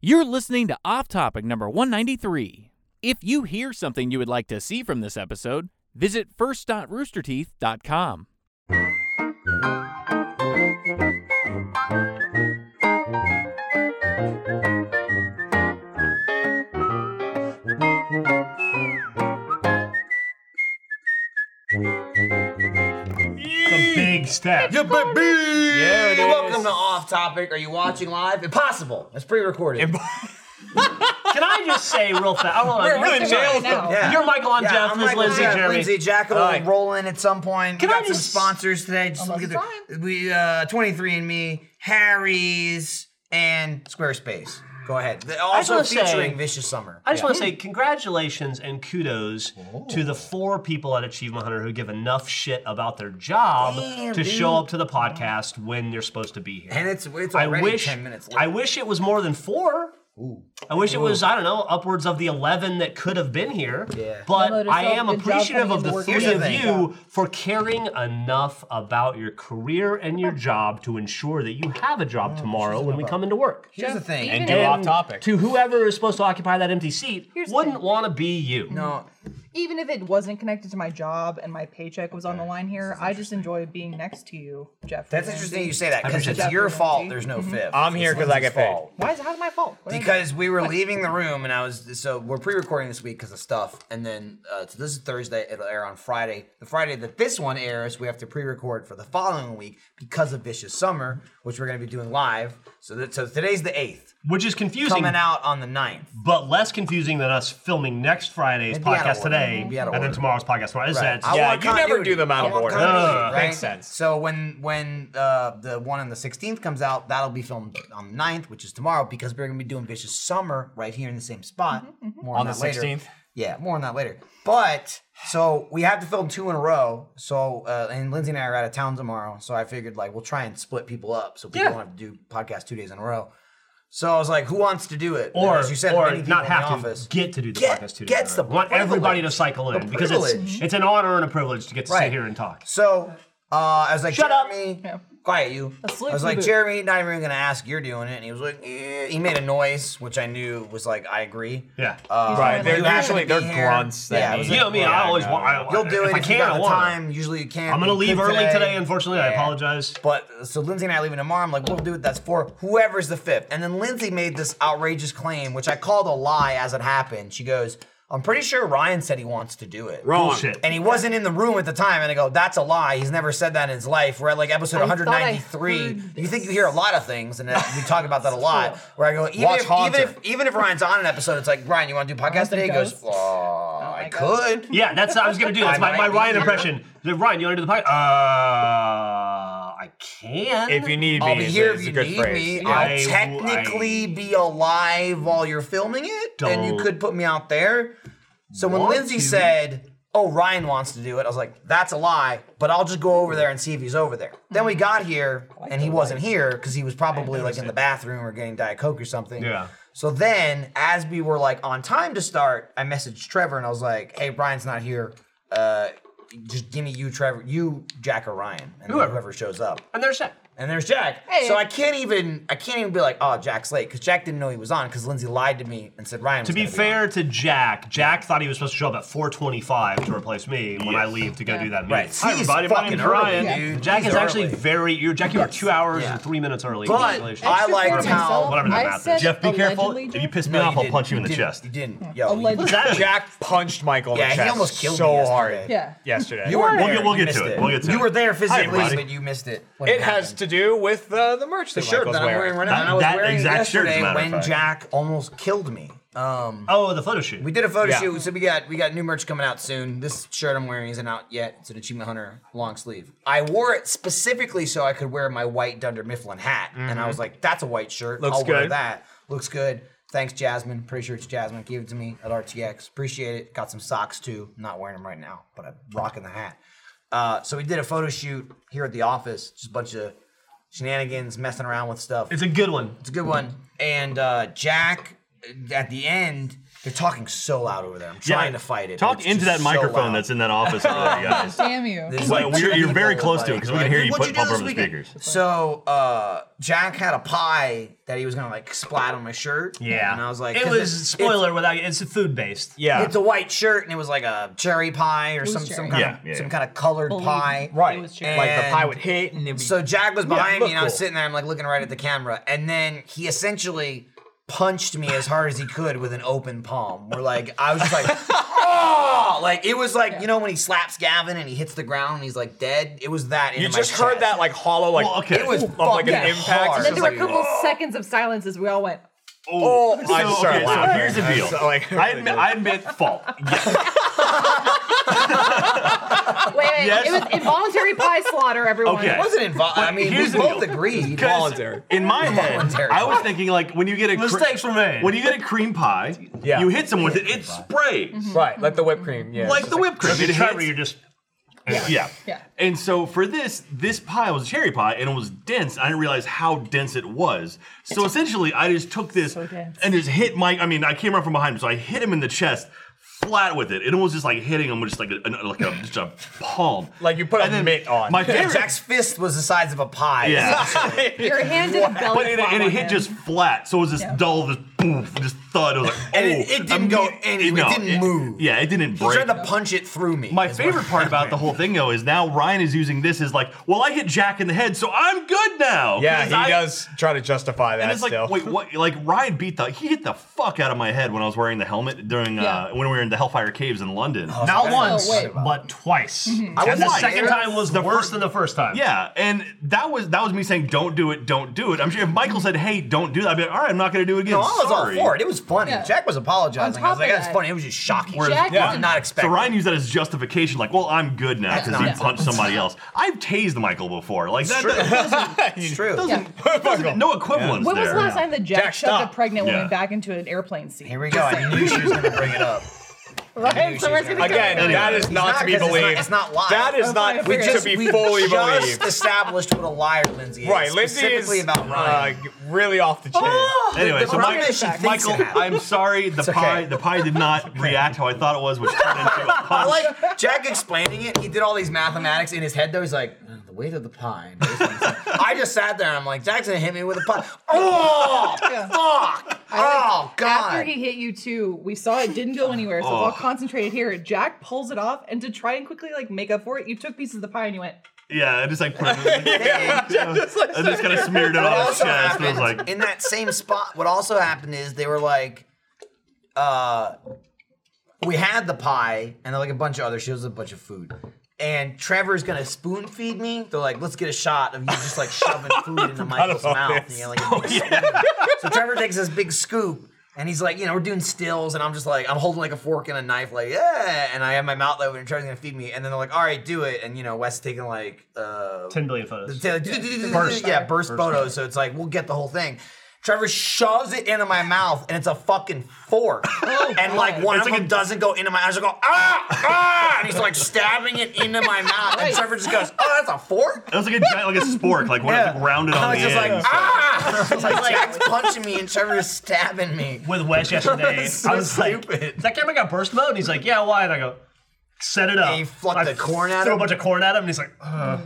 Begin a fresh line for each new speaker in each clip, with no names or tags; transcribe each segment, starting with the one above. You're listening to Off Topic number 193. If you hear something you would like to see from this episode, visit first.roosterteeth.com.
It's a big step.
Yeah, baby.
There it is. Welcome to Off Topic. Are you watching live? Impossible. It's pre-recorded.
Can I just say real fast? I don't know.
We're
you're-
in jail. Yeah.
You're Michael. I'm
Yeah,
Jeff.
I'm
This is
Michael
Lindsay.
Jeff,
Jeremy.
Lindsay, Jack will
All right.
roll in at some point.
Can
we
I
got some
just- Oh,
sponsors today. Just look at the, we uh, 23andMe, Harry's, and Squarespace. Go ahead. They're
just
also
wanna say-
featuring Vicious Summer.
I just want to say congratulations and kudos to
Oh.
the four people at Achievement Hunter who give enough shit about their job
Damn,
to
dude.
show up to the podcast when they're supposed to be here.
and it's it's
I
already
wish
10 minutes late.
I wish it was more than four. I wish it was I don't know upwards of the eleven that could have been here.
Yeah.
But
Promote
I
yourself,
am
good job
appreciative
coming
of the
into work.
three
Here's the
of
thing.
you for caring enough about your career and your job to ensure that you have a
Oh,
job tomorrow when we come into work.
Here's the thing.
even
do
if-
off topic.
To whoever is supposed to occupy that empty seat
Here's the
wouldn't
thing.
want to be you.
No,
even if it wasn't connected to my job and my paycheck was on the line here, I just enjoy being next to you, Jeff.
that's interesting you say that because
appreciate
it's
that. Mm-hmm.
your fault. There's no fifth.
I'm here
It's
'cause I
Lindsay's
get paid.
fault.
Why is how's my fault? What did I do?
Because we were leaving the room and I was so we're pre-recording this week because of stuff, and then uh, so this is Thursday. It'll air on Friday. The Friday that this one airs, we have to pre-record for the following week because of Vicious Summer, which we're going to be doing live. So that so today's the eighth,
Which is confusing,
coming out on the 9th.
but less confusing than us filming next Friday's
It'd be out of
podcast
order.
today
It'd be out of
and then
order.
tomorrow's podcast tomorrow. It's
Right.
it's-
I
Yeah,
want
you never
continuity.
do them out
I
of
want
order.
continuity,
Ugh,
right?
makes sense.
So when when uh, the one on the 16th comes out, that'll be filmed on the 9th, which is tomorrow, because we're gonna be doing Vicious Summer right here in the same spot. More
On
that
the
later.
16th?
Yeah, more on that later. But so we have to film two in a row. So uh, and Lindsay and I are out of town tomorrow, so I figured like we'll try and split people up so people don't have to do podcasts two days in a row. So I was like, who wants to do it? And
or
as you said,
or
many people
not
in
have
the
to
office.
get to do the
Get-
podcast too.
gets the
want everybody to
privilege.
cycle in
The
because it's
privilege.
it's an honor and a privilege to get to
Right.
sit here and talk.
So uh, I was like,
Shut up.
Jeremy,
Yeah.
quiet you.
Asleep
I was
in
like,
the boot.
Jeremy, not even gonna ask you're doing it. And he was like, eh. he made a noise, which I knew was like, I agree.
Yeah.
Uh,
Right, they're
you have
usually
to
they're
be here.
grunts. That
Yeah, it
need-
was
you know me. I always want. I,
You'll do
if
it
I
if you
can.
got
I
the
want.
time. Usually you can't.
I'm gonna
You
leave
could
early today.
today
unfortunately, I
Yeah.
apologize.
But so Lindsay and I are leaving tomorrow. I'm like, we'll do it. That's four. Whoever's the fifth. And then Lindsay made this outrageous claim, which I called a lie as it happened. She goes, I'm pretty sure Ryan said he wants to do it.
Wrong.
Bullshit.
And he wasn't in the room at the time. And I go, that's a lie. He's never said that in his life. We're at like episode
I thought I
193.
heard
You think you hear a lot of things, and that- we talk about that a lot. Where I go, even
Watch
if, even
Haunter.
if even if Ryan's on an episode, it's like, Ryan, you want to do a podcast
the
today? He goes,
ghost?
oh, I could.
yeah, that's I was gonna do. That's my,
might
my
be
Ryan
here.
impression. The Ryan, you want to do the podcast? Uh, I can.
If you need
I'll
me,
be
is-
here if
is a
you
good
need
phrase.
me.
Yeah. I-
I'll technically be alive while you're filming it, and you
Don't
could put me out there. So when
want
Lindsay
to.
said, "Oh, Ryan wants to do it," I was like, "That's a lie," but I'll just go over there and see if he's over there. Then we got here, and he wasn't here because he was probably like in the bathroom or getting diet coke or something.
Yeah.
So then, as we were like on time to start, I messaged Trevor and I was like, "Hey, Brian's not here. Uh, just give me you, Trevor, you, Jack, or Ryan, and then
Whoever.
whoever shows up."
and there's that.
and there's Jack.
Hey.
So I can't even I can't even be like, oh, Jack's late because Jack didn't know he was on because Lindsay lied to me and said Ryan.
To be fair to Jack, Jack thought he was supposed to show up at 4:25 to replace me when I leave to go do that meeting.
Right.
Hi
He's
everybody, my
fucking
name's
early,
Ryan.
dude.
Jack
He's
is actually
early.
very. You're Jack. You are two hours
Yeah.
and three minutes early.
But
Congratulations.
I
Extra
liked
for
how-
myself,
Whatever the
I
math is.
said
Jeff,
be careful.
allegedly,
If you piss me
No,
off, I'll
didn't.
punch you in the
didn't.
chest.
You didn't. Yo, you-
Hmm. Allegedly.
Jack punched Michael in
Yeah,
the
he
chest
almost killed
so
me yesterday.
hard.
Yeah.
Yesterday.
You weren't
We'll
there.
get- we'll
You
get to
missed
it. We'll get to
You
it.
were there physically,
everybody.
but you missed it. when
It has
happened.
to do with uh, the merch that
the shirt
Michael's
that I'm
wearing.
wearing right now. and I
That-
was
that
wearing
exact shirt, as a
yesterday
matter of
when
fact.
Jack almost killed me. Um,
Oh, the photo shoot.
we did a photo
Yeah.
shoot, so we got we got new merch coming out soon. This shirt I'm wearing isn't out yet. It's an Achievement Hunter long sleeve. I wore it specifically so I could wear my white Dunder Mifflin hat, and I was like, "That's a white shirt.
Mm-hmm. Looks
I'll wear
good.
that. Looks good." Thanks, Jasmine. Pretty sure it's Jasmine. Gave it to me at RTX. Appreciate it. Got some socks too. not wearing them right now, but I'm rocking the hat. Uh, so we did a photo shoot here at the office. Just a bunch of shenanigans, messing around with stuff.
It's a good one.
It's a good one. And uh, Jack, uh, at the end, They're talking so loud over there. I'm
Yeah.
trying to fight it. but
Talk
it's
into that
just so
microphone
loud.
that's in that office over there, guys.
Damn you.
There's
Like,
like
we're-
two
you're very
people,
close to it
like-
'cause we can hear you
What'd
put- pump
do
over
this
the
weekend?
speakers.
So uh, Jack had a pie that he was gonna like splat on my shirt.
Yeah.
and I was like,
it
'cause
was
it's-
spoiler without it's food based.
Yeah.
It's a white shirt, and it was like a cherry pie or
was
some
cherry.
some kind
Yeah,
of
yeah,
some
yeah.
kind of colored pie.
right.
It was
Like
chicken.
the pie
And-
would hit and it would
So Jack was behind me,
look
and I was
cool.
sitting there. I'm like looking right at the camera, and then he essentially punched me as hard as he could with an open palm. We're like, I was just like, oh, like it was like you know when he slaps Gavin and he hits the ground and he's like dead. It was that.
You
into my
just heard
chest.
that like hollow like
Well, okay.
it was
Ooh,
of like an
fucking
impact.
hard.
It's
And then
just
there
It's
were
like,
a couple seconds of silence as we all went,
Oh, I
so,
started
okay, so
laughing.
here's the deal.
So, like-
I, admit, I admit fault. Yeah.
wait, wait,
Yes.
it was involuntary pie slaughter, everyone.
Okay.
It wasn't involved. I mean, we
here's the
both
deal.
agreed.
'Cause
Voluntary.
In my head,
Voluntary.
I was thinking like when you get a cre-
Mistakes were made.
When you get a cream pie,
Yeah.
you hit someone with it, it sprays
Mm-hmm.
Right, like the whipped cream. Yeah.
like the whipped cream.
If you
It
try
hits-
where you're just
Yeah. yeah.
Yeah.
And so for this, this pie was cherry pie and it was dense. I didn't realize how dense it was. So essentially, I just took this
So dense.
and just hit Mike. I mean, I came around from behind him, so I hit him in the chest. Flat with it, and it was just like hitting him with just like a, an- like a just a palm.
Like you put a
and then
mitt on.
My favorite,
Jack's fist was the size of a pie.
yeah.
Your hand did a belly
but it,
flop
and
on
it hit
him.
just flat, so it was this
Yeah.
dull, just poof, just thud. It was like, oh,
And it- it didn't go
imme-
anywhere. It didn't move.
Yeah, it didn't
He
break.
tried to punch it through me.
My favorite part about the whole thing, though, is now Ryan is using this as like, well, I hit Jack in the head, so I'm good now.
yeah,
'Cause
he
I-
does try to justify that
And it's like,
still.
wait, what? Like Ryan beat the he hit the fuck out of my head when I was wearing the helmet during uh,
Yeah.
when we were in the Hellfire Caves in London.
not
okay.
once,
Oh, wait.
but twice.
Mm-hmm. I
And the
was-
second time was
The
worse
fir-
than the first time.
Yeah, and that was that was me saying, don't do it, don't do it. I'm sure if Michael said, hey, don't do that, I'd be like, all right, I'm not gonna do it again.
No, I was
Sorry.
all for it. It was funny.
Yeah.
Jack was apologizing.
On
I was
top
like,
of
that's
that-
funny. It was just shocking.
Jack
I
was-
did not expect.
So Ryan used that as justification, like, well, I'm good now because he
nonsense.
punched somebody else. I've tased Michael before. Like that,
true.
that doesn't,
It's true.
doesn't- no equivalence
When was
there.
the last time that Jack,
Jack,
shoved
stop.
a pregnant
Yeah.
woman back into an airplane seat?
Here we go. I knew she was going to bring it up.
Right? So we're just gonna
Again,
go.
that is not
not,
to be
'cause it's not-
believed.
it's not live.
That is
Okay,
not
we
to
just-
be
we
fully
just
believed.
established what a liar Lindsay is.
Right, Lindsay is
specifically about Ryan.
Uh, really off the chain.
Anyway,
the
so
problem
Mike-
is she thinks
Michael,
it happened.
I'm sorry. The
okay.
pie, the pie did not react how I thought it was, which turned into a
I
punch.
like Jack explaining it. He did all these mathematics in his head, though. He's like, "Oh, the weight of the pie. I just sat there and I'm like, Jack's gonna hit me with a pie. Oh, fuck! Oh,
After
god!
he hit you too, we saw it didn't go anywhere, so it's all concentrated here. Jack pulls it off, and to try and quickly like make up for it, you took pieces of the pie and you went,
yeah, I just like put it. In, I just kind of smeared it
What
on his chest.
also
I was
happened
like,
in that same spot. What also happened is they were like, uh, we had the pie and they're like a bunch of other shows, a bunch of food. And Trevor's gonna spoon feed me. They're like, let's get a shot of you just like shoving food into Michael's
about
mouth.
this.
And you're like,
Oh,
So Trevor takes this big scoop. And he's like, you know, we're doing stills, and I'm just like, I'm holding like a fork and a knife, like, yeah. And I have my mouth open, and Trevor's gonna feed me. And then they're like, all right, do it. And you know, Wes taking like, uh,
Ten billion photos.
They're like, "Do-do-do-do-do-do-do." Yeah, burst photos. So it's like, we'll get the whole thing. Trevor shoves it into my mouth, and it's a fucking fork. and like one
It's
of
like
them
a-
doesn't go into my eyes. I go ah ah, and he's like stabbing it into my mouth, and Trevor just goes, oh, that's a fork.
it was like a giant, like a spork, like when it's
Yeah.
like rounded
I
on
was
the
just
end.
like ah. It's like Jack's punching me, and Trevor's stabbing me.
With Wes yesterday,
That's so
I was
stupid.
like, "Is that camera got burst mode?" And he's like, "Yeah, why?" And I go, "Set it up."
And he flucked
I
the corn at
threw
him? Mm.
a bunch of corn at him, and he's like, "Ugh."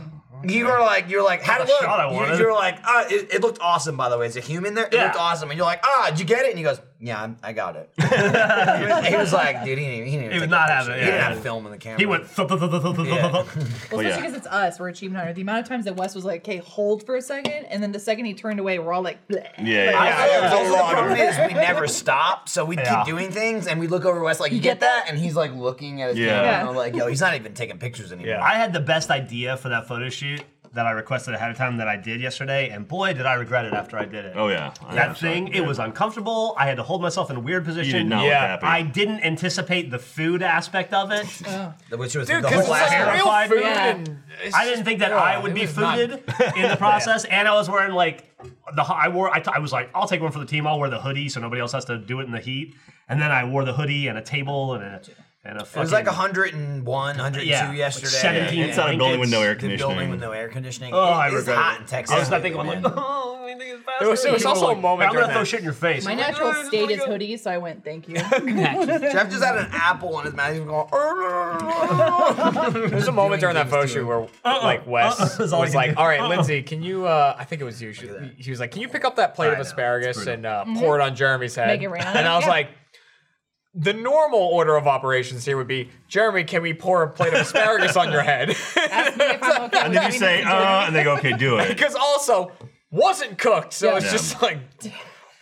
You were like, you were like, how
That's
did
the
look?
shot I wanted.
You, you were like, uh, it, it looked awesome, by the way. Is a human there? It
Yeah.
looked awesome. And you're like, ah, did you get it? And he goes, yeah, I'm, I got it. he, was, he was like, dude, he didn't, he didn't even
He was
take a
not
picture.
having it,
He didn't
yeah.
have film in the camera.
He went. "Thup, thup, thup, thup, thup, thup,
Yeah.
thup."
Well,
Well,
especially
yeah.
because it's us, we're achievement hunter. The amount of times that Wes was like, "Okay, hold for a second, and then the second he turned away, we're all like, Bleh.
yeah, yeah.
Yeah, it was a
Also,
lot
The
of-
problem is, we never stop, so we
Yeah.
keep doing things, and we look over West like, you get
get
that? And he's like looking at his
Yeah.
camera,
Yeah.
and I'm like, yo, he's not even taking pictures anymore.
Yeah.
I had the best idea for that photo shoot that I requested ahead of time that I did yesterday, and boy, did I regret it after I did it.
Oh yeah, I know,
That
so-
thing, it was uncomfortable. I had to hold myself in a weird
You
position.
did not
Yeah,
look happy.
I didn't anticipate the food aspect of it.
Which was
Dude,
the
because
whole
it's like
last
hair.
real food
Yeah.
and
I didn't think that I would
it
be
was not-
fooded in the process, and I was wearing like the ho- I wore I, t- I was like I'll take one for the team. I'll wear the hoodie so nobody else has to do it in the heat. And then I wore the hoodie and a table and a, And a
It
fucking,
was like 101, 102
Yeah, like
yesterday.
17
Yeah, yeah.
The
something.
building
It's
with no air
The
conditioning.
building with no air conditioning.
Oh, I
It is
regret
hot
it.
in Texas.
I was not thinking, I'm
man.
like, oh, we think it's faster.
There was- there was
People
also
were
a moment
I'm gonna
during
throw
that-
shit in your face.
My
I'm like,
natural
"No, it's
state
really
is
good."
hoodie, so I went, thank you.
Jeff just had an apple in his mouth. He was "Oh, going.
There's a moment during that photo shoot where like Wes
uh-uh, is all
was
I can
like,
do.
"All right, Lindsay, can you? Uh, I think it was you. She, he was like, "Can you pick up that plate of
know, it's
asparagus and uh, pour it on Jeremy's head?"
Mm-hmm. Make it rain on
and
it,
I was
yeah.
like. The normal order of operations here would be, Jeremy, can we pour a plate of asparagus on your head?
Ask me if I'm okay
And then
with
you
eating
say,
this in Germany.
uh, and they go, okay, do it.
Because also wasn't cooked, so it's
Yeah.
just like,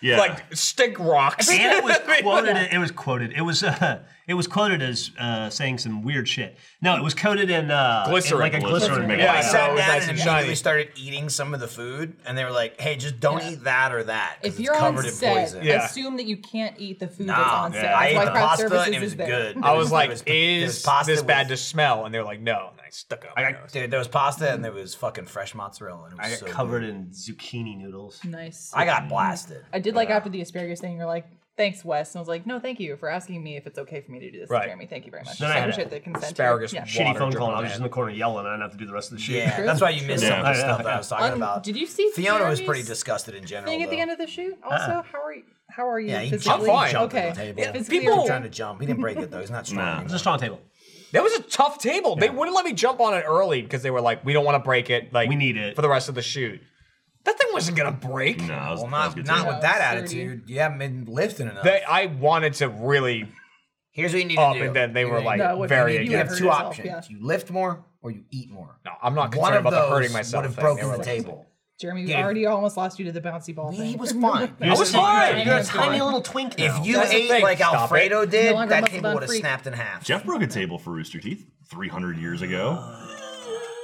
Yeah.
like stink rocks.
And it was quoted. It was quoted. It was uh, it was quoted as uh, saying some weird shit. No, it was coated in uh, in
Glycerin.
like a
Glycerin
glycerin.
mix.
mix.
I
Yeah,
sat
it
down
was nice
and
and
immediately
shiny.
started eating some of the food, and they were like, "Hey, just don't
Yeah.
eat that or that. 'cause
If
it's
you're on
covered in
set,
poison."
Yeah.
assume that you can't eat the food that's
Nah,
on set.
I ate
That's
the
why crowd
pasta
services
and it was
is there.
good.
I
There
was
there
like,
there
is
pasta
this bad
with-
to smell? And they were like, no. And I stuck it up my
I
nose.
got,
Dude, there was pasta and there was fucking fresh mozzarella. And it was
I got
so
covered
good.
in zucchini noodles.
Nice.
I got blasted.
I did like after the asparagus thing, you're like, thanks, Wes. And I was like, no, thank you for asking me if it's okay for me to do this,
Right.
Jeremy. Thank you very much.
Then
So
I
I
had
appreciate the consent.
asparagus
Yeah.
water.
Shitty phone
dripping
call. and I
on
was
my
just
head.
in the corner yelling. I didn't have to do the rest of the shit.
Yeah, that's why you missed some of the
Yeah.
stuff that I was talking
Um,
about.
did you see
Fiona was pretty
Jeremy's
disgusted in general.
thing at the
though.
end of the shoot? Also, how are you? How are you?
Yeah, he
physically?
jumped- jumped
Okay.
on the table.
Yeah,
Yeah,
physically
people-
are-
trying to jump. He didn't break it though. He's not strong.
Nah.
It
anymore.
was just on a table.
That was a tough table. They wouldn't let me jump on it early because they were like, we don't want to break it. Like
We need it.
for the rest of the shoot. That thing wasn't gonna break.
No, I was,
Well,
I was
not
good
not
too.
with that
Yeah, it's sturdy.
attitude. You haven't been lifting enough.
They, I wanted to really
Here's what you need to
up,
do.
and then they were like
No, it wouldn't.
very
You
against.
you have
hurt
two
yourself,
options:
yeah.
you lift more or you eat more.
No, I'm not
One
concerned
of
about the
those
hurting myself.
would have
thing. They
broken
were
the
like-
table.
Jeremy, we
Yeah.
already almost lost you to the bouncy ball
He
thing.
was fine.
I
was fine.
You're a tiny little twink now.
If you
That's the
ate
thing,
like
stop it.
Alfredo did,
longer
that
muscle
table would have
bound freak.
snapped in half.
Jeff broke a table for Rooster Teeth 300 years ago.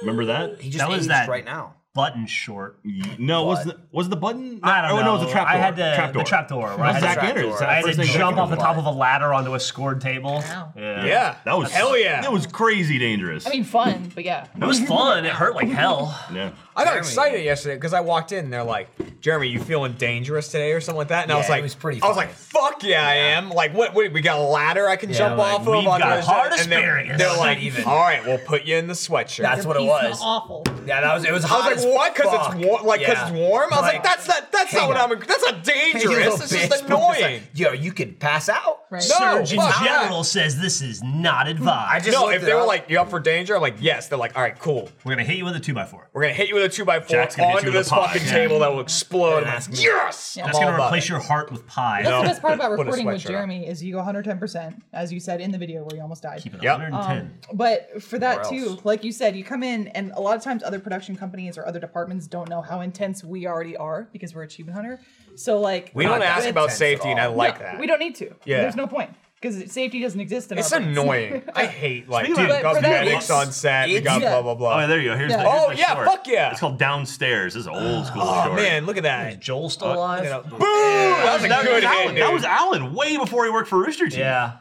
Remember that?
he just
That was
aged
that-
right now.
button short.
No, was the was the button?
I don't
oh,
know.
no, it was the trap
I
door.
had to,
trap door.
the trap door. Where I
That was
had
Zack
to,
trap
Anders.
door.
That
I had
first
to
thing that
jump
came
off the
to
top
mind.
of a ladder onto a scored table.
Wow.
Yeah.
Yeah,
That was
hell yeah.
That was crazy dangerous.
I mean, fun, but yeah.
It was fun. It hurt like hell.
yeah.
I got
Jeremy.
excited yesterday because I walked in and they're like, "Jeremy, you feeling dangerous today or something like that?" And I
Yeah,
was
it
like,
was pretty
I was
funny.
like, "Fuck yeah, I am!" Like, what? Wait, we got a ladder I can jump
like,
off of.
we've
on
got
the other side?"
hard
And they're,
asparagus.
they're
Not
like,
even.
"All right, we'll put you in the sweatshirt."
That's what it
He's
was.
Awful.
Yeah, that was. It was
I
hot.
was like, "What? Because it's warm? Like, because it's warm?" I was like, "That's not. That's not
Hang
what
on.
I'm. That's not dangerous. It's just annoying."
Yo, you could pass out.
Right.
No,
Surgeon
fuck that.
General says this is not
I
advised.
just
No,
looked
if
it
they were
up.
like, "You up for danger?" I'm like, "Yes." They're like, "All right, cool.
We're gonna hit you with a two by four.
We're gonna hit you with a two by four
Jack's gonna hit you
onto
with a
this
pie.
fucking
Yeah.
table that will explode." I'm
ask
like,
me.
yes,
Yeah.
I'm
That's gonna
all about
replace
it.
your heart with pie.
That's the best part about
Put a
recording with
sweatshirt on.
Jeremy is you go 110%, as you said in the video where you almost died.
Keep it
Yep.
Um,
110.
But for that
Or
too,
else.
like you said, you come in and a lot of times other production companies or other departments don't know how intense we already are because we're achievement hunter. So like
We don't
Not
ask
that
about
intense at
safety, and I
all.
like
no,
that.
We don't need to.
Yeah.
There's no point because safety doesn't exist in
It's
our brains.
annoying. I hate like dude,
of
we
that-
got
for that
medics
look-
on set. We
it's-
got
yeah.
blah blah
Oh,
blah.
yeah, there you go. Here's
Yeah.
the. Here's
Oh,
the
yeah,
short.
fuck yeah.
It's called downstairs. This is old school
Oh
short.
man, look at that.
Joel still
Look
alive.
at that. Boom! That was a
That
good
was,
hit.
Alan, that
dude.
was Alan way before he worked for Rooster Teeth.
Yeah.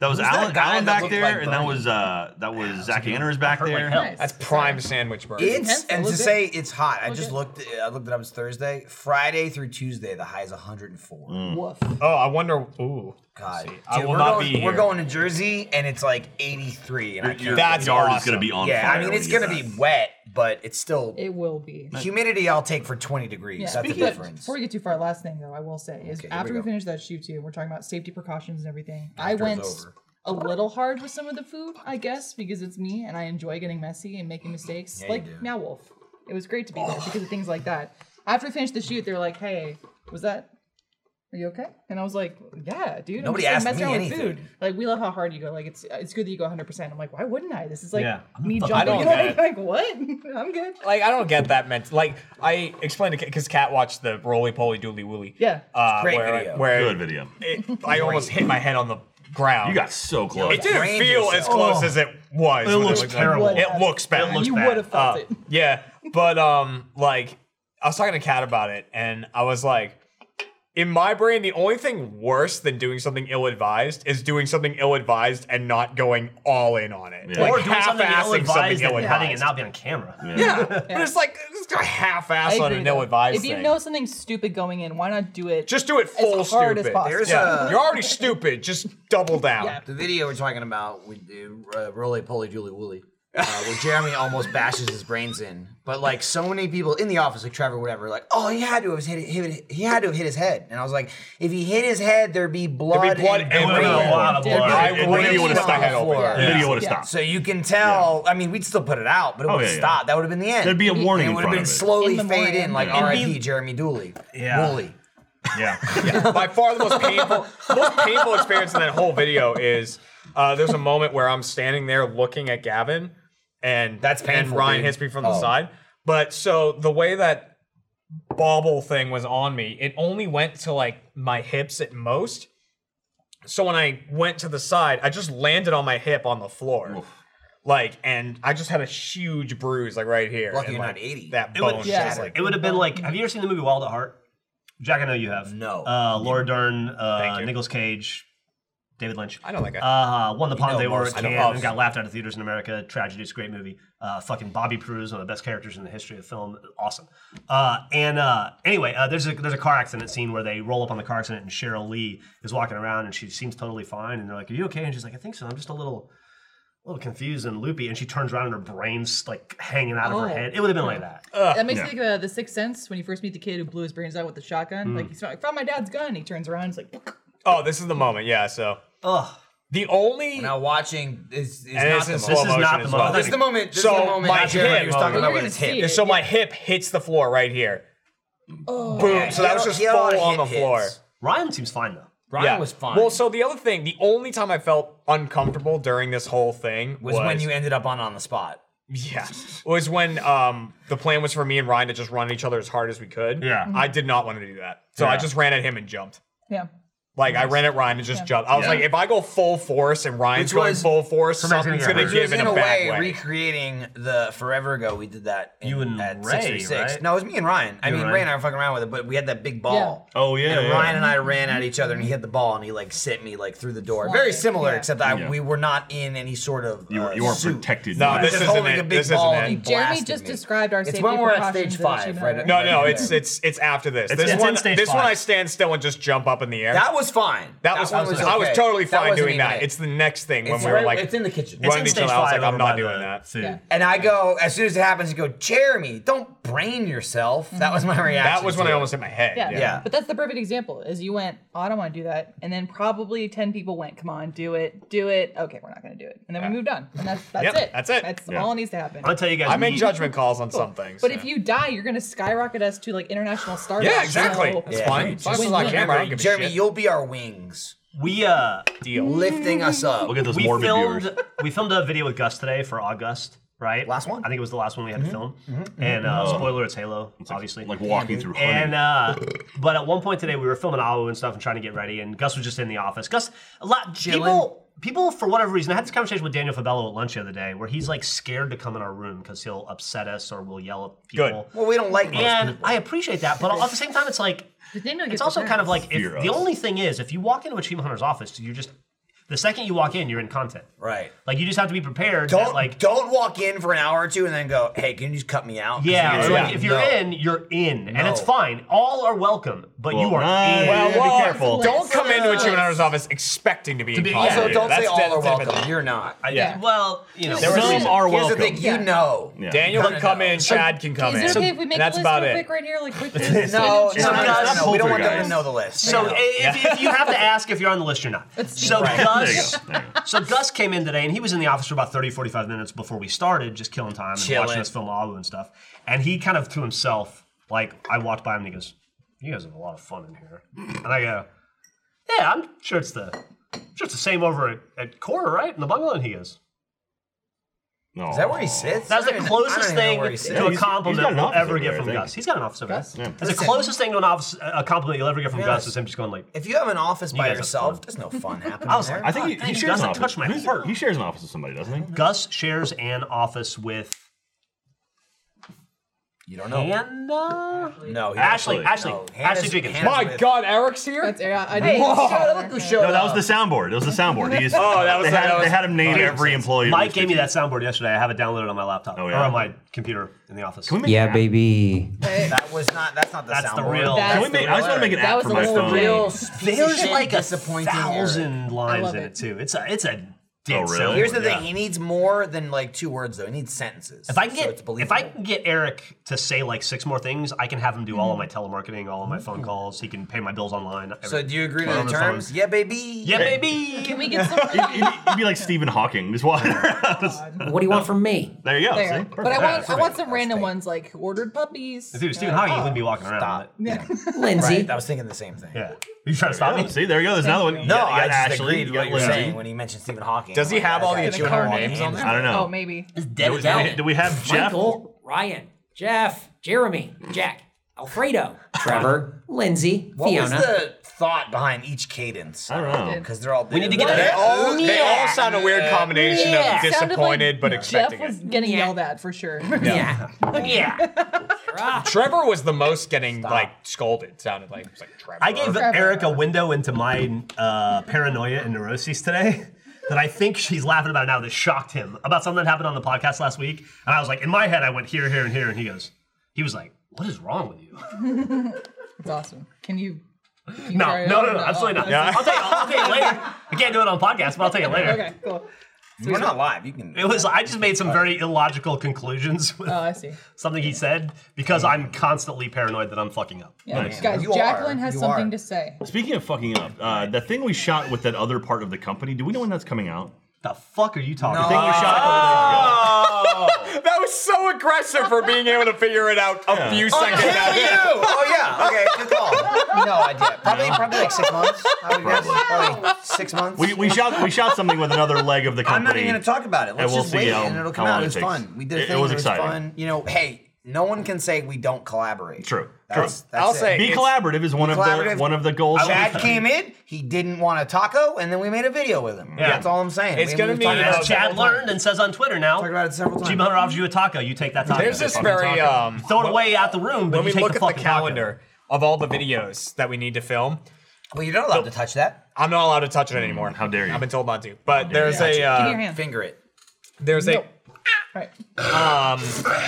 That was
Who's that
Alan,
guy
Alan
that
back
looked
there,
like
and that
Bernie?
was uh, that was Zach Anders back
Hurt like
there.
hell.
Nice.
That's prime sandwich burger.
It's
Intense,
and
look
to
good.
say it's hot. I just
Look
looked. I looked it up. It's Thursday, Friday through Tuesday. The high is 104.
Woof.
oh, I wonder. Ooh,
God,
I
Dude,
will
we're
not
going,
be
We're
here.
going to Jersey, and it's like 83, and I can't.
That's
yard is
awesome.
gonna be on
yeah,
fire.
I mean
when
it's
you
gonna
get
be
that.
wet, but it's still
It will be.
humidity. I'll take for 20 degrees. That's the
Speaking of-
difference.
before we get too far, last thing though, I will say is
Okay, here
after
we
we,
go.
finish that shoot too, we're talking about safety precautions and everything. I
After it's
went
over.
a little hard with some of the food, I guess, because it's me and I enjoy getting messy and making mistakes. like
do.
Meow Wolf. It was great to be there because of things like that. After we finished the shoot, they were like, Hey, was that are you okay? And I was like, Yeah, dude. I'm
Nobody
just, like,
asked
messing
me
around with
anything.
Food. Like we love how hard you go. Like it's it's good that you go 100. percent I'm like, why wouldn't I? This is like
Yeah.
me
I
jumping.
don't
like,
get it.
like what? I'm good.
like I don't get that meant. Like I explained to because Kat watched the roly poly dooley wooly.
Yeah.
uh,
Great
where,
video.
Where
Good video.
It, I almost hit my head on the ground.
You got so close.
It didn't
Brained
feel
yourself.
as close as it was. when
looks
looked
terrible.
Like, it looks bad.
you
bad.
would have felt
Oh.
Uh,
it.
yeah, but um, like I was talking to Kat about it, and I was like, in my brain, the only thing worse than doing something ill-advised is doing something ill-advised and not going all in on it.
Yeah.
Like
or doing something
half-assing
ill-advised and having it
ill-advised.
not be on camera.
Yeah, but it's like just got
I
half-ass on
agree
an
though.
ill-advised
If you
thing.
know something stupid going in, why not do it?
just do it full
as hard as
stupid.
possible.
There's
yeah.
a-
You're already stupid. Just double down.
Yeah.
The video we're talking about with the uh, roly poly Julie Wooly, uh, where Jeremy almost bashes his brains in. But like so many people in the office, like Trevor, whatever, like, oh, he had to have hit, hit he had to have hit his head. And I was like, if he hit his head, there'd be blood,
There'd be blood
and
everywhere.
brains.
A lot of blood.
I
It- it-
wouldn't
video
even
would have
want my
stopped.
head open.
Yeah.
Yeah.
Video would have stopped.
So you can tell. I mean, we'd still put it out, but it
Oh,
would
yeah,
have
yeah.
stopped. That would have been the end.
There'd be a warning
It
in
would have
front
been
of it.
slowly
In the
fade
morning.
in, like
Yeah.
R.I.P. Jeremy Dooley.
Yeah.
Wooly.
Yeah.
By far the most painful, most painful experience in that whole video is uh, there's a moment where I'm standing there looking at Gavin, and
That's
And
painful,
Ryan
dude.
hits me from the
Oh.
side. But so the way that bobble thing was on me, it only went to like my hips at most. So when I went to the side, I just landed on my hip on the floor. Like, and I just had a huge bruise, like right here.
Lucky
and,
you're
like,
not 80.
That
It would,
bone was
yeah.
just like
it would have been like, have you ever seen the movie Wild at Heart? Jack, I know you have.
No.
Uh, Laura Dern, uh,
you.
Nicolas Cage, David Lynch.
I know that guy.
Uh, won the Palme
know
d'Or
most.
at
I know
Cannes
most.
and got laughed out of theaters in America. Tragedy, it's a great movie. Uh, fucking Bobby Cruz, one of the best characters in the history of film. Awesome. Uh, and uh, anyway, uh, there's a there's a car accident scene where they roll up on the car accident and Cheryl Lee is walking around and she seems totally fine and they're like, "Are you okay?" And she's like, "I think so. I'm just a little." A little confused and loopy, and she turns around and her brain's like hanging out of her
Oh.
head. It would have been like that.
that makes me think of The Sixth Sense when you first meet the kid who blew his brains out with the shotgun.
Hmm.
Like he's like, found my dad's gun. He turns around, it's like,
Oh, this is the moment. Yeah. So
Ugh.
the only
Now watching is, is
and
not
it's
the
in
moment.
slow
This is
motion
not the
as
moment.
well.
This is
the moment- this is
so
the moment
my
Not Jeremy,
hip,
he was talking about with his
You're gonna
hip.
see it.
so my hip hits the floor right here.
Oh.
Boom. so that was just
He had a lot
full
of
on
hip
the
hits.
floor.
Ryan seems fine though.
Ryan was fine.
Well, so the other thing, the only time I felt uncomfortable during this whole thing
was when you ended up on on the spot.
yeah was when um the plan was for me and Ryan to just run at each other as hard as we could.
Yeah.
Mm-hmm.
I did not want to do that, so I just ran at him and jumped.
yeah.
Like I ran at Ryan and just jumped. I was
Yeah.
like, if I go full force and Ryan's
Which
going
was-
full force,
Somebody's
something's
gonna
gonna
get hurt.
give in a bad way.
recreating the forever ago. We did that. In,
You and
at
Ray,
636.
right?
No, it was me and Ryan. I mean,
and
Ray
Ryan?
and I were fucking around with it, but we had that big ball.
Yeah.
Oh yeah.
And
yeah.
Ryan and I ran at each other, and he hit the ball, and he like sent me like through the door. Very
Flying,
similar,
yeah.
except I,
Yeah.
we were not in any sort of
You
uh,
were, you were
suit.
protected.
No,
by
this
that.
Just
isn't
holding
it.
a big
This isn't
ball.
it.
and he
Jeremy
blasted
just
me.
described our
It's
safety
when we're at
precautions
stage
that she
five,
knows.
right at-
No, no,
Yeah.
it's it's it's after this.
It's-
this
it's
one,
in stage
this one,
five.
I stand still and just jump up in the air.
That was fine.
That was,
one
I was
okay.
totally
That
fine
wasn't
doing
even
that.
it.
It's the next thing
It's
when we were
right-
like
it's in the kitchen.
It's
running
in
each
stage
other. I was
five.
like, I'm
over
not
by
doing
the
that.
food.
Yeah.
And I go, as soon as it happens, you go, Jeremy, don't brain yourself. That was my reaction.
That was when
to it.
I almost hit my head.
Yeah.
Yeah.
Yeah.
But that's the perfect example is you went, oh, I don't want to do that. And then probably 10 people went, come on, do it, do it. Okay, we're not going to do it. And then we moved on. And that's, that's
Yep,
it.
that's it.
That's
Yeah.
all that needs to happen.
I'm gonna tell you guys.
I make
me-
judgment calls on some things.
But
yeah.
if you die, you're going to skyrocket us to like international stars.
yeah, exactly. That's
Yeah.
fine. As long as it's on
Win-win.
camera, I don't give a
Jeremy,
shit.
you'll be our wings,
We uh,
deal.
lifting us up.
We'll get those
we
morbid
filmed
viewers.
we filmed a video with Gus today for August, right?
Last one.
I think it was the last one we had to film. And uh, spoiler, it's Halo, obviously.
Like walking through honey.
and uh, but at one point today we were filming Awu and stuff and trying to get ready, and Gus was just in the office. Gus, a lot people. People, for whatever reason, I had this conversation with Daniel Fabello at lunch the other day, where he's like scared to come in our room because he'll upset us or we'll yell at people.
Good.
well, we don't like most
And
people.
I appreciate that, but at the same time, it's like it's also kind of like
Fear
if, the
us.
only thing is if you walk into achievement hunter's office, you're just the second you walk in, you're in content.
Right.
Like you just have to be prepared. that,
Don't
like
don't walk in for an hour or two and then go, hey, can you just cut me out? 'Cause
yeah,
you
it's
don't
like if you're
know.
in, you're in, and it's
No.
fine. All are welcome, but uh, you are
nah,
in.
well,
Well,
Yeah, be
well,
careful.
Don't come into a human hunter's office expecting to be in
be-
contact.
also
Yeah,
don't say
That's-
all are
that's-
welcome. You're not. I,
Yeah.
well, you know,
There was
Some
reason.
are
Here's
welcome.
the thing, you
Yeah.
know.
Yeah.
Daniel
No,
can
no,
come
no.
in. Chad can come in.
Is it okay if we make
And
a
that's
list
about
real
it.
quick right here, like quick?
No, no, no, no,
not
no, no. We don't want them
poltergeist.
to know the list.
So
No.
if, if you have to ask if you're on the list, you're not. So
Right.
There you
Gus,
go. There you go.
so Gus came in today, and he was in the office for about 30, 45 minutes before we started, just killing time and
Chilling.
watching us film Alu and stuff. And he kind of to himself, like I walked by him, and he goes, "You guys have a lot of fun in here." And I go, "Yeah, I'm sure it's the, I'm sure it's the same over at, at Cora, right, in the bungalow." And he goes,
No.
Is that where he sits?
That's
I
the
don't even- I
closest
don't even know
thing
where he sits.
to a
he's got an
compliment we'll
office
ever
over
get
there,
from
I think.
Gus. He's got an office over there.
Gus?
That's the
Listen.
closest thing to an office, a compliment you'll ever get from Gus
Yes.
is him just going like,
If you have an office by
guys are
yourself,
fun.
there's no fun happening
I was
there.
like,
I think he, he
Dang,
shares an
doesn't
office.
touch my
Who's-
heart.
He shares an office with somebody, doesn't he?
Gus shares an office with
You don't know.
Hannah?
No, he
Ashley, Ashley,
No,
Ashley
Hannah's-
Jenkins.
Hannah's
My
with-
God, Eric's here.
That's yeah, I
Hey,
didn't.
show- look who showed
No, that was
up.
the soundboard. It was the soundboard. He's,
Oh, that was-
they, had,
that was-
they had him name every employee. of
Mike
Rooster
gave me
Teeth.
that soundboard yesterday. I have it downloaded on my laptop
Oh,
or
yeah?
on my computer in the office.
Can we make
Yeah,
an app?
baby.
That was not. That's not the
That's the
soundboard.
real-
That's
Can we make, I just want to make an
That
app
was
for
the
my
whole
phone.
real-
There's like a
disappointing
thousand lines
love
in
it.
it too. It's a it's a dead
Oh, really?
soundboard,
Here's the
yeah.
thing. He needs more than like two words though. He needs sentences.
If I can
so
get
it's believable.
if I can get Eric to say like six more things, I can have him do all of my telemarketing, all of my phone calls. He can pay my bills online.
Mm-hmm. So
everything.
do you agree
Put
to
on
the
the phone.
terms? Yeah, baby.
yeah, baby.
Can we get some?
You'd, you'd be like Stephen Hawking, just walking around.
What do you want from me?
There you go. see?
There. But I
Perfect.
want I want some random ones like who ordered puppies.
If he was Stephen Hawking, he wouldn't be walking around.
Oh, Stop.
With it.
Lindsay.
Right. I was thinking the same thing.
Yeah. You trying to stop
Oh,
me?
see, there you go. There's another one. You
No,
got- you
I
got
just
Ashley,
agreed
you
to
got
what you were
Lindsay.
saying when you mentioned Stephen Hawking.
Does he
I'm like,
have all
that guy-
the
Gonna
You
car
want
names
names
on
on
there?
I don't know.
Oh, maybe.
Do we, do we- do we have Jeff?
Michael, Ryan, Jeff, Jeremy, Jack, Alfredo, Trevor, Lindsay,
What was
Fiona.
the thought behind each cadence?
I don't know.
Because they're all. We
need to get
They
that-
all, they all sound a weird combination
Yeah.
of
Sounded
disappointed
like
but
Jeff
expecting
was
it.
getting yelled at for sure.
yeah.
Yeah.
Trevor was the most getting like scolded. Sounded like, it was like Trevor.
I gave
Trevor.
Eric a window into my uh, paranoia and neuroses today. That I think she's laughing about now that shocked him about something that happened on the podcast last week. And I was like, in my head, I went here, here, and here. And he goes, he was like, what is wrong with you?
It's awesome. Can you? can you
No,
carry
no,
on? Oh,
no, no, absolutely not.
Yeah.
I'll, tell you, I'll tell you later. I can't do it on podcast, but I'll tell you later.
Okay, cool.
We're not live. You can.
It was I just made some very illogical conclusions with
Oh, I see.
something he said because I'm constantly paranoid that I'm fucking up.
Yeah.
Nice.
Guys,
You
Jacqueline
are.
has
You
something
are.
to say.
Speaking of fucking up, uh, that thing we shot with that other part of the company, do we know when that's coming out?
The fuck are you talking
No.
about?
We shot a couple
oh!
days ago.
that was so aggressive for being able to figure it out a few seconds.
Hell you! Oh yeah. Okay. Good call. No idea. Probably probably like six months. I would guess. Probably six months.
We, we shot we shot something with another leg of the company.
I'm not even going to talk about it. Let's
we'll
just
see
wait,
how-
and it'll
how
come
long
out.
it
It was
takes.
fun. We did
It-
a
it
thing.
was
It was
exciting.
fun. You know, hey, no one can say we don't collaborate.
True, true.
That's, that's
I'll
it.
say-
Be
It's-
collaborative is one of the
collaborative.
one of the goals.
Chad came in. He didn't want a taco, and then we made a video with him. That's all I'm saying.
It's
We-
gonna
we've
be-
talked about
As
it
Chad
several times.
learned and says on Twitter now,
Talked about it several
Jim
times.
Hunter offers you a taco, you take that taco.
There's this
Fucking
very,
taco.
um,
throw it
when-
away out the room, but
When we
you take
look
the
at
fucking
the
taco.
calendar of all the videos that we need to film,
Well, you're not allowed to touch that.
I'm not allowed to touch it anymore.
how dare you.
I've been told not to. But there's
you.
a
Give me your
uh,
hand.
Finger it.
there's a
Right.
Um,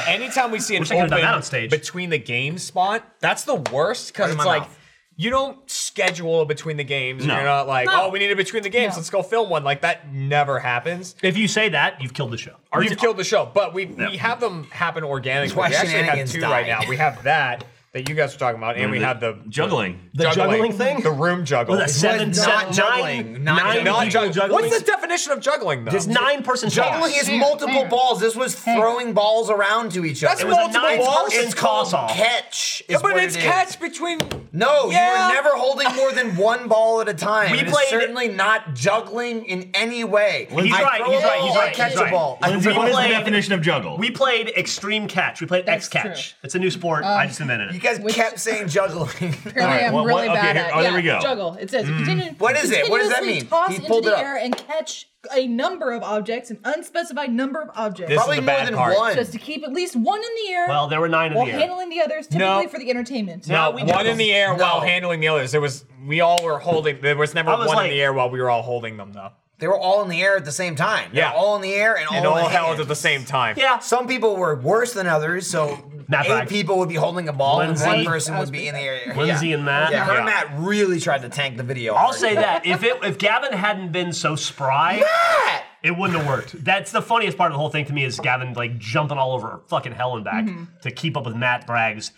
anytime we see an
Wish I could've done
open
that on stage.
between the game spot, that's the worst
Right
because
in
it's
my
like
mouth.
you don't schedule between the games.
No.
You're not like, oh, we need it between the games. Let's go film one. Like that never happens.
If you say that, you've killed the show.
You've killed the show, but we we have them happen organically.
why
we actually have
shenanigans
two
die.
right now. We have that that you guys were talking about, and we
the
have the
juggling.
The juggling thing?
the room juggling.
With a seven,
not
seven, nine,
juggling, not
nine
Not
people
jugg-
juggling.
What's the definition of juggling though?
It's nine person
Juggling is multiple balls. This was throwing balls around to each other.
That's
It was a
multiple
nine-
balls?
It's
It's
called
called
catch. is
Yeah, but
what
it's
it is.
catch between.
No, you
Yeah.
were never holding more than one ball at a time.
We
We
played-
played certainly not juggling in any way.
He's
I
right,
throw
he's
a
right,
ball,
he's
I
right,
catch
he's
a
right.
ball. I
Lindsay,
throw
what
a
is the
ball.
played-
definition of juggle?
We played extreme catch. We played
That's
X catch.
true.
It's a new sport. I just invented
You
it.
guys
Which-
kept saying juggling.
Apparently,
right,
I'm
well,
really
what- okay,
bad
here-
at
oh,
yeah,
there we go.
juggle. It says continue,
What is it? What does that
continuously
mean?
Toss
He
into
pulled
the
it up.
air and catch a number of objects, an unspecified number of objects,
This-
Probably
the
more
bad
than
part.
one.
just to keep at least one in the air
Well, there were nine in
while
the air.
handling the others, typically
No.
for the entertainment.
No,
No,
we
one
juggled.
in the air while
No.
handling the others. There was we all were holding. There was never
I was
one
like-
in the air while we were all holding them though.
They were all in the air at the same time. They were
Yeah.
all in the air and all,
And
in
all
the
held
hand.
at the same time.
Yeah.
Some people were worse than others, so
Not
eight
bad.
people would be holding a ball,
Lindsay-
and one person
That was
would be in the air.
Lindsay
yeah.
and Matt.
Yeah, her
Yeah.
and Matt really tried to tank the video.
I'll
hard.
say that if it if Gavin hadn't been so spry,
Matt!
it wouldn't have worked. That's the funniest part of the whole thing to me is Gavin like jumping all over fucking hell and back to keep up with Matt Bragg's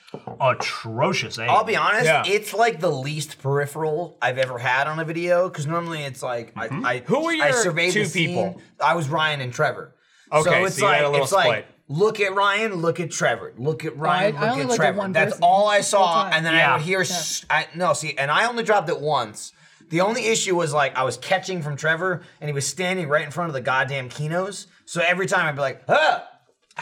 atrocious aim.
I'll be honest,
Yeah.
it's like the least peripheral I've ever had on a video because normally it's like I, I
Who were
I
your
surveyed
two
the scene.
people?
I was Ryan and Trevor.
Okay,
so it's
so you
like
had a little
it's
split.
like look at Ryan, look at Trevor, look at Ryan,
I
look
only
at
looked at
Trevor.
one
That's
person
all I
this whole
saw,
time.
and then
Yeah.
I would hear s I no see, and I only dropped it once. The only issue was like I was catching from Trevor, and he was standing right in front of the goddamn kinos. So every time I'd be like, ah.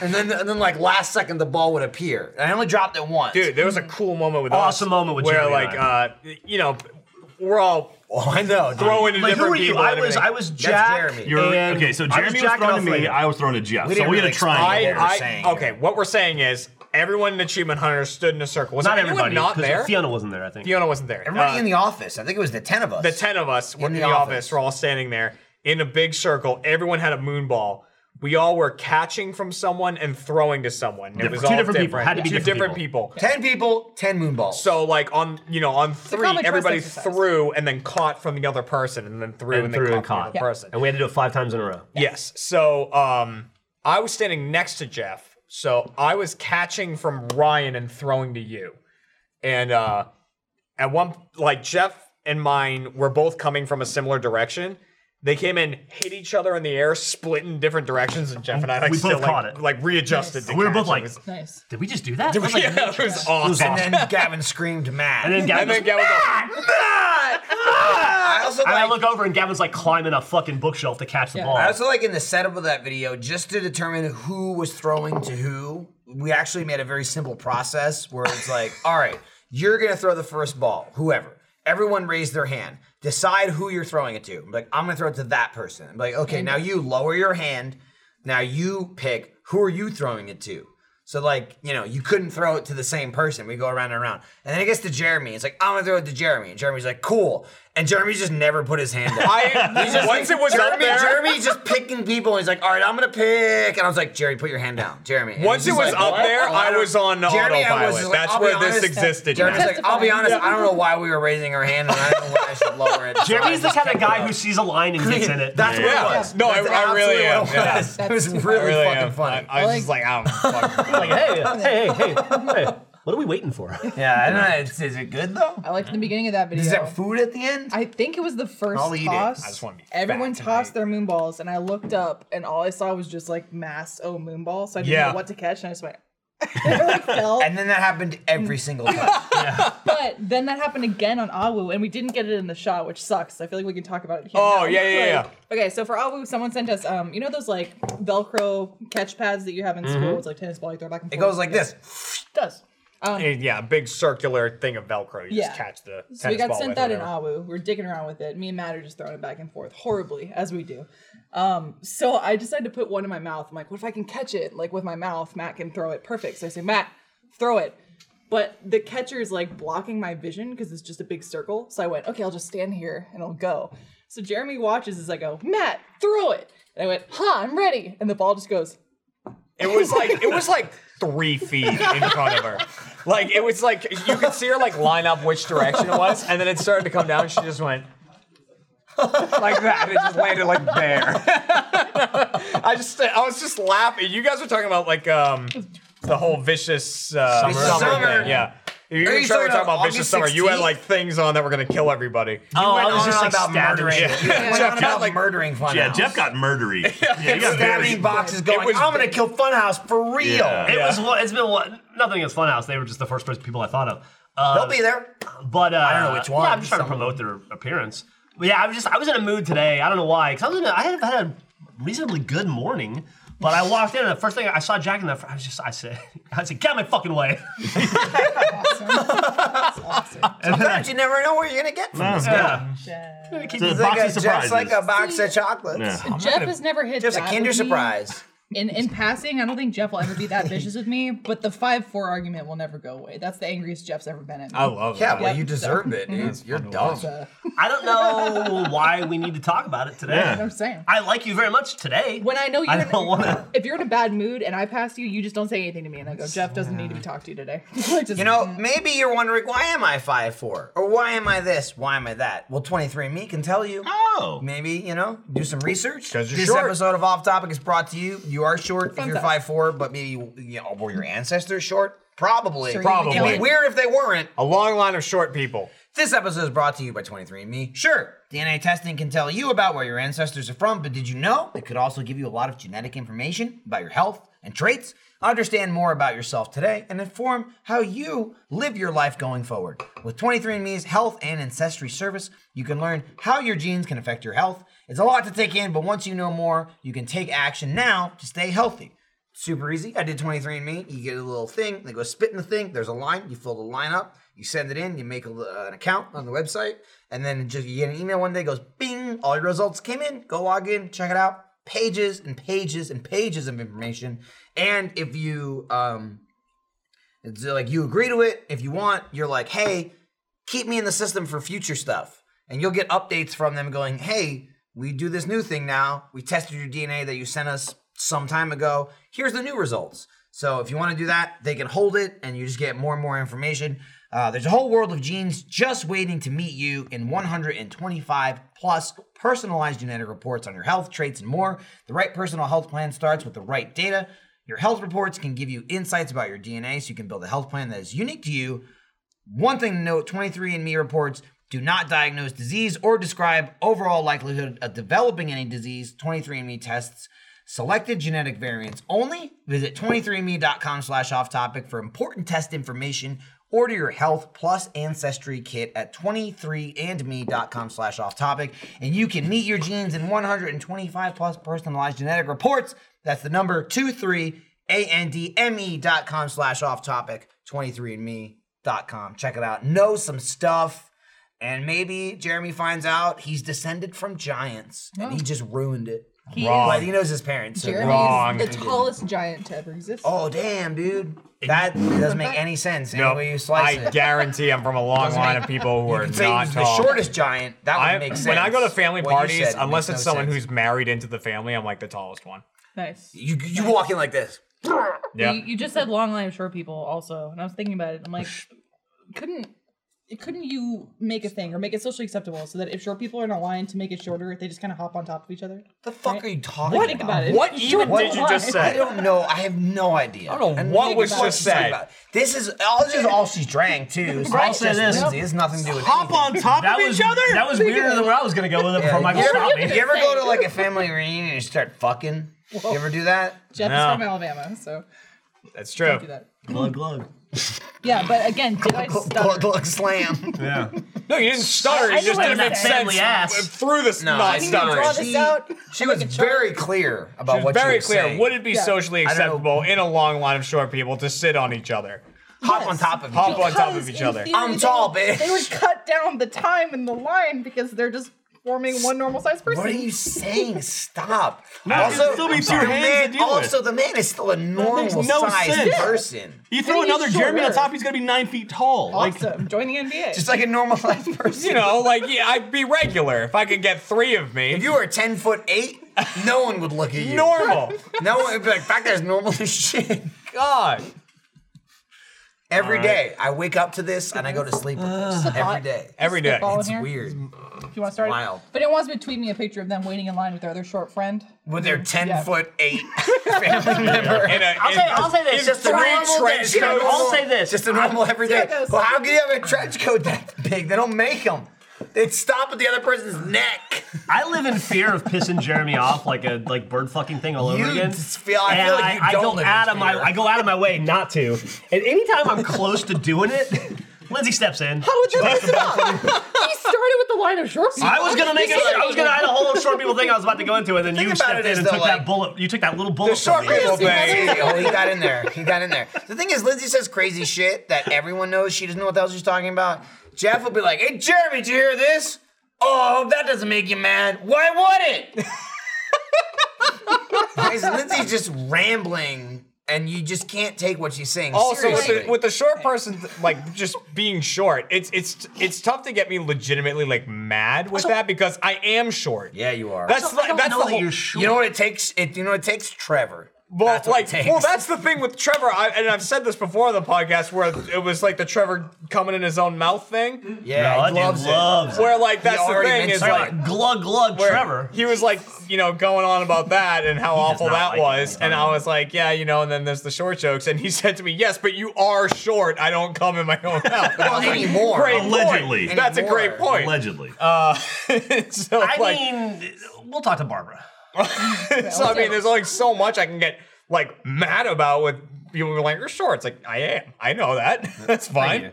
And then, and then, like last second, the ball would appear. And I only dropped it once.
Dude, there was a cool moment with
Awesome
us
moment with
where
Jeremy
like
and I.
uh you know we're all
Oh, I know. Dude.
throwing to
like who
different
were you?
people.
I
and
was
everything.
I was Jack.
Jeremy.
You're,
and-
okay, so
I
Jeremy was,
Jack and
thrown to me.
Alfredo.
I was thrown to Jeff. so
didn't
we had
really
a triangle.
explain
here.
what we're
I,
saying
I okay. What we're saying is Everyone in Achievement Hunter stood in a circle. Was
Not
anyone
everybody.
not
'cause
there?
Fiona wasn't there, I think.
Fiona wasn't there.
Everybody
Uh,
in the office. I think it was the ten of us.
the ten of us were in the, office. We're all standing there in a big circle. Everyone had a moon ball. We all were catching from someone and throwing to someone. It
Yeah,
was
two
all
different people. Had to be
Two
different
people.
Ten people, ten moonballs.
So like on you know on three,
common trust
everybody
exercise.
threw and then caught from the other person and then threw and,
And
then
threw
caught
and
from the
caught.
other person.
And we had to do it five times in a row.
Yes. So um, I was standing next to Jeff. So I was catching from Ryan and throwing to you. And uh, at one, like Jeff and mine were both coming from a similar direction. They came in, hit each other in the air, split in different directions, and Jeff and I like
We both
still like,
caught it.
like readjusted. to
We were
catch.
both
It
like,
was-
Nice.
Did we just do that? I was like,
yeah, it was
was
awesome.
awesome.
and then Gavin screamed mad.
and then Gavin
And then
goes,
Gavin goes,
I also
and I
like.
look over and Gavin's like climbing a fucking bookshelf to catch the ball.
I also like in the setup of that video, just to determine who was throwing to who. We actually made a very simple process where it's like, all right, you're gonna throw the first ball, whoever. Everyone raise their hand. Decide who you're throwing it to. I'm like, I'm gonna throw it to that person. I'm like, okay, now you lower your hand. Now you pick who are you throwing it to. So like, you know, you couldn't throw it to the same person. We go around and around. And then it gets to Jeremy. It's like, I'm gonna throw it to Jeremy. And Jeremy's like, cool. And Jeremy just never put his hand up.
I,
He's just
once
like,
it was
Jeremy,
up there,
Jeremy's just picking people. He's like, all right, I'm gonna pick. And I was like, Jerry, put your hand down, Jeremy. And
Once
he's
it was
just like,
up
"What?"
there,
Oh,
I
don't-
was on
Jeremy, I was
autopilot.
just like,
That's
I'll
where
be
this
honest,
existed.
Jeremy's
now.
like, I'll be honest, I don't know why we were raising our hand, and I don't know why I should lower it.
Jeremy's the
So I
kind of
just
guy
picked
who sees a line and gets
it
in
up.
it.
That's what
Yeah.
it was.
No, I-
That's
I
absolutely
really am.
what
Yeah.
It was, it was really,
I really
fucking
am.
funny.
I, I was just like, I don't fucking
like, hey, hey, hey, hey, hey, what are we waiting for?
yeah, I don't know. Uh, It's, is it good though?
I liked the beginning of that video.
Is there food at the end?
I think it was the first
I'll eat it.
toss.
I just wanna be fat
Everyone
tonight.
tossed their moon balls, and I looked up, and all I saw was just like mass oh moon ball. So I didn't
Yeah.
know what to catch, and I just went. it like fell.
and then that happened every single time.
but then that happened again on Awu, and we didn't get it in the shot, which sucks. I feel like we can talk about it here.
Oh,
now.
yeah, yeah, yeah.
Like, Okay, so for Awu, someone sent us, um, you know those like Velcro catch pads that you have in
Mm-hmm.
school? It's like tennis ball, you throw back and
It
forth.
goes like this.
It does.
Eh, yeah, a big circular thing of Velcro. You
Yeah.
just catch the
So we
tennis
got
ball
sent
with
that in
whatever.
Awu. We are dicking around with it. Me and Matt are just throwing it back and forth horribly, as we do. Um, so I decided to put one in my mouth. I'm like, what if I can catch it? Like with my mouth, Matt can throw it perfect. So I say, Matt, throw it. But the catcher is like blocking my vision because it's just a big circle. So I went, okay, I'll just stand here and it'll go. So Jeremy watches as I go, Matt, throw it. And I went, ha, I'm ready. And the ball just goes,
It was like it was like three feet in front of her. Like it was like you could see her like line up which direction it was, and then it started to come down. And she just went like that. And it just landed like there. I just I was just laughing. You guys were talking about like um the whole vicious uh,
Vicious
summer,
summer.
thing. Yeah. You
Are
were
you
trying to
talking
talk
about
about vicious
August
summer. You had
16th?
like things on that were gonna kill everybody.
oh,
went
I was
on and
just
on
like
about
stabbing
murdering.
shit.
You went
Jeff
on
got,
about
like-
murdering Funhouse.
Yeah, Jeff got murdery. yeah, he got very-
stabbing boxes going.
was
I'm gonna
big.
kill Funhouse for real.
Yeah.
It was. one- It's been one, nothing against Funhouse. They were just the first person people I thought of. Uh,
They'll be there.
But uh, I
don't know which one,
Yeah, I'm just trying to promote their appearance. But yeah, I was just I was in a mood today. I don't know why. Cause I was in a, I had had a reasonably good morning. But I walked in and the first thing I saw Jack in the fr- I was just I said I said get out of my fucking way.
Sometimes you never know where you're gonna get from this guy.
Yeah.
It's a
Like
box of
a, Jeff's
surprises.
like a box of chocolates.
Yeah.
Jeff has never hit
Jeff's a
that
Kinder
with me.
surprise.
In in passing, I don't think Jeff will ever be that vicious with me, but the five four argument will never go away. That's the angriest Jeff's ever been at me.
I love
Yeah,
that.
well,
Yep.
you deserved it, dude. You're dumb.
I don't know why we need to talk about it today.
Yeah.
I'm saying.
I like you very much today.
When I know you're
I
in-
don't want to.
if you're in a bad mood and I pass you, you just don't say anything to me, and I go, Jeff doesn't need to be talked to today. Like, just-
You know, maybe you're wondering why am I five four or why am I this? Why am I that? Well, 23andMe can tell you.
Oh.
Maybe you know, do some research.
'Cause you're
this
short.
episode of Off Topic is brought to you. You are short if
Fun
you're
fact.
five four, but maybe you, you know, were your ancestors short? Probably.
Sure,
Probably.
It'd be weird if they weren't.
A long line of short people.
This episode is brought to you by 23andMe. Sure, DNA testing can tell you about where your ancestors are from, but did you know it could also give you a lot of genetic information about your health and traits? Understand more about yourself today and inform how you live your life going forward. With 23andMe's health and ancestry service, you can learn how your genes can affect your health. It's a lot to take in, but once you know more, you can take action now to stay healthy. Super easy. I did 23andMe. You get a little thing. They go spit in the thing. There's a line. You fill the line up. You send it in. You make a, li- uh, an account on the website, and then it just you get an email one day. Goes bing. All your results came in. Go log in. Check it out. Pages and pages and pages of information. And if you um, It's like you agree to it if you want. You're like, hey, keep me in the system for future stuff, and you'll get updates from them going, hey, we do this new thing now. We tested your DNA that you sent us some time ago. Here's the new results. So if you want to do that, they can hold it, and you just get more and more information. Uh, there's a whole world of genes just waiting to meet you in 125 plus personalized genetic reports on your health, traits, and more. The right personal health plan starts with the right data. Your health reports can give you insights about your DNA so you can build a health plan that is unique to you. One thing to note 23andMe reports do not diagnose disease or describe overall likelihood of developing any disease. 23andMe tests selected genetic variants only. Visit 23andme.com slash off topic for important test information. Order your health plus ancestry kit at 23andme.com slash off topic and you can meet your genes in 125 plus personalized genetic reports. That's the number 23andme.com E slash off topic 23andme.com. Check it out. Know some stuff. And maybe Jeremy finds out he's descended from giants and he just ruined it.
He
Wrong.
But he knows his parents. so-
Jeremy
Wrong.
is the tallest giant to ever exist.
Oh damn, dude. That doesn't make any sense. Any way you slice
I
it.
guarantee I'm from a long line of people who are
Say
not
he's the
tall.
shortest giant. That would
I,
make sense.
when I go to family
What you
parties,
said
unless
makes
it's
no
someone
sense.
who's married into the family, I'm like the tallest one.
nice.
you, you walk in like this.
Yeah.
You, you just said long line of short people also, and I was thinking about it. I'm like, couldn't couldn't you make a thing or make it socially acceptable so that if short people are in a line to make it shorter, they just kind of hop on top of each other?
The fuck are you talking about?
What? Think about it.
What
It's
even
short
did you just
line.
say?
I don't know. I have no idea.
I don't know
And
what
think
was
about
just
she's talking
said.
about. This is all this is all she's drank too. So I'll
Right,
say this.
just-
It has nothing to do with
Hop on top
That
of
was
each other.
that was weirder than where I was gonna go with it before Michael
you,
stopped
ever,
me.
you ever go to like a family reunion and you start fucking? You ever do that?
Jeff
No.
is from Alabama, so
That's true.
do that.
Glug glug.
Yeah, but again, did I
Glug
stutter?
glug slam.
Yeah.
No, you didn't stutter.
I
You
knew
just
what
didn't
I
make
said.
sense
Family ass.
through the
No, I
not
didn't
stuttering.
draw this
She,
out.
she
I'm
was
like a child.
very clear about
It's
what she
very
was
clear.
saying.
Would it be socially
I don't know.
acceptable in a long line of short people to sit on each other?
hop
Yes.
on top of each
Hop
other?
on top
Because
of each
in
other.
theory,
I'm
they
tall,
would-
bitch.
They would cut down the time in the line because they're just forming one normal sized person.
What are you saying? Stop.
it's still be
I'm
two
sorry.
hands
the man,
to deal with.
also, the man is still a normal
makes no
sized
sense.
person.
You throw
Maybe he's
another Jeremy on
shorter.
top, he's gonna be nine feet tall. Like
Awesome. Join the NBA.
Just like a normal sized person.
You know, like yeah, I'd be regular if I could get three of me.
If you were 10 foot 8, no one would look at you.
normal,
No one would be like, back there's normal as shit.
God,
Every day, I wake up to this and I go to sleep with this. Every day.
every day.
Football
It's
in here.
weird.
Do you want to start? it?
Wild.
But it wants me to tweet me a picture of them waiting in line with their other short friend.
With their 10
Yeah.
foot 8 family member.
In a-
I'll
in-
say, I'll say this.
in
Just a
three
normal
trench
day.
coats.
I'll say this.
Just a normal everyday.
There it goes.
Well, how can you have a trench coat that big? They don't make them. They'd stop at the other person's neck.
I live in fear of pissing Jeremy off like a like bird fucking thing all
You
over again.
just feel- I
and
feel like you
I,
don't
go
live in
out of my
fear.
I go out of my way not to. And anytime I'm close to doing it, Lindsay steps in.
How would you mess it up? he started with the line of short people.
I was gonna make it. I was gonna add a whole short people thing I was about to go into, and then
thing
you
about
stepped
it
in
is
and
though,
took
like,
that bullet. You took that little bullet.
short
from me.
people-
Hey, oh, he got in there. He got in there. The thing is, Lindsay says crazy shit that everyone knows. She doesn't know what the hell she's talking about. Jeff will be like, "Hey, Jeremy, did you hear this? Oh, that doesn't make you mad. Why would it?" Guys, Lindsay's just rambling, and you just can't take what she's saying
Also, with
seriously.
the, with the short person, th- like just being short, it's it's it's tough to get me legitimately like mad with that because I am short.
yeah, you are.
That's
I
like
don't
that's
know
the
that
whole.
you're short.
you know what it takes. It you know what it takes, Trevor.
Well,
That's what
like,
it takes.
well, that's the thing with Trevor, I, and I've said this before on the podcast, where it was like the Trevor coming in his own mouth thing,
yeah,
No,
he
that dude
loves it.
loves it.
where like that's
You
the
already
thing is
mentioned it.
like
glug glug
where
Trevor.
he was like, you know, going on about that and how
does
awful
not
that
like it when
was,
you
and
talk
I
about
was like, yeah, you know, and then there's the short jokes, and he said to me, yes, but you are short. I don't come in my own mouth. And I was like,
anymore.
Great point.
Allegedly.
That's a
Anymore.
great point.
allegedly.
Uh, so
I
like,
mean, we'll talk to Barbara.
so I mean, there's like so much I can get like mad about with people who are like, you're short. It's like I am. I know that. That's fine.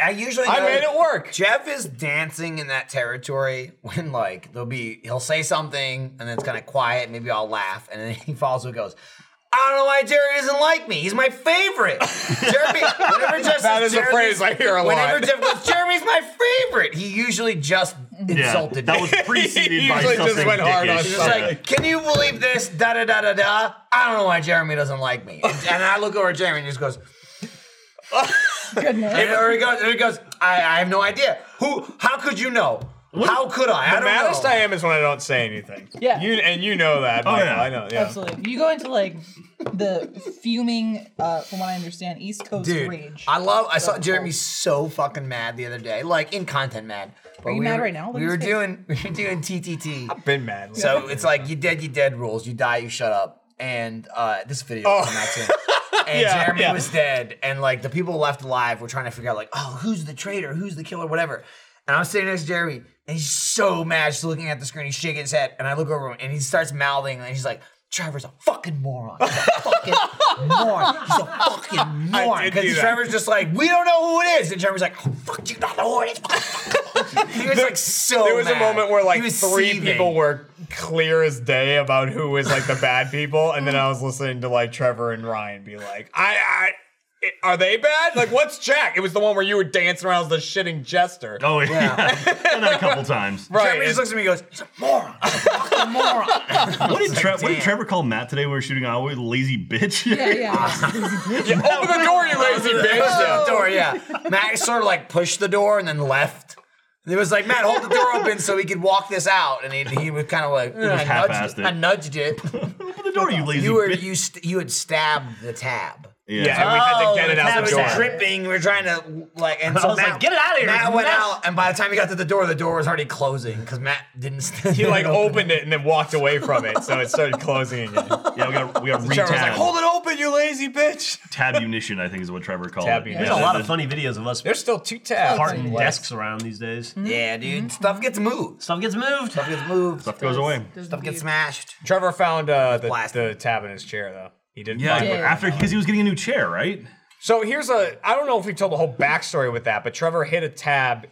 I usually
I
know-
made it work.
Jeff is dancing in that territory when like there'll be he'll say something and then it's kind of quiet. Maybe I'll laugh and then he follows and goes. I don't know why Jerry doesn't like me. He's my favorite. Jeremy, whenever Jeff
That
says
is a
Jeremy-
phrase I hear a lot.
Whenever Jeff goes, Jeremy's my favorite, he usually just insulted
that
me.
was preceded
He
by
usually just
something
went hard on
dickish.
He's
Yeah.
just like, can you believe this? Da da da da da. I don't know why Jeremy doesn't like me. And, and I look over at Jeremy and he just goes,
Goodness.
And there he goes. There he goes. I, I have no idea. Who? How could you know? How could I? I
The
don't
maddest
know.
I am is when I don't say anything.
Yeah.
You and you know that.
Oh,
Michael,
yeah.
I know. Yeah.
Absolutely. You go into like the fuming, uh, from what I understand, East Coast
Dude,
rage.
I love. I saw Jeremy so fucking mad the other day, like in content mad. But
Are you
we
mad
were-
right now? Look
We
at
were
his face.
doing we were doing TTT.
Been mad.
So it's like you dead, you dead rules. You die, you shut up. And uh, this video will come out soon. And
Oh. Yeah,
Jeremy
yeah.
was dead, and like the people left alive were trying to figure out like, oh, who's the traitor, who's the killer, whatever. And I'm sitting next to Jeremy, and he's so mad, just looking at the screen. He's shaking his head, and I look over him, and he starts mouthing, and he's like. Trevor's a fucking moron. He's a fucking moron. He's a fucking
I
moron.
did do
Because
that.
Trevor's just like, we don't know who it is. And Trevor's like, oh, fuck you, not know who it is. Fuck, fuck, fuck. He was like so
there was a
mad.
moment where
He
like three
was seething.
people were clear as day about who was like the bad people, and then I was listening to like Trevor and Ryan be like, I, I i- are they bad? Like, what's Jack? It was the one where you were dancing around as the shitting jester.
Oh yeah, done that a couple times.
right.
Trevor
and-
just looks at me and goes, he's a moron. He's a fucking moron.
What did, Tre- what did
Damn.
Trevor call Matt today? We were shooting. I always lazy bitch.
yeah, yeah.
Open the door, you lazy bitch.
Closed the door, yeah. Matt sort of like pushed the door and then left. And it was like, Matt, hold the door open so we could walk this out. And he, he was kind of like, I,
half-assed
nudged
it.
it. I nudged it.
Open the door, you lazy
You were
bitch.
you st- you had stabbed the tab.
yeah.
Yeah, and we had to get
Oh, the
it out
tab
the
was
door.
dripping. We were trying to like, and
I
so
was
Matt,
like, "Get it outta here,
Matt
it's
went
mess."
out, and by the time he got to the door, the door was already closing because Matt didn't. Stand
He like "Oh, opened it and then walked away from it, so it started closing again.
yeah, we got we got
Trevor was like,
retab.
"Hold it open, you lazy bitch."
tabunition, I think is what Trevor called it.
Tabunition.
Yeah,
There's a
the-
lot
the-
of funny videos of us
There's still two tabs.
parting
left.
desks around these days.
Yeah, dude, stuff gets moved.
Stuff gets moved.
Mm-hmm. Stuff gets moved. Stuff
Stuff goes away.
gets smashed.
Trevor found uh, the,
Blast.
the tab in his chair though. He didn't.
Yeah,
find
but
it.
after because he was getting a new chair, right?
So here's a I don't know if we told the whole backstory with that, but Trevor hit a tab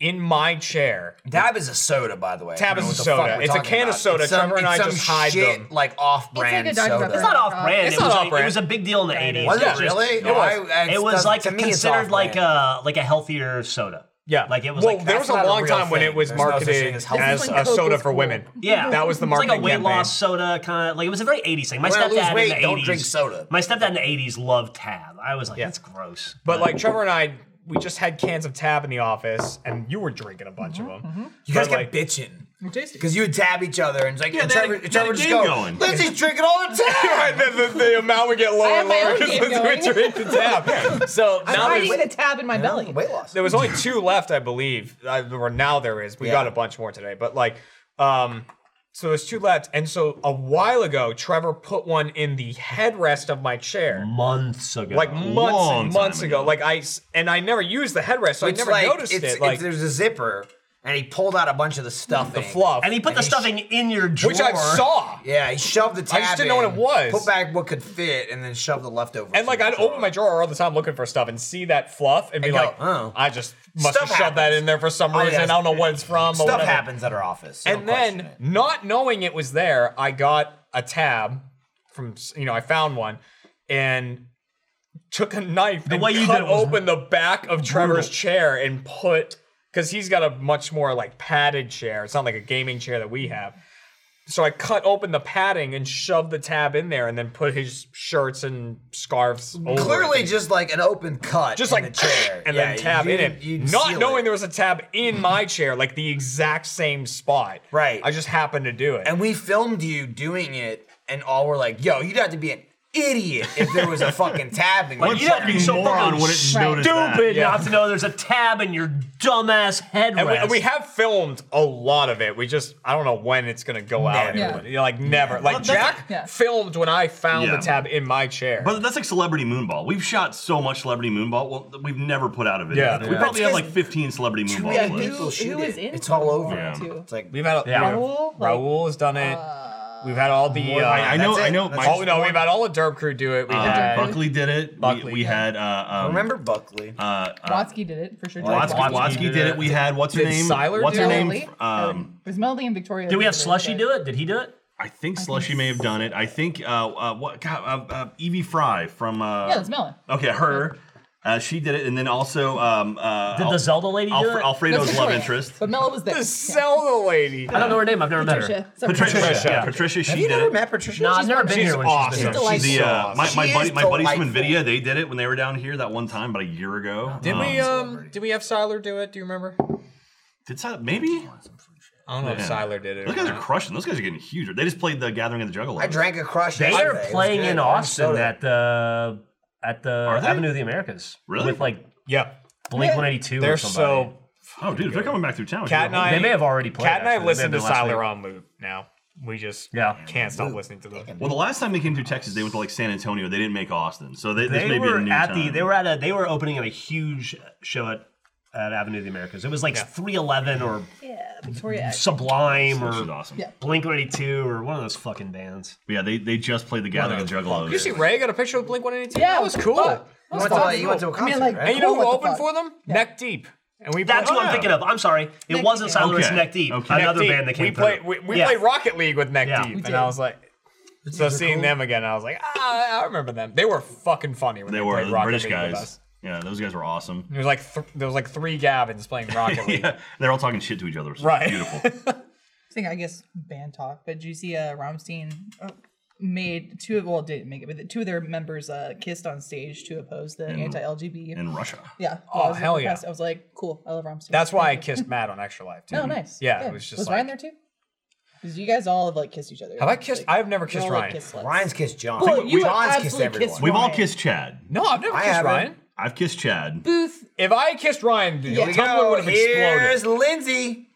in my chair.
Tab is a soda, by the way.
Tab
I don't
is
know
a
what the
soda.
fuck we're
It's a
talking
can of
about.
soda.
It's some-
Trevor and
it's
I
some
just hide
shit,
them.
Like off-brand
It's like a Dr.
soda.
Pepper.
Uh, It's not off brand.
It's
it,
not
was,
off-brand.
it was a big deal in the 80s.
Was
Yeah.
it really?
It was.
It was like considered like
a.
a like a healthier soda.
Yeah.
like it was
Well,
like
there
that's
was a
not a
long
real
time when
thing.
it was
There's no such
marketed
thing as healthy
as
food.
a
Coke
soda
is
for
cool.
women.
yeah,
That was the
It's like a
marketing
weight
campaign.
loss soda kind of like it was a very 80s thing. My
When I
stepdad
lose weight,
in the
don't
80s,
drink soda.
My stepdad in the 80s loved Tab. I was like, that's gross.
But like Trevor and I, we just had cans of tab in the office, and you were drinking a bunch of them.
You guys
But,
get bitching.
tasty.
Because you would tab each other and it's like, and
they had
Trevor,
a-
Trevor
they had a
just
game
go,
going.
Lindsay's drinking all the time.
Right, the, the, the amount would get lower
I
and
have my
lower
own
because
game
we
going.
drink the tab. So now
I
there's,
need a tab in my belly.
Weight loss.
there was only two left, I believe. I, or now there is. We
Yeah.
got a bunch more today, but like, um, so there's two left, and so a while ago, Trevor put one in the headrest of my chair,
months ago,
like months
long
and months
time
ago.
ago.
Like I s- and I never used the headrest, so
It's
I never
like,
noticed
it's-
it. Like
it's- there's a zipper and he pulled out a bunch of the stuff.
the fluff,
and he put the stuffing in your drawer,
which I saw.
Yeah, he shoved the tab
just didn't know what
in,
it was.
Put back what could fit and then shoved the leftovers.
And like
in the
I'd
drawer.
open my drawer all the time looking for stuff and see that fluff and be
And go,
like,
"Oh."
I just must
Stuff
have shoved that
happens.
in there for some
Oh, yeah,
reason. I don't know what it's from. or
Stuff
whatever.
happens at our office.
And then, not knowing it was there, I got a tab from you know I found one and took a knife and
way you
cut
did it was
open the back of Trevor's chair and put because he's got a much more like padded chair. It's not like a gaming chair that we have. So I cut open the padding and shoved the tab in there, and then put his shirts and scarves. Over
clearly
it.
just like an open cut,
just
in
like
the chair,
and
Yeah,
then tab
you-
in it,
you seal
not knowing
it.
there was a tab in my chair, like the exact same spot.
Right.
I just happened to do it.
And we filmed you doing it, and all were like, "Yo, you'd have to be an idiot if there was a fucking tab in your
Like, you'd have to
chair."
be so
moron
fucking
wouldn't notice that.
stupid
Yeah.
not to know there's a tab in your dumbass headrest.
And we, and we have filmed a lot of it. We just I don't know when it's gonna go out.
Never.
Yeah. Like never. Like
Well, that's-
Jack
Yeah.
filmed when I found
Yeah.
the tab in my chair.
But that's like Celebrity Moonball. We've shot so much Celebrity Moonball. Well, we've never put out a video.
Yeah.
we
Yeah.
probably have like 15 Celebrity Moonball
many
clips.
people
Who,
shoot
who
it.
is in
It's all over.
Pokemon
Yeah.
too?
It's like
we've had
Yeah.
Raoul, like-
Raul's done it. we've had all the. Uh,
I, I know.
That's
I
it.
know.
That's
my-
Oh no, we've had all the Derb crew do it. We
uh,
had
Buckley did it. We-
Buckley,
we had. Uh, um,
remember Buckley.
Uh, uh,
Watsky did it for sure.
Watsky,
Watsky.
Watsky did it. We had what's her
Did
name?
Siler
what's
do
her
it?
name?
Melody?
Um,
It was Melody and Victoria.
Did we have Slushy do it? Did he do it?
I think Slushy may have done it. I think uh, uh, what God, uh, uh, Evie Fry from uh,
Yeah, that's Melon.
Okay, her. Uh, she did it, and then also um, uh,
Did the Zelda lady do
Alfre-
it?
Alfredo's
That's
love
Victoria,
interest.
But Mella was there.
The Zelda lady.
I don't know her name. I've never met her.
Patricia. Sorry,
Patricia,
Patricia.
yeah, Patricia, she
Have you
did
never
it.
met Patricia?
No, I've
She's
never
one-
been here when she's
awesome.
been
She's
here.
delightful.
The, uh, my,
She
my
is
buddy, my buddies from
delightful.
Nvidia, they did it when they were down here that one time about a year ago.
Did
Um,
we um? Did we have Siler do it? Do you remember?
Did that maybe?
I don't know
Yeah.
if Siler did it.
Those
Or
guys are
not.
crushing. Those guys are getting huge. They just played the Gathering of the Juggalos.
I drank a crush.
They
yesterday.
are
It was
playing
good.
in Austin
Minnesota.
at the at the
they?
Avenue of the Americas.
Really?
With like
Yeah,
Blink 182
they're
or somebody.
so.
Oh, dude, if they're coming back through town. we should
Cat and
go home.
I.
They may have already played.
Cat and I
actually. They
listened
may
to
have been last
Siler
week.
on loop. Now we just
Yeah.
can't stop listening to them.
Well, the last time they came through Texas, they went to like San Antonio. They didn't make Austin, so they, this
They
may be a
were
new
at
time.
the. They were at a. They were opening at a huge show at at Avenue of the Americas. It was like 311 or
Yeah, Victoria. X.
Sublime
This is
or
awesome.
Yeah.
Blink 182 or one of those fucking bands.
But yeah, they, they just played the Gathering of the Juggalos.
You see, Ray got a picture of Blink One Eighty Two.
Yeah,
that was cool.
fuck.
You went
That was
to,
fucking
you
cool.
went to a
I
concert,
mean, like,
right?
And you know
cool,
who
what the
opened
fuck?
for them? Neck Deep. And we
That's
played-
Oh,
what I'm thinking of. I'm sorry. It wasn't
Deep.
Silence
Okay.
Neck Deep.
Okay.
Neck
Another
Deep.
band that came
we played.
through.
We, we
Yeah.
played Rocket League with Neck
Yeah. We
Deep,
did.
and I was like, so seeing them again, I was like, ah, I remember them. They were fucking funny when they,
They were
played
the
Rocket
British
League With
guys.
us.
Yeah, those guys were awesome.
There was like th- there was like three Gavins playing Rocket League.
Yeah, they're all talking shit to each other. So
Right.
Beautiful.
I think I guess band talk, but did you see uh, Rammstein uh, made two of well didn't make it, but two of their members uh, kissed on stage to oppose the anti-LGBT.
In Russia.
yeah.
Oh,
I was
hell yeah.
impressed. I was like, cool. I love Rammstein.
That's why I kissed Matt on Extra Life too.
Oh, nice.
Mm-hmm. Yeah, it was just
was
like.
Ryan there too? Because you guys all have like kissed each other.
Have I kissed? I've never kissed
all, like,
Ryan.
kiss sluts.
Ryan's kissed John.
Well, you
John's
absolutely
kissed
kissed
everyone.
Ryan.
We've all
Right.
kissed Chad.
No, I've never
I
kissed
haven't.
Ryan.
I've kissed Chad.
Booth.
If I kissed Ryan, the
Here we
Tumblr
go.
would have
Here's
exploded.
Lindsay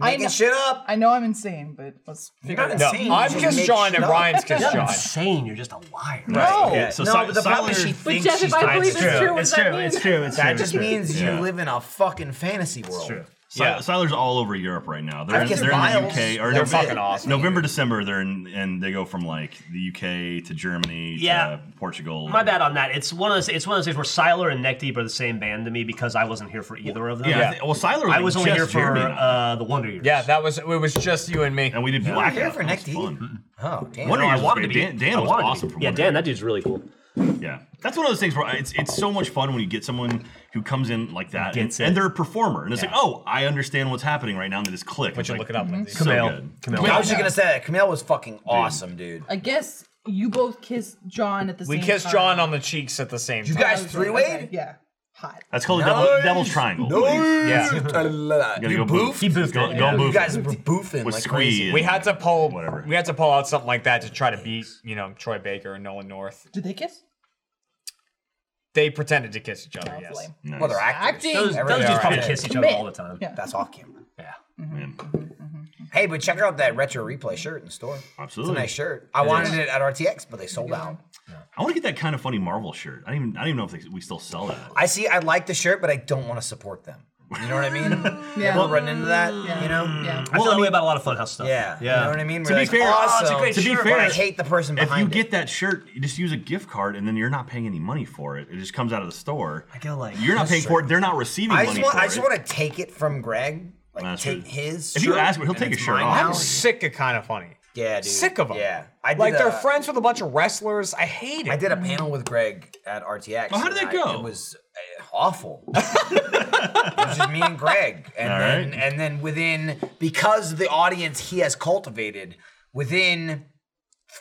I
making
know,
shit up.
I know I'm insane, but let's figure
You're
it
not
out.
insane.
No, I've
You just
kissed
make
John
shit
and
up.
Ryan's kissed
You're
John.
insane. You're just a liar.
No.
Okay, so
no,
Si-
but the problem is
Siler-
she
But
thinks
Jeff,
she's
if I
trying
believe
to
it's true, what does that mean?
It's
That just means you
Yeah.
live in a fucking fantasy world.
true.
Si-
Yeah.
Siler's all over Europe right now. They're,
I've
in,
kissed
they're in the
Miles.
UK. Or
They're
no,
fucking
it.
awesome.
November, December, they're in, and they go from like the UK to Germany
Yeah.
to Portugal.
My bad on that. It's one of those. It's one of those things where Siler and Neck Deep are the same band to me because I wasn't here for either of them.
Yeah. I thi- well, Siler was
I was only
just
here for
Jeremy and I.
uh, the Wonder Years.
Yeah, that was it. Was just you and me.
and we did black
here
Out.
for
That
Neck
was
Deep?
fun.
Oh, damn.
Wonder
No, I
Years was
wanted to
great.
be.
Dan, Dan
I
was
wanted to be.
awesome. For
Yeah,
Wonder
Dan, that dude's really cool.
Yeah, that's one of those things where it's it's so much fun when you get someone who comes in like that, and,
Gets it.
and they're a performer, and it's
Yeah.
like, oh, I understand what's happening right now, and they just click.
But
It's
you
like, mm,
look it up, Lindsay.
So
Camille.
good.
Camille.
I was just gonna say that Camille was fucking awesome, dude.
I guess you both kissed John at the
We
same
kissed
time. Oh,
John on the cheeks at the same
You
time.
guys three
Okay,
wayed?
Yeah. Hot.
That's called the devil, devil's triangle.
Nice.
Yeah.
Yeah.
You
You
gotta go boof.
boofed.
He boofed
Go,
it,
go
yeah.
boof.
You guys were boofing
with
like
squeeze.
crazy.
we had to pull
Whatever.
We had to pull out something like that to try to beat, you know, Troy Baker and Nolan North.
Did they kiss?
They pretended to kiss each other.
That's
Yes.
lame.
Nice.
Well, they're actors.
Acting.
Those, those
Everything-
dudes
Alright.
probably kiss each other all the time.
Yeah. Mm-hmm.
That's off camera.
Yeah.
Mm-hmm. Man,
Hey, but check out that retro replay shirt in the store. It's a
absolutely.
nice shirt. I wanted it at RTX, but they sold out.
I want to get that kind of funny Marvel shirt. I don't even I don't even know if they, we still sell that.
I see. I like the shirt, but I don't want to support them. You know what I mean?
Yeah.
We'll run into that. You know?
Yeah.
I feel that way about a lot of Funhouse stuff.
Yeah.
Yeah.
You know what I mean?
To
We're
be
like,
fair- Oh,
awesome.
it's a great To be shirt, but
But
fair,
I hate the person
If you
behind
get
it.
that shirt, you just use a gift card, and then you're not paying any money for it. It just comes out of the store.
I go like,
You're not paying for it. They're not receiving
I
money
just want.
for
I just
it.
want to take it from Greg. Like
That's
take
true.
his.
If you
shirt,
ask him, he'll
and
take
it's
his shirt
mine
off.
now.
I'm sick of kind of funny.
Yeah, dude.
Sick of them.
Yeah. I did
like they're
a-
friends with a bunch of wrestlers. I hate it.
I did a panel with Greg at RTX.
Oh, how did
and
that
I-
go?
It was uh, awful. it was just me and Greg, and
All
then
right.
and then within because the audience he has cultivated within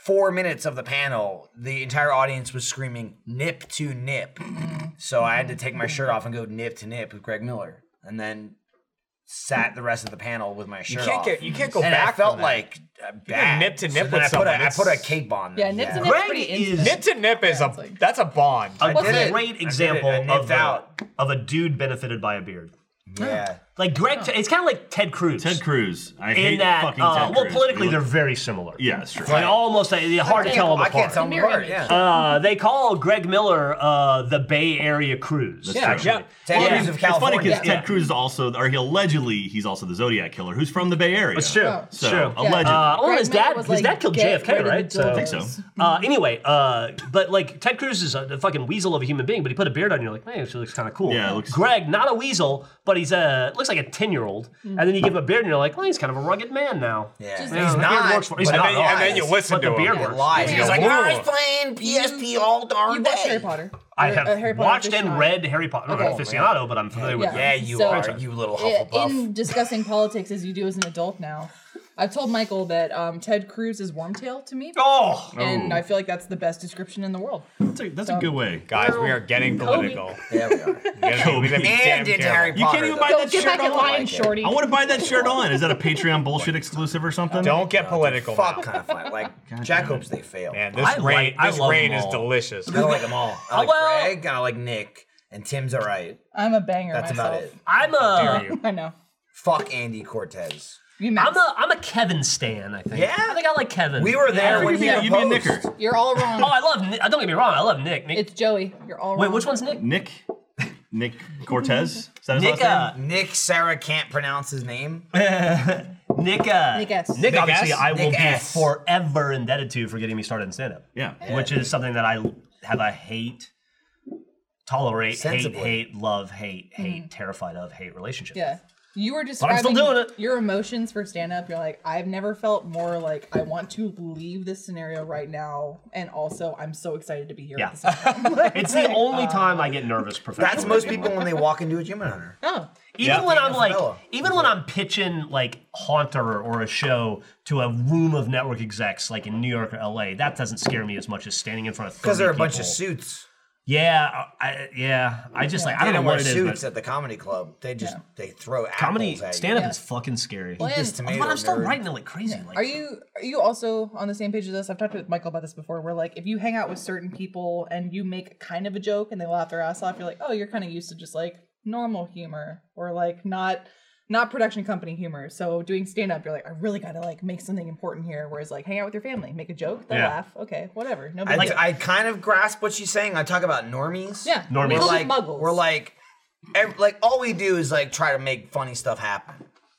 four minutes of the panel, the entire audience was screaming "nip to nip," so I had to take my shirt off and go nip to nip with Greg Miller, and then sat the rest of the panel with my shirt
You can't
off.
get. You can't go
and
back.
I felt
from that.
like uh, bad.
nip to
So
nip
then
with
I put a,
someone,
I put a
it's-
cake bomb.
Yeah,
then.
Nip's and
Greg
pretty
is-
intimate.
nip to nip is a.
it's like-
that's a bond.
a
Wasn't it-
great
I
example
did it. I
of a,
nipped
of a dude benefited by a beard.
Yeah.
Like Greg, it's kind of like Ted Cruz.
Ted Cruz. I
in
hate
that,
fucking
uh,
Ted Cruz.
well, politically
We
they're
look-
very similar.
yeah, it's true.
Like, almost uh, hard to tell them
I
apart.
can't tell them apart. Yeah.
Uh, they call Greg Miller uh, the Bay Area Cruz.
That's Yeah, true.
yeah.
Ted
Yeah.
Cruz of
It's funny
California.
because Ted Cruz is also, or he allegedly, he's also the Zodiac killer, who's from the Bay Area.
It's true.
Oh.
It's
So,
true.
allegedly.
Uh, well,
Greg
his
Miller
dad,
was
his
like,
dad killed
"Get rid
JFK,
of the
right? So,
dildos."
think so.
Uh, anyway, uh, but like Ted Cruz is a, a fucking weasel of a human being, but he put a beard on. and You're like, man, she looks kind of cool.
Yeah, it looks-
Greg, not a weasel, but he's a looks looks like a ten year old, and then you give him a beard, and you're like, well, he's kind of a rugged man now.
Yeah.
Mm. Just-
You know,
He's
the beard
not.
Works for, he's
And
not.
then- and
lies,
then you listen
but
to
the
him.
beard
It
works.
lies.
Yeah.
He's like,
Ooh.
I was playing PSP all darn
You
day.
watched Harry Potter.
I
You're a
have
Harry Potter
watched
aficionado.
and read Harry Potter. I'm not
Oh,
an aficionado, but I'm familiar with
Yeah.
it.
Yeah, you
So-
are, you little
I-
Hufflepuff.
in discussing politics as you do as an adult now. I've told Michael that um, Ted Cruz is Wormtail to me,
Oh,
and I feel like that's the best description in the world.
That's a,
Um,
that's a good way.
Guys, we are getting political.
yeah, we are.
We're gonna be damn
and into
terrible.
Harry Potter.
You can't even
though.
buy
Go
that
get
shirt
back in
on.
line, shorty.
I want to buy that shirt on. Is that a Patreon bullshit exclusive or something?
Don't get political.
Fuck
now.
kind of fight. Like Jack hopes they fail.
Man, this
I like-
rain,
I
this
love
rain
them
is
all.
delicious.
I like them all. I like Greg. I like Nick. And Tim's all right.
I'm a banger
That's
myself.
about it.
I'm a,
I know.
Fuck Andy Cortez.
You
I'm
mess.
a, I'm a Kevin Stan. I think.
Yeah?
I think I like Kevin.
We were there
Yeah.
when he
Yeah.
You'd be a
proposed.
knicker.
You're all
Oh,
wrong.
I love. Nick. Don't get me wrong. I love Nick. Nick.
It's Joey. You're all
wait,
wrong.
which one's Nick?
Nick, Nick Cortez. Is that his
Nick.
last
Uh,
name?
Nick Sarah can't pronounce his name.
Nick. Uh,
Nick S.
Nick. Obviously,
S?
I will
Nick
be
S.
forever indebted to for getting me started in stand-up.
Yeah.
which is something that I have a hate, tolerate,
Sensibly.
hate, hate, love, hate, hate, terrified of, hate relationship.
Mm-hmm. Yeah. You were
I'm
describing
still doing it.
your emotions for stand up. You're like, I've never felt more like I want to leave this scenario right now, and also I'm so excited to be here.
Yeah.
At the same time. Like,
It's the only time I get nervous professionally.
That's most people when they walk into a gym hunter.
oh,
Even
Yeah.
when I'm like,
Fella.
even when I'm pitching like Haunter or a show to a room of network execs, like in New York or LA, that doesn't scare me as much as standing in front of
Because
because
they're a bunch of suits.
Yeah, I, yeah. I just like I
They
don't know
don't wear
what it is.
suits
but
at the comedy club. They just they throw apples
comedy
at you.
stand up is fucking scary.
Well,
This
But
But
tomato
I'm still
nerd.
writing it like crazy. Like,
Are you are you also on the same page as us? I've talked with Michael about this before. Where like if you hang out with certain people and you make kind of a joke and they laugh their ass off, you're like, oh, you're kind of used to just like normal humor or like not not production company humor. So doing stand up, you're like, I really gotta like make something important here. Whereas like hang out with your family, make a joke, they
Yeah.
laugh, okay, whatever, no
I,
big deal.
I kind of grasp what she's saying. I talk about normies.
yeah,
Normies.
We're
We're
Little
like
like
muggles.
we're like ev- like all we do is like try to make funny stuff happen.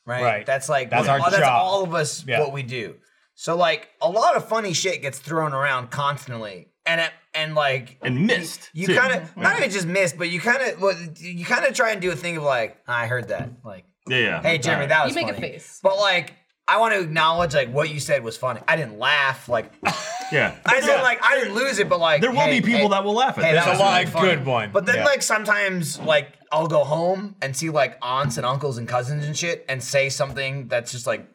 Right?
Right.
That's like
That's
what-
our
that's
job.
all of us
Yeah.
what we do. So like a lot of funny shit gets thrown around constantly. And it, and like
And missed.
you
too.
kind of not even just miss, but you kind of well, you kind of try and do a thing of like I heard that like
Yeah, yeah.
hey Jeremy that was
You make a
funny.
face.
but like I want to acknowledge like what you said was funny. I didn't laugh like
Yeah.
I didn't like I didn't lose it, but like
There will
hey,
be people
hey,
that will laugh at
hey,
that.
that was
There's a lot
really
of
funny.
good one.
But then,
Yeah.
like, sometimes, like, I'll go home and see, like, aunts and uncles and cousins and shit and say something that's just like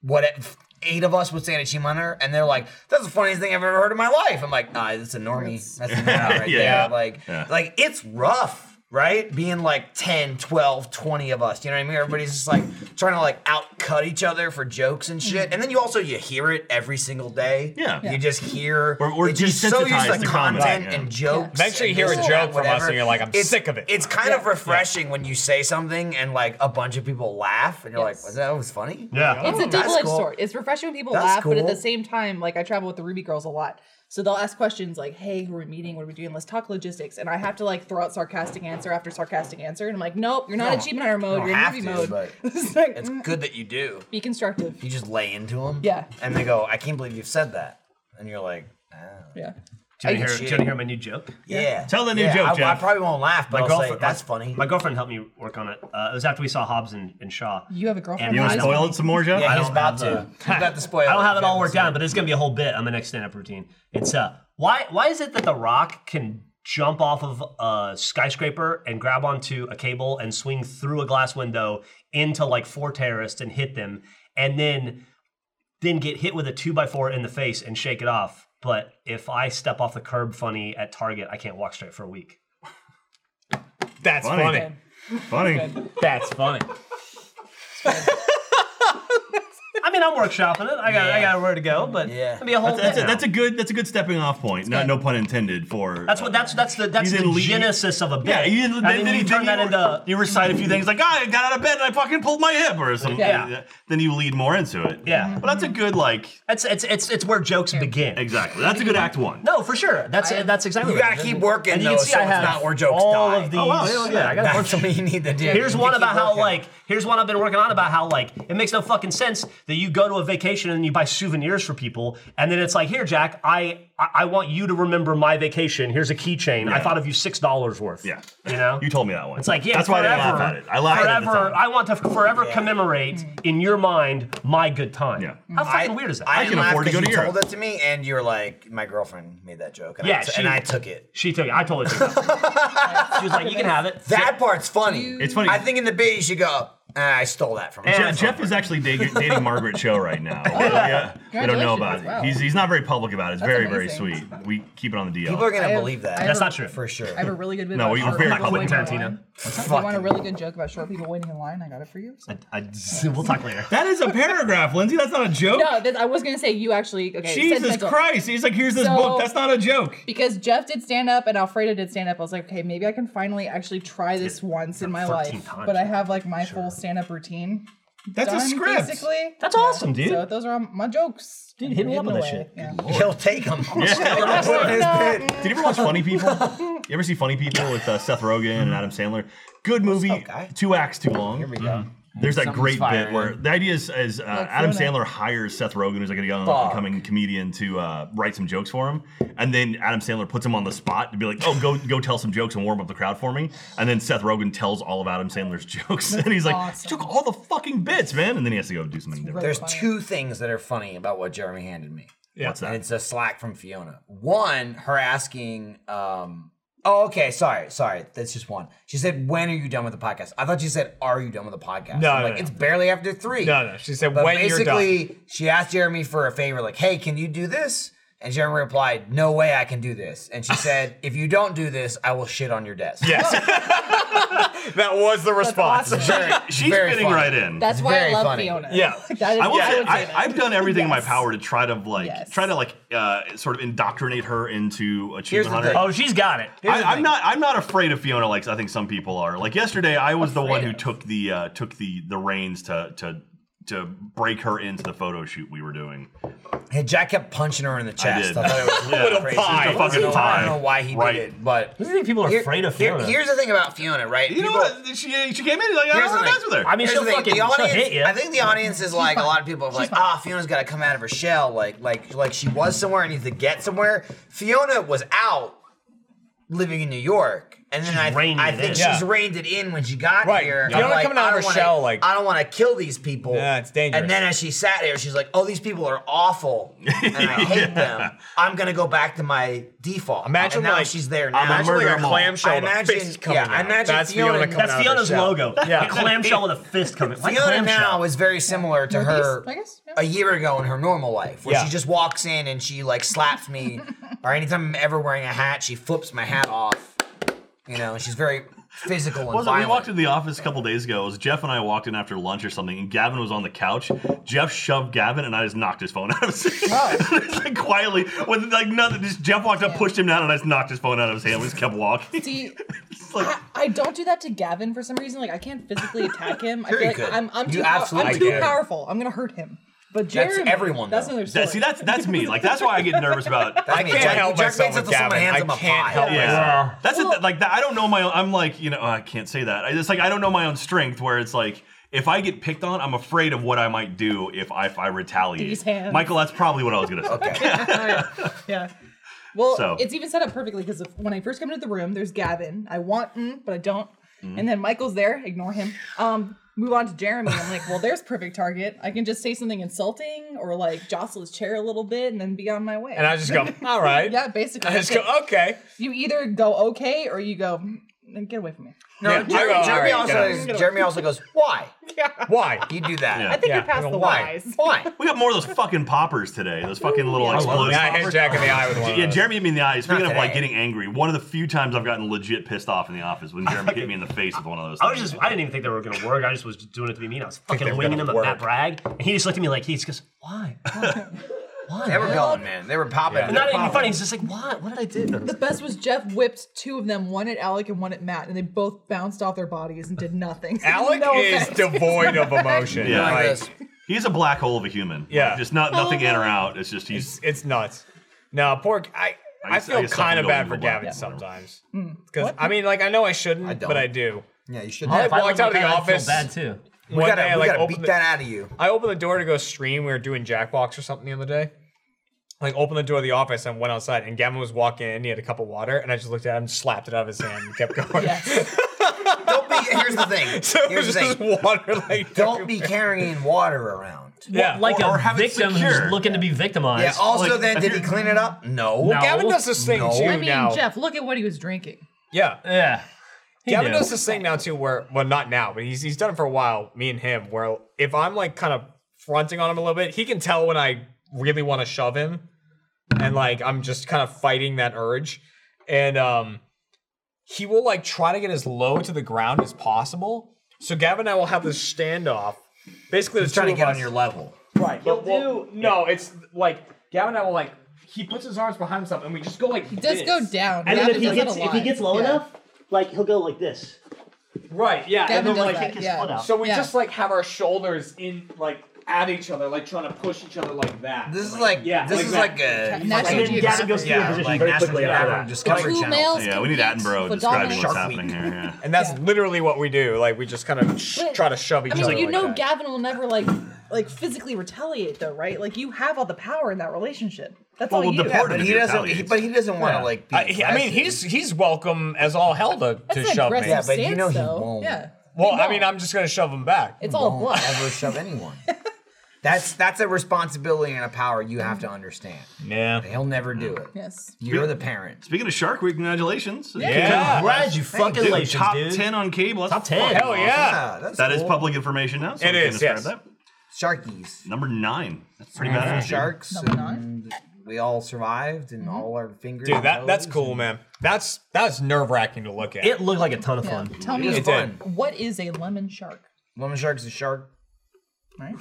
what it, eight of us would say at a team hunter. And they're like, that's the funniest thing I've ever heard in my life. I'm like, ah, that's a normie. That's a normie right
Yeah.
there. Like,
Yeah.
like, it's rough. Right? Being like 10, 12, 20 of us. You know what I mean? Everybody's just like trying to like outcut each other for jokes and shit. And then you also you hear it every single day.
Yeah.
You just hear
We're- we're
it's just so used
desensitized
to
to comedy,
content
yeah.
and jokes.
Eventually
and
you hear
this
a
and that,
joke from us and
whatever.
you're like, I'm
It's-
sick of it.
It's kind of refreshing when you say something and like a bunch of people laugh and you're
Yes.
like, was that was funny?
yeah.
It's a
Oh, that's
double edged
cool.
sword. It's refreshing when people
That's
laugh, but at the
cool.
same time, like I travel with the Ruby girls a lot. So they'll ask questions like, hey, who are we meeting? What are we doing? Let's talk logistics. And I have to like throw out sarcastic answer after sarcastic answer. And I'm like, nope, you're not
No,
achievement hunter mode.
don't
You're in
have
movie
to,
mode.
but
it's like,
It's
mm,
good that you do.
be constructive.
You just lay into them.
Yeah.
And they go, I can't believe you've said that. And you're like,
Yeah.
Do you want to hear, do
shit.
you wanna hear my new joke?
yeah.
Tell the new
Yeah,
joke,
I, I
Jeff.
probably won't laugh, but
My
I'll say,
girlfriend-
that's
my-
funny.
My girlfriend helped me work on it. Uh, it was after we saw Hobbs and, and Shaw.
You have a girlfriend.
And
You want
I
to
don't-
spoil it some more, Jeff?
yeah, he's
don't
about
have
to. You got the spoiler.
I don't have it all worked out, but it's gonna be a whole bit on my next stand-up routine. It's uh, why why is it that The Rock can jump off of a skyscraper and grab onto a cable and swing through a glass window into like four terrorists and hit them, and then then get hit with a two by four in the face and shake it off. But if I step off the curb funny at Target, I can't walk straight for a week.
That's
Funny.
funny.
Funny.
That's funny.
I mean, I'm workshopping it. I got I got where to go, but
Yeah.
it'll be a whole.
That's, that's, a,
bit
that's
now.
a good. That's a good stepping off point. No, no pun intended. For
That's what. That's that's the that's
You
the
didn't leave-
genesis of a bit.
Yeah, you,
and
then,
then,
then
you
he-
turn
then
that
you,
into.
you recite a few things like, "Ah, I got out of bed and I fucking pulled my hip or something.
Yeah.
Then you lead more into it.
Yeah.
But that's a good like.
That's it's it's it's where jokes begin.
Exactly. That's a good act one.
No, for sure. That's
I-
that's exactly.
You
what it
gotta
is.
keep working,
And you
though,
can see
so
I
it's
have
not where jokes
all
die.
of these.
Oh,
wow, yeah, yeah, I
gotta work
That's what you need to do.
Here's
You
one
keep
about how
working.
like here's one I've been working on about how like it makes no fucking sense that you go to a vacation and you buy souvenirs for people and then it's like here Jack I I, I want you to remember my vacation. Here's a keychain. I thought of you six dollars worth.
Yeah.
You know?
You told me that one.
It's like, yeah,
That's
forever,
why I didn't laugh at it. I laughed at it. at the
forever,
time.
I want to forever commemorate in your mind my good time.
Yeah.
How fucking weird is that?
I,
can
didn't laugh
afford to
'cause
go to
you
Europe.
told it to me, and you were like, my girlfriend made that joke, and,
Yeah,
I, t-
she-
and I took it.
she took it. I told her. To she was like, you can have it.
That part's funny.
It's funny.
I think in the bit you should go, "Ah, I stole that from her.
Jeff, Jeff is actually dating, dating Margaret Cho right now. yeah. We don't know about it.
Congratulations. Wow.
He's, he's not very public about it. It's very, very
amazing.
sweet. We keep it on the DL.
People are gonna
have-
believe that.
I
That's not true.
for sure.
I have a really good bit
No,
about
you're
short
very
people
Quentin
waiting in
Tarantino.
line. If you want a really good joke about short people waiting in line? I got it for you. So.
I, we'll talk later.
that is a paragraph, Lindsay. That's not a joke.
No, that, I was gonna say you actually. Okay,
Jesus
sentimental.
Christ. He's like, here's this
So-
book. That's not a joke.
Because Jeff did stand up and Alfredo did stand up. I was like, okay, maybe I can finally actually try this once in my
13
life.
times.
But I have like my full stand up routine.
That's a
done,
script.
Basically.
That's awesome, dude.
So those are my jokes.
Dude, hit me up
Hidden
on that
away.
shit.
Yeah.
He'll take them.
Did you ever watch Funny People? You ever see Funny People with uh, Seth Rogen and Adam Sandler? Good movie.
Okay.
Two acts too long. Mm-hmm.
Here we go.
There's that
Something's
great bit
firing.
where the idea is, is uh, Adam
doing it.
Sandler hires Seth Rogen, who's like a young
Fuck.
up and coming comedian, to uh, write some jokes for him, and then Adam Sandler puts him on the spot to be like, "Oh, go go tell some jokes and warm up the crowd for me," and then Seth Rogen tells all of Adam Sandler's jokes, and he's like,
awesome.
"Took all the fucking bits, man," and then he has to go do something different.
There's two things that are funny about what Jeremy handed me.
What's
And
that?
it's a slack from Fiona. One, her asking, um, oh, okay, sorry, sorry. That's just one. She said, when are you done with the podcast? I thought she said, are you done with the podcast?
No,
I'm
no,
like,
no.
it's barely after three.
No, no. She said
But
when you're done.
basically, she asked Jeremy for a favor, like, hey, can you do this? And Jeremy replied, no way I can do this. And she said, if you don't do this, I will shit on your desk.
Yes. that was the response.
Very-
She's
very
fitting
funny.
right in.
That's why
very
I love
funny.
Fiona.
Yeah.
that is,
I will
I
say,
would say that.
I, I've done everything in my
Yes.
power to try to like
Yes.
try to like uh, sort of indoctrinate her into
Here's the
achievement hunter.
thing.
Oh, she's got it.
I, I'm not. I'm not afraid of Fiona. Like I think some people are. Like yesterday, I was the one who
Afraid of.
took the uh, took the the reins to to to break her into the photo shoot we were doing.
And Jack kept punching her in the chest.
did.
I, thought it was
With a
crazy.
pie.
I don't know-
Fucking
I don't
pie.
know why he
Right.
did it, but
Who do you think people are
Here-
afraid of
here-
Fiona?
here's the thing about Fiona, right?
You know
People-
what? She she came in and like I don't want
Here's the
to
thing.
mess with her.
I mean,
Here's
she'll
the thing,
fucking
the
she'll
audience,
hit you.
I think the audience is like a lot of people are like, ah, Fiona's got to come out of her shell, like like like she was somewhere and needs to get somewhere. Fiona was out living in New York, and then
reining
I, I
it
think
in.
she's
Yeah.
reined it in when she got
Right.
here.
Fiona
I'm like,
coming out of
I don't
her
wanna-
shell, like-
I don't want to kill these people.
Yeah, it's dangerous.
And then as she sat here, she's like, oh, these people are awful, and I hate them. I'm gonna go back to my default.
Imagine,
and now
like,
she's there now.
I'm a
Imagine like
murder
a
mall.
clamshell
I
with a
imagine-
fist coming
yeah, I
out.
imagine
That's
Fiona-
Fiona coming
that's
out
That's
of
Fiona's
her shell.
logo.
Yeah.
clamshell with a fist coming. Why
Fiona
clamshell?
now is very similar to her
I guess, yeah.
a year ago in her normal life, where
Yeah.
she just walks in and she like slaps me, or anytime I'm ever wearing a hat, she flips my hat off. You know, she's very physical and
Was it, we
violent.
walked in the office a couple days ago. It was Jeff and I walked in after lunch or something, and Gavin was on the couch. Jeff shoved Gavin, and I just knocked his phone out of his hand. like quietly, with like nothing. Just Jeff walked up, pushed him down, and I just knocked his phone out of his hand. We just kept walking.
See,
It's like,
I, I don't do that to Gavin for some reason. Like I can't physically attack him. I
Sure
feel
you
like
could.
I'm, I'm
You
too, pow-
absolutely
I'm too
could.
powerful. I'm gonna hurt him. But
That's
Jeremy,
everyone,
That's
though.
another story.
that, see, that's that's me. Like that's why I get nervous about.
I
I
mean,
can't
Jack-
help
Jack
myself
waits
with
until someone
Gavin.
hands
I
him a
can't
pie.
help
Yeah.
myself.
That's the- like that. I don't know my own. I'm like, you know, oh, I can't say that. I just like I don't know my own strength. Where it's like, if I get picked on, I'm afraid of what I might do if I if I retaliate.
These hands.
Michael, that's probably what I was gonna say.
yeah. Well,
So-
it's even set up perfectly because when I first come into the room, there's Gavin. I want, mm, but I don't.
Mm-hmm.
And then Michael's there. Ignore him. Um, move on to Jeremy. I'm like, well, there's perfect target. I can just say something insulting or like jostle his chair a little bit and then be on my way.
And I just go, all right.
yeah, basically.
I just
that's
go, "Oh."
it.
okay.
You either go okay or you go "Mm, get away from me.
no,
Yeah,
Jeremy,
I go,
Jeremy
"All right,
also
get out."
Jeremy also goes, why?
Why?
You do that?
I think
Yeah,
you passed
I
the
don't-
why?
wise.
Why?
We got more of those fucking poppers today. Those fucking little explosives.
Yeah, uh, I hit Jack in the eye with one. of
Yeah,
those.
Jeremy hit me in the eye. Speaking
Not
of like
today.
getting angry, one of the few times I've gotten legit pissed off in the office when Jeremy hit me in the face with one of those.
I was
things.
just, I didn't even think they were going to work. I just was doing it to be mean. I was fucking
were
winging
gonna
him at
work.
Matt Bragg. And he just looked at me like, he just goes, why? Why? Why?
They were going, man. They were popping.
And not even funny. He's just like, why? What did I do?
The best was Jeff whipped two of them, one at Alec and one at Matt, and they both bounced off their bodies and did nothing.
Alec
No
is
offense.
devoid of emotion.
Yeah.
Like
Like,
this.
he's a black hole of a human.
Yeah.
Like, just not nothing in or out. It's just he's.
it's, it's nuts. No, poor. g- I
I
I,
guess- I
feel
guess
kind
something
of bad
going
for
to
Gavin
work.
sometimes. Because I mean, like I know I shouldn't,
I don't.
but I do.
Yeah, you should.
I
have.
If I
walked
look
out of
like
the
that, I'd feel
office.
bad too.
We
One
gotta,
day, I,
we
like
gotta
opened
beat
the,
that out of you.
I opened the door to go stream. We were doing Jackbox or something the other day, like opened the door of the office and went outside. And Gavin was walking in. He had a cup of water, and I just looked at him, slapped it out of his hand, and kept going.
Yes.
Don't be. Here's the thing.
So it
Here's the
was just
thing.
water. Like
Don't be carrying water around.
Yeah.
like
Or- or
a
have it
victim
secure.
who's looking to be victimized.
Yeah. Also,
like,
then
if
did he
you're-
clean it up? No.
No.
Gavin does this thing
No.
too
I mean,
now.
Jeff, look at what he was drinking.
Yeah.
yeah. He
Gavin
did.
does this thing now too, where well, not now, but he's he's done it for a while. Me and him, where if I'm like kind of fronting on him a little bit, he can tell when I really want to shove him, and like I'm just kind of fighting that urge, and um, he will like try to get as low to the ground as possible. So Gavin and I will have this standoff. Basically, the
He's trying to
two of
get
us-
on your level.
Right, but we'll- no, it's like Gavin and I will like he puts his arms behind himself, and we just go like
He does go down.
And then
Gavin
if he
does that
gets
a
if he
lot.
gets low
Yeah.
enough, like he'll go like this.
Right, yeah, and
Gavin
then
does
like
that.
kick his
yeah.
foot out.
So we
Yeah.
just like have our shoulders in like at each other, like trying to push each other like that.
This is like.
Yeah,
This
like
is
that.
like a.
National
And then
Geographic.
Gavin goes through
Yeah,
the position
like
very
National
quickly
Geographic
after that.
Discovery
Two
Channel.
males
Yeah, we need
compete
Attenborough
for
describing
dominance.
what's
Shark
happening
Week.
here. Yeah.
and that's
Yeah.
literally what we do. Like we just kind of sh-
But-
try to shove each
I mean,
other.
you
like
know,
that.
Gavin will never like like physically retaliate, though, right? Like you have all the power in that relationship. That's
Well,
all
we'll
you.
deport
Yeah,
Part
but
of
he
it
doesn't. He,
retaliates.
but he doesn't want to like be.
I, he- I mean,
aggressive.
he's he's welcome as all hell to, to
That's an
shove me.
aggressive
Yeah, but you know he
stance, though.
won't.
Yeah.
Well,
He
I mean,
won't.
I'm just gonna shove him back.
It's all
won't
bluff.
ever shove anyone. That's that's a responsibility and a power you have to understand.
Yeah.
He'll never do it.
Yes.
You're the parent.
Speaking of Shark Week, congratulations.
Yeah.
Brad, you fucking
Dude,
lations,
top
dude.
10 on cable. That's
Top 10.
Hell yeah.
that's
That is
cool.
public information now. So
It
we can
is,
describe
yes.
That.
Sharkies.
Number nine. That's pretty bad.
Sharks.
No, we're not.
and we all survived, and all our fingers.
Mm-hmm. Dude,
and
that that's
toes
cool,
and-
man. That's that's nerve wracking to look at.
It looked like a ton of
Yeah.
fun.
Tell
It
me,
was
It
fun.
did.
what is a lemon shark?
Lemon shark's a shark,
Right?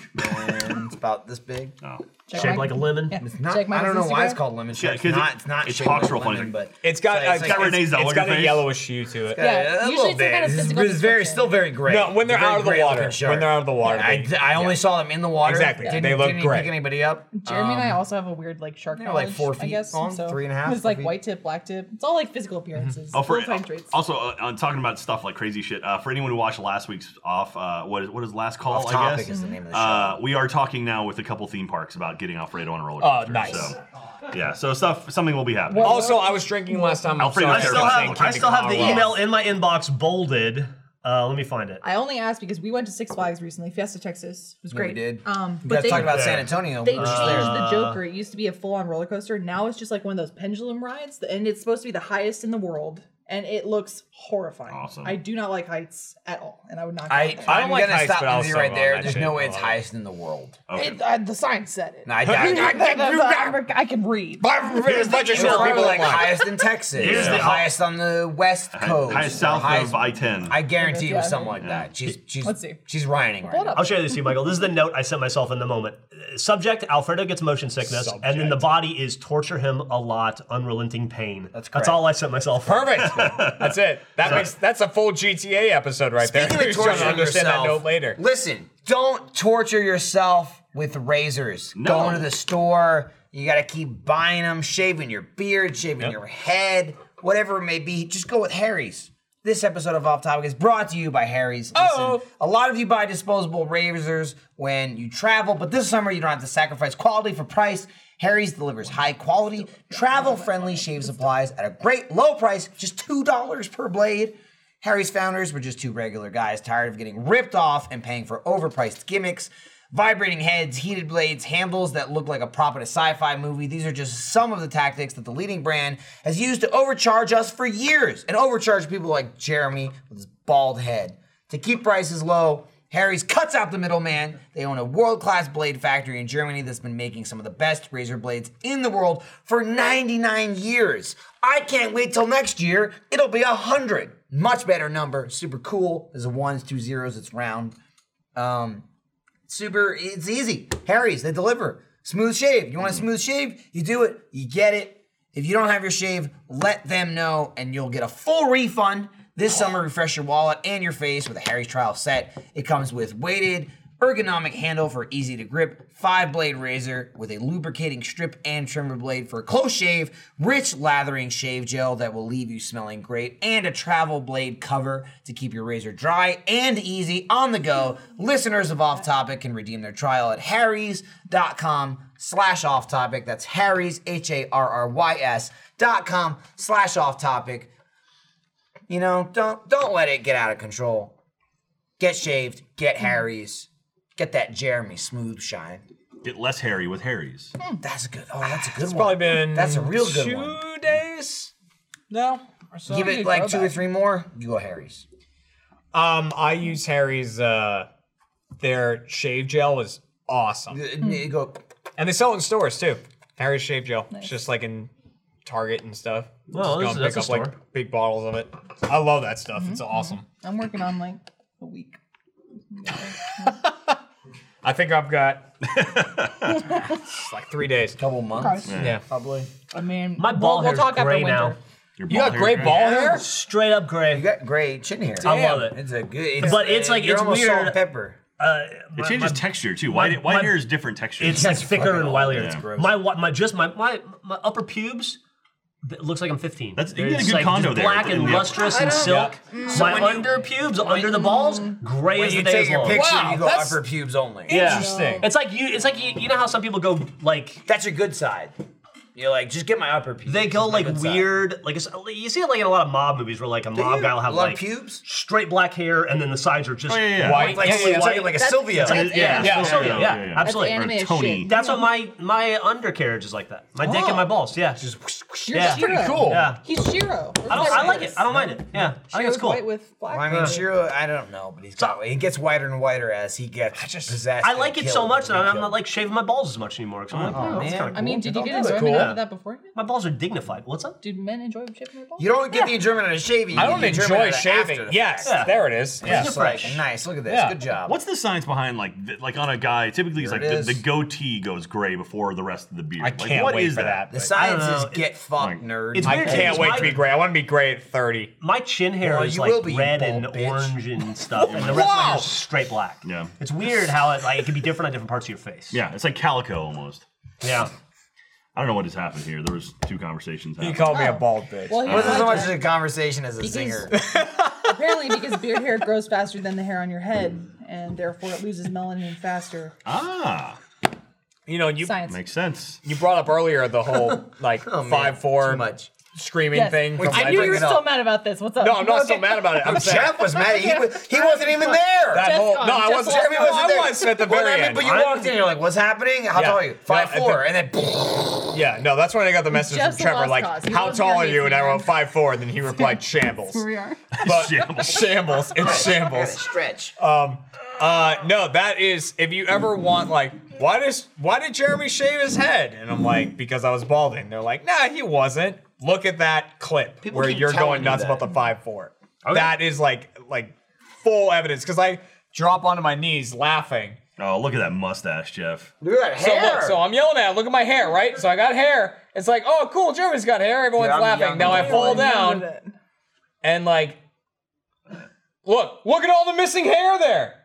and it's about this big.
Oh.
Check
Shaped
my-
like a lemon.
Yeah.
It's not,
Check my
I don't know why it's
Instagram.
called lemon
Yeah,
shark.
'cause
it's not.
it-
It's not.
it's
shaped
talks
like
real funny.
lemon, but
It's got
it's
uh,
like-
it's,
Renee's all
it's
over
got
your
a
face.
yellowish hue to it.
Yeah,
a
usually
little
it's some kind
bit.
of
It's-
physical
It's very,
description.
still very gray.
No, when they're
Very
out of the
gray-looking
water.
shark.
When they're out of the water,
I,
they-
I only
yeah.
saw them in the water.
Exactly.
Didn't,
They look
didn't
gray.
pick anybody up.
Jeremy and I
Um,
also have a weird like shark
they're like
knowledge,
four
I
feet
guess.
long,
so
three and a half,
It's like
four feet.
white tip, black tip. It's all like physical appearances.
Oh, for
little fine traits.
also uh, on talking about stuff like crazy shit. Uh, for anyone who watched last week's off, uh, what is what is last call?
Off
I
topic
guess.
is the name of the show.
Uh, we are talking now with a couple theme parks about getting Alfredo on a roller
Uh,
Oh,
coaster.
nice.
So, yeah, so stuff something will be happening.
Well-
Also, I was drinking last time. I'm
Alfredo,
sorry,
I still
everything
have
came
I
to
still have the
Colorado.
email in my inbox bolded. Uh, let me find it.
I only asked because we went to Six Flags recently, Fiesta Texas. It was
we
great.
did.
Um,
You
but
guys
they,
talked about
Yeah.
San Antonio. Uh,
they
which
changed
is
Uh,
the Joker. It used to be a full-on roller coaster. Now it's just like one of those pendulum rides, and it's supposed to be the highest in the world. And it looks horrifying.
Awesome.
I do not like heights at all, and I would not. go
I,
up there.
I'm
don't like
gonna
heights,
stop
but I'll
with you
settle
right
on
there.
that
There's
shit.
no way it's
Oh.
highest in the world.
It, uh, the sign said it.
And I doubt it.
I can read.
Here's a bunch of
There's
short
people
people
like
online.
highest in Texas,
Here's
or
the-
highest on the West
Hi-
Coast,
highest
or
south
highest-
of I ten.
I guarantee it was
Yeah.
something like that. She's she's
Let's see.
she's rioting right
Hold
now.
up.
I'll share this to you, Michael. This is the note I sent myself in the moment. Uh, Subject: Alfredo gets motion sickness, and then the body is torture him a lot, unrelenting pain.
That's correct.
That's all I sent myself.
Perfect. That's it. That makes that's a full GTA episode right there.
Speaking of
Who's trying to
torturing
understand
yourself,
that note later.
listen, don't torture yourself with razors.
No.
Going to the store, you got to keep buying them, shaving your beard, shaving your head, whatever it may be. Just go with Harry's. This episode of Off Topic is brought to you by Harry's. Listen,
Oh.
a lot of you buy disposable razors when you travel, but this summer you don't have to sacrifice quality for price. Harry's delivers high quality, travel friendly shave supplies at a great low price, just $2 per blade. Harry's founders were just two regular guys tired of getting ripped off and paying for overpriced gimmicks. Vibrating heads, heated blades, handles that look like a prop in a sci fi movie. These are just some of the tactics that the leading brand has used to overcharge us for years and overcharge people like Jeremy with his bald head. To keep prices low, Harry's cuts out the middleman. They own a world class blade factory in Germany that's been making some of the best razor blades in the world for 99 years. I can't wait till next year. It'll be 100. Much better number. Super cool. There's a ones, two zeros, it's round. Um, super, it's easy. Harry's, they deliver. Smooth shave. You want a smooth shave? You do it, you get it. If you don't have your shave, let them know and you'll get a full refund. This summer, refresh your wallet and your face with a Harry's trial set. It comes with weighted ergonomic handle for easy to grip, five blade razor with a lubricating strip and trimmer blade for close shave, rich lathering shave gel that will leave you smelling great, and a travel blade cover to keep your razor dry and easy on the go. Listeners of Off Topic can redeem their trial at harrys.com slash off topic. That's harrys, H-A-R-R-Y-S dot com slash off topic. You know, don't don't let it get out of control. Get shaved, get Harry's, get that Jeremy smooth shine.
Get less hairy with Harry's.
That's a good. Oh, that's a good
It's
one.
probably been
That's a real good
two
one.
days now or so.
Give it like two or three more. You go Harry's.
Um, I use Harry's. Uh, their shave gel is awesome,
You go.
and they sell it in stores too. Harry's shave gel. It's just like in Target and stuff.
Well,
just go and
that's-
pick
that's
up
a store.
like big bottles of it. I love that stuff. It's awesome.
I'm working on like a week.
I think I've got it's like three days.
Couple months.
Yeah.
Probably.
I mean,
My ball
we'll,
hair's
we'll talk after
gray
winter.
now.
Your
You got
hair
great
is
ball hair.
Straight up
You
gray.
got gray chin hair.
I love it.
It's a good. It's,
But it's like-
you're
it's
almost salt
weird.
and pepper.
Uh,
It
my-
changes
my-
texture too. White,
my-
white
my-
hair is different texture.
It's, it's thicker and wilier.
It's
gross. My wa- my just my my, my upper pubes. th- looks like I'm 15.
That's- you
They're
did a
just
good
like
condo
just
there.
Black and
Yeah.
lustrous and silk. my under pubes, under the balls, gray
When
as
you
the day
take
is
your
long.
picture,
Wow,
you go
that's-
upper pubes only.
Yeah.
Interesting.
It's like you. It's like you, you know how some people go like
That's your good side. You're like, just get my upper pubes.
they go
That's my
like
good side.
weird. Like it's, you see it like in a lot of mob movies where like a mob
you
guy will have
love
like
pubes?
straight black hair, and then the sides are just
Oh, yeah, yeah.
White.
Like,
Yeah, yeah, yeah.
it's like, like a Silvio.
Yeah, yeah,
Yeah.
so-
Yeah.
yeah,
Yeah, yeah.
absolutely.
anime as
Tony.
shit.
That's what my my undercarriage is like that. My dick
Oh.
and my balls. Yeah, just
You're
Yeah.
Shiro.
Pretty
cool.
yeah.
He's Shiro.
I don't. I like it. I don't mind it. Yeah, I think it's cool.
White with black.
I mean, Shiro, I don't know, but he's got, he gets whiter and whiter as he gets possessed.
I
and
like it so
killed
much that
and
I'm not
killed.
like shaving my balls as much anymore. Cause I'm like, oh, that's
man.
kind of cool.
I mean, did you get
That's
enjoyment
cool.
out of that before?
my balls are dignified. What's up?
Did men enjoy chipping their balls?
You don't get the enjoyment out of shaving.
I
you
don't
get the enjoyment
enjoy
out of after
shaving.
the
Yes,
fact.
there it is. Yeah.
It's
fresh.
like, nice. Look at this.
Yeah.
Good job.
What's the science behind like th- like on a guy? Typically, it's
There
like
it
the,
is.
the goatee goes gray before the rest of the beard.
I
Like,
can't
what
wait
is
for that.
the
but
science
don't
is
know.
get fucked,
like-
nerd.
It's
I
weird
can't
because
wait
my-
to be gray. I want to be gray at thirty.
My chin hair
Well,
is
you
like
will be, you
red
bald
and
bitch.
orange and stuff, and the rest of
Wow.
mine is straight black.
Yeah.
it's weird how it like it can be different on different parts of your face.
Yeah, it's like calico almost.
yeah.
I don't know what has happened here. There was two conversations.
You
happening.
called
Oh.
me a bald bitch.
Well,
It wasn't
here's
so
my
much a conversation as a singer.
Apparently, because beard hair grows faster than the hair on your head, and therefore it loses melanin faster.
ah,
you know, you
Science.
makes sense.
you brought up earlier the whole like
Oh,
five
man,
four
Too much.
screaming
Yes.
thing.
Wait,
from
I
I
Life
knew
bring
you
Is-
were
it
still
up.
mad about this. What's up?
No, I'm not so
Okay.
mad about it. I'm saying
Jeff was mad. He, was, he wasn't even there.
that whole.
gone,
No, I
Jeff's
wasn't.
gone.
Jeremy wasn't
I
there.
was at the
Well, I
very
mean,
end.
But you walked in. You're like, "What's happening? How
Yeah.
tall are you? Five
Yeah, I
four. And then
Yeah, no, that's when I got the message
Jeff's
from
a
Trevor,
lost
like,
cause. He
how
knows
tall
where
are
he
you?
is,
And I
man.
went five four, and then he replied shambles.
Here we are.
But
Shambles.
shambles. It's shambles.
stretch.
Uh, no, that is if you ever want like, why does why did Jeremy shave his head? And I'm like, because I was balding. They're like, nah, he wasn't. Look at that clip
People
where
keep
you're
telling
going
me
nuts
that. Oh,
about the five four. That is like like full evidence because I drop onto my knees laughing.
Oh, look at that mustache, Jeff.
Look at that
So
hair.
look, so I'm yelling at, him, look at my hair, right? So I got hair. It's like, oh, cool, Jeremy's got hair. Everyone's
Dude, I'm
laughing.
young.
Now I
I
fall down and like, look, look at all the missing hair there.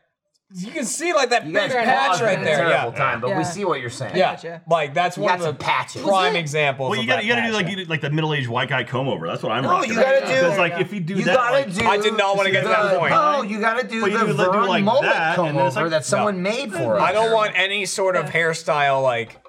You can see like that big patch right there. Yeah.
Terrible time, but
Yeah.
we see what you're saying.
Yeah,
Gotcha.
like that's one
got
of the
some patches.
prime
Was it-
examples.
Well, you
of
gotta
that
you gotta do like
passion.
you do, like the middle aged white guy comb over. That's what I'm.
No,
rocking
you
right
gotta
now.
do-
'Cause, like if you do
You
that,
gotta
like,
do.
I did not wanna get to that
the-
point.
No, you gotta do
But you
the
do- do
Vern
like
mullet
that,
comb
and then it's
over
like-
that someone made for us.
I don't want any sort of hairstyle like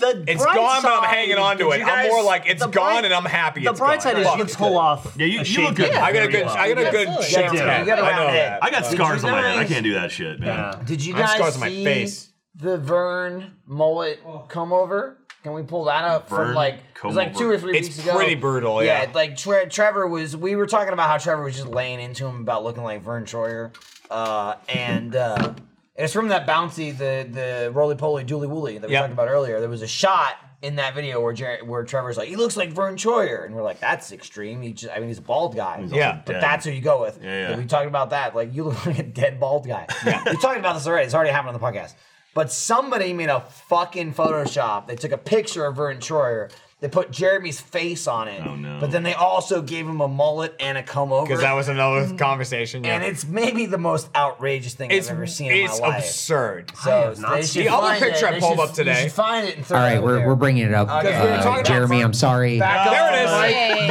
The
it's
bright
gone, but I'm
side-
hanging on to
Did
it.
you
I'm
guys-
more like it's
the
gone,
bright-
and I'm happy.
The
it's
bright
gone.
side is
Fuck.
you can pull off.
Yeah, you-
a
you
shaved
look good.
head
I got a
very
good.
well.
I got a good
Absolutely.
shaved
Yeah,
head.
you gotta
I know
round it.
that.
I got
Did
scars
you
on my head. I
guys-
can't do that shit, man.
Yeah.
Did you
I have
guys
scars on my
see
face.
the Vern mullet
Oh.
come over? Can we pull that up
Vern
from like it
comb
was like two
over.
or three
It's
weeks ago?
pretty brutal, yeah.
like Tre- Trevor was. We were talking about how Trevor was just laying into him about looking like Vern Troyer, uh, and uh, it's from that bouncy the the roly poly dooley woolly that we
Yep.
talked about earlier. There was a shot in that video where Jer- where Trevor's like, he looks like Vern Troyer, and we're like, that's extreme. He just, I mean, he's a bald guy.
He's
Yeah.
also
But
dead.
that's who you go with.
Yeah, yeah.
We talked about that. Like you look like a dead bald guy. We talked about this already. It's already happened on the podcast. But somebody made a fucking Photoshop. They took a picture of Vern Troyer. They put Jeremy's face on it. Oh
no.
But then they also gave him a mullet and a comb over.
Because that was another conversation. Yeah.
and it's maybe the most outrageous thing I've ever seen in my
it's
life.
absurd.
So
not
they should
The other
find it.
picture I
They
pulled
should-
up today.
You should find it and throw
All
it
right,
over
we're,
there.
we're bringing it up.
Okay.
Uh,
talking about
Jeremy,
Fern-
I'm sorry.
Back up,
There it is.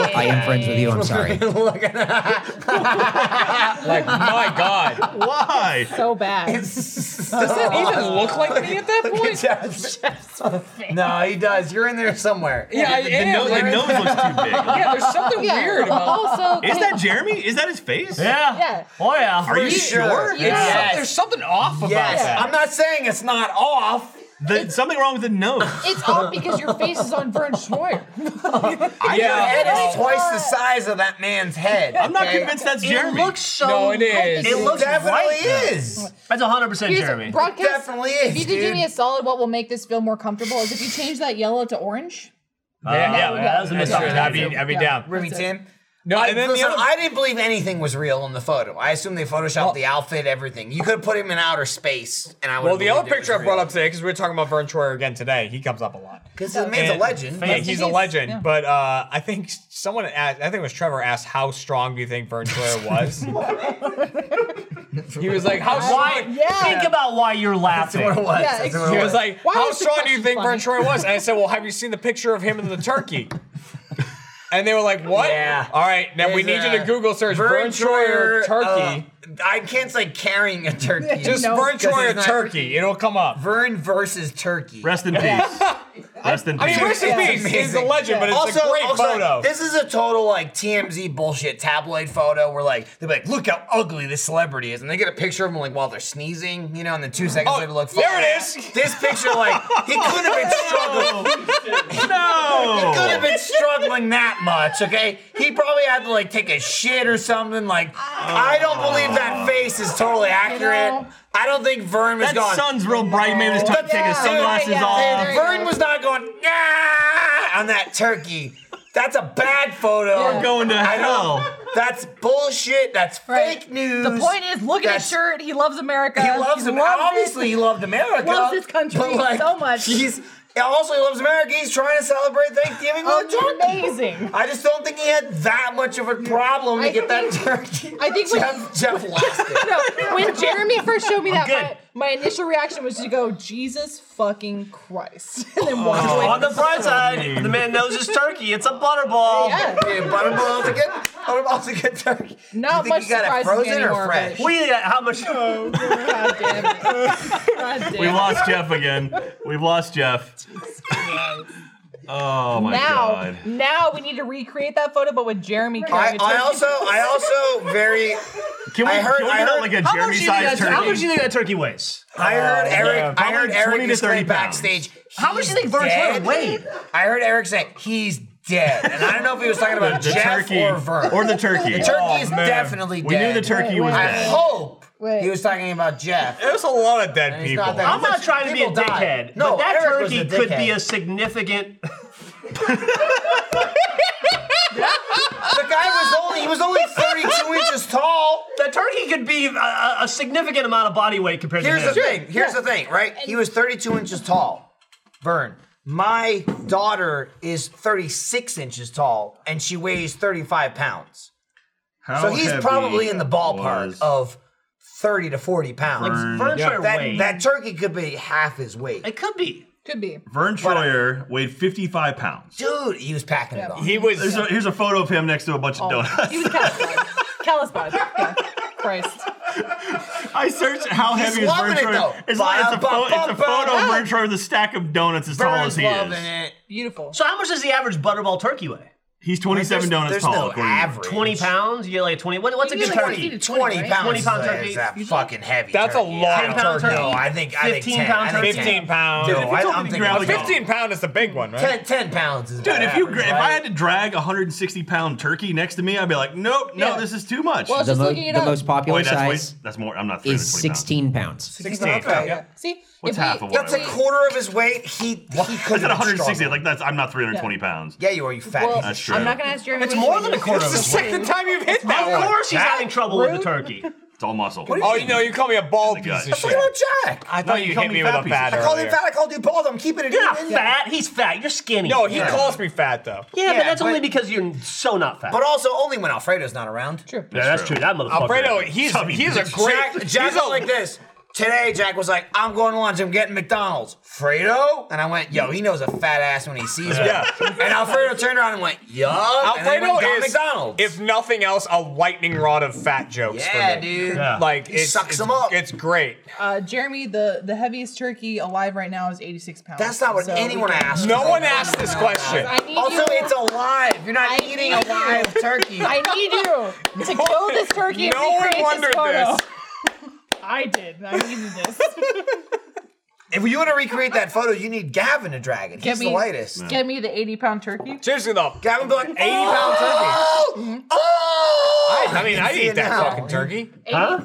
Mike.
I am friends with you. I'm sorry.
Look at that.
Like my god,
Why?
So bad.
does that even look like me at that point?
Jeff's- no, he does. You're in there somewhere.
Yeah, I
The,
am.
nose, the
Like,
nose looks too big.
yeah, there's something
Yeah.
weird about.
Also,
Is that Jeremy? Is that his face?
Yeah.
Yeah.
Oh yeah.
Are you sure?
It's some-
Yes.
there's something off about
Yes,
that.
I'm not saying it's not off.
The, something wrong with the nose.
It's all because your face is on Vern Troyer.
Your
yeah,
head is
no.
twice the size of that man's head.
I'm not
okay?
convinced that's
It
Jeremy.
looks so.
no, it is.
It
It
looks
definitely
right, though.
is.
That's 100 percent
Here's-
Jeremy.
Broadcast,
definitely is,
If you could
dude.
do me a solid, what will make this feel more comfortable is if you change that yellow to orange.
Uh, yeah,
Uh-huh.
yeah, that was a
That's
missed
true. I'd
opportunity.
be, I'd be
Yeah.
down.
Remy Tim.
No,
I,
and then the
listen,
other.
I didn't believe anything was real in the photo. I assume they photoshopped the outfit, everything. You could have put him in outer space, and I would.
well, the other picture I brought up today, because we were talking about Vern Troyer again today. He comes up a lot.
because the man's a
And-
legend.
Yeah, he's a
He's-
legend.
yeah.
But uh, I think someone asked, I think it was Trevor asked, how strong do you think Vern Troyer was? he was like, how
Why?
strong?
Think about why you're laughing.
That's what it was.
Yeah,
That's what
it's-
it
He was like,
Why
how
is the
strong do you
question
think Vern
funny?
Troyer was? And I said, well, have you seen the picture of him and the turkey? And they were like, what?
Yeah.
All right, now we need
There's a
you to Google search Vern, Troyer, turkey.
uh, I can't say carrying a turkey.
Just
no,
Vern
'cause he's
Troyer
not-
turkey. It'll come up.
Vern versus turkey.
Rest in peace. Rest in
I mean,
peace.
rest in
Yeah.
peace. He's a legend, but it's
also,
a great
also,
photo.
This is a total like TMZ bullshit tabloid photo where like they're like, look how ugly this celebrity is, and they get a picture of him like while they're sneezing, you know, and then two seconds
Oh,
later look.
there
fine.
it is.
This picture like he could have been struggling. could have
no.
been struggling that much, okay? He probably had to like take a shit or something. Like, I don't believe that face is totally accurate.
know?
I don't think Vern was
That
gone.
sun's real bright, man. This time
But-
taking his
Dude,
sunglasses
yeah,
off.
there you
Vern
go.
was not going "Ah," on that turkey. That's a bad photo.
We're
Going to
I
hell.
know. That's bullshit. That's
Right.
fake news.
The point is, uh, look at
That's-
his shirt. He loves America.
He loves him. Obviously, he loved America.
Loves his country
but, like,
so much.
He's he also he loves America. He's trying to celebrate Thanksgiving with a turkey.
amazing.
I just don't think he had that much of a problem to
I
get that
think-
turkey.
I think when-
Jeff, Jeff lost it.
No,
When Jeremy first showed me that,
good.
my, my initial reaction was to go, Jesus fucking Christ. And then walk
On
away.
the bright side, the man knows his turkey. It's a butterball.
Yeah.
Yeah, butterballs to get butterballs to get turkey.
Not
you think
much
you got it
surprises me
frozen or
anymore,
fresh?
but-
We uh, how much?
God damn it. God damn
We
it.
lost Jeff again. We've lost Jeff. oh my
now,
god.
now we need to recreate that photo, but with Jeremy.
I,
carrying a
I
turkey.
also I also very
Can we,
I heard-
can we
I
get out
heard-
like a
How much,
Jeremy
do you think
sized
that, how much do
turkey?
you think that turkey weighs?
I heard Eric I
probably
heard Eric
20 to 30
explain
pounds.
backstage.
How much do you
he's
think Vern Troyer
dead.
weighed?
I heard Eric say he's dead, and I don't know if he was talking about
The
Jeff
turkey
or Vern.
or the turkey. Oh,
the turkey is
man.
definitely
We knew
dead.
the turkey was
Wait,
I
dead.
hope
Wait.
he was talking about Jeff.
There's a lot of dead
He's
people.
not that-
I'm not
People
trying to be a
died.
dickhead,
No,
but that
Eric was
turkey
a
could be
dickhead.
a significant.
The guy was only he was only 32 inches tall.
That turkey could be a, a, a significant amount of body weight compared
Here's
to
the
him.
thing. Here's the thing, right? He was 32 inches tall. Vern. My daughter is 36 inches tall and she weighs 35 pounds. so he's probably in the ballpark
was
of 30 to 40 pounds.
Vern Troyer
That,
weighed.
that turkey could be half his weight.
it could be.
could be.
Vern Troyer weighed 55 pounds.
Dude, he was packing it on.
he was.
There's a, here's a photo of him next to a bunch of donuts.
He was calcified. Calcified. Yeah. Christ.
I searched how heavy is Vern
loving it,
Troyer.
though.
It's, like, it's, a,
Ba-
pho-
ba-
it's a
ba-
photo of
ba-
Vern Troyer with a stack of donuts as tall as
Vern's
he
loving
is.
it.
Beautiful.
So how much does the average butterball turkey weigh?
He's 27
There's-
donuts
there's
tall.
no
according to me.
average.
20 pounds? You get like 20. What, what's a
You
good
get like
turkey?
20
20 pounds.
20 pound turkey.
Is that fucking heavy.
That's a
turkey.
lot
I
of
don't-
pound turkey.
No, I think I think
15
10.
pound
I think
turkey.
15 pounds.
Dude,
Dude,
I,
told
I'm
me to
thinking
grab
about
a
that.
15 pound is the big one, right?
10, 10 pounds is
Dude, if you gra-
average,
if
right?
I had to drag a 160 pound turkey next to me, I'd be like, nope, no,
Yeah.
this is too much.
Well,
The,
just
mo-
looking it
the
up.
most popular
Wait, that's,
size
wait, that's more. I'm not.
is
320 pounds.
16 pounds.
16.
Okay.
Yeah.
See,
What's
if we-
half of what
That's a
I weigh?
quarter of his weight. He he
I
could
said
have
160. Like that's. I'm not 320 pounds.
yeah, you are. You fat.
Well,
piece of
That's
shit.
true.
I'm not gonna ask Jeremy.
It's
what
more
he
than a
weighs.
quarter of
It's the
a
second time you've hit
Of
that one.
course he's having trouble with the turkey.
It's all muscle.
Oh, you know, you call me a bald
In the gut.
piece of
Talking
shit.
about Jack.
I thought you,
call
hit
me
me with
fat
a
piece of
fat
shit.
I called him
earlier.
fat. I called you bald. I'm keeping it
You're not
even.
fat. He's fat. You're skinny.
No, he
yeah.
calls me fat though.
Yeah,
Yeah,
but that's
but-
only because you're so not fat.
But also only when Alfredo's not around.
Yeah, that's
true.
true. That motherfucker.
Alfredo, he's
Chubby
he's a
bitch.
great.
Jack, Jack
he's
went
a,
like this. Today, Jack was like, I'm going to lunch. I'm getting McDonald's. Fredo? And I went, yo, he knows a fat ass when he sees me.
Yeah.
And Alfredo turned around and went, yup.
Alfredo
and then went and got
is,
McDonald's.
if nothing else, a lightning rod of fat jokes.
yeah,
for me.
dude.
Yeah.
Like
He
it's,
sucks
it's,
them up.
It's great.
Uh, Jeremy, the, the heaviest turkey alive right now is 86 pounds.
That's not what
So
anyone
we can-
asked.
No one asked this question.
I need
Also,
you.
it's alive. You're not
I
eating
need
a live
you.
turkey.
I need you to kill this turkey
No
and
one
recreate
wondered
this photo.
this.
I did. I needed this.
If you want to recreate that photo, you need Gavin to drag it. He's
me-
the lightest.
Get me the 80 pound turkey.
Seriously though,
Gavin be
Oh!
like, 80
pound
turkey. Oh!
I mean,
can
I'd
see
eat
it
that
now.
fucking turkey.
Huh?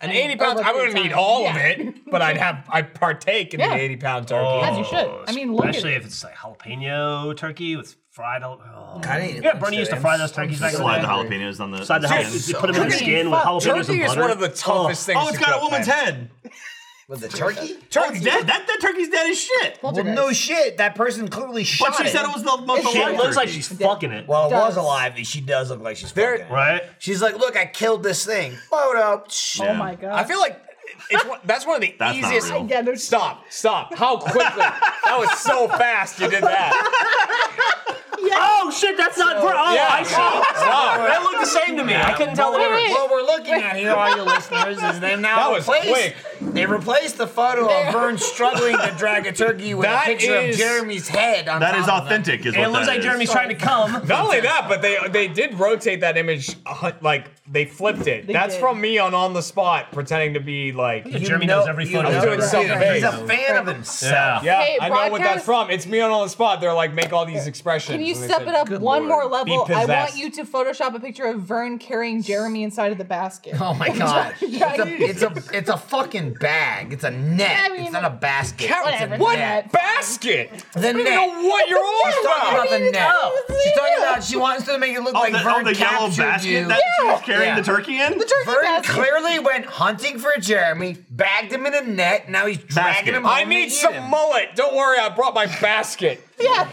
An 80 pound. I wouldn't need all of it, but I'd have. I'd partake in
Yeah.
the 80 pound turkey.
Oh.
As you should. I mean, look
Especially
at it.
if it's like jalapeno turkey with fried. al- Oh.
I didn't eat
Yeah,
lunch
Bernie used to
today.
fry
I'm
those turkeys back in the
Slide the
day.
jalapenos on the.
Slide the jalapenos.
Dude,
You put them in the
turkey-
skin with jalapenos and
Turkey is
butter.
one of the toughest things.
Oh, it's
to
got
cook,
a woman's
man.
head.
With the turkey?
Turkey's dead. That, that turkey's dead as shit.
Well,
Well, no shit. That person clearly shot
But she
it.
said it was the
Oh,
most
She
alive
looks like
turkey.
she's fucking it.
Well, it
Does.
was alive. She does look like she's
There-
fucking it.
Right?
She's like, look, I killed this thing. Photo. Shh.
Oh my god.
I feel like it's one, that's one of the
That's not
easiest.
real.
Yeah, there's-
Stop! Stop! How quickly? that was so fast. You did that.
Oh shit, that's not. bro- oh,
Yeah.
I see.
Stop.
That looked the same to me. I couldn't tell the
Wait,
difference.
wait.
What we're looking at here, all your listeners, is they've now
That was
replaced.
quick.
They replaced the photo of Vern struggling to drag a turkey with
That
a picture
is-
of Jeremy's head on
That
top
is
of
authentic. Is what
And it looks
that
like
is.
Oh,
Jeremy's trying to come.
Not only that, but they they did rotate that image a hun- like they flipped it. That's
did.
from me on on the spot pretending to be like.
You
Jeremy
know-
knows every
you
photo
know-
I'm doing
He's
self-made.
a fan of himself.
Yeah.
Yeah,
Hey,
I know what
broadcast-
that's from. It's me on on the spot. They're like make all these expressions.
Can you
and they
step
said,
it up
"Good
one more
Lord, be
level? I want
possessed."
you to Photoshop a picture of Vern carrying Jeremy inside of the basket.
Oh my god. It's a, it's a it's a fucking bag. It's a net.
I mean,
it's not a basket.
whatever.
It's a
What?
net.
basket.
The
I don't
net.
know what you're on
She's talking about
about.
the
mean,
net.
it's-
She's talking about she wants to make it look
Oh,
like
the,
Vern
oh, the yellow
captured
basket
you.
that she was
Yeah.
carrying
Yeah.
the turkey in?
Vern
basket.
clearly went hunting for Jeremy, bagged him in a net. Now he's dragging
Basket.
him.
I
home to
need
eat
some
him.
mullet. Don't worry, I brought my basket.
Yeah.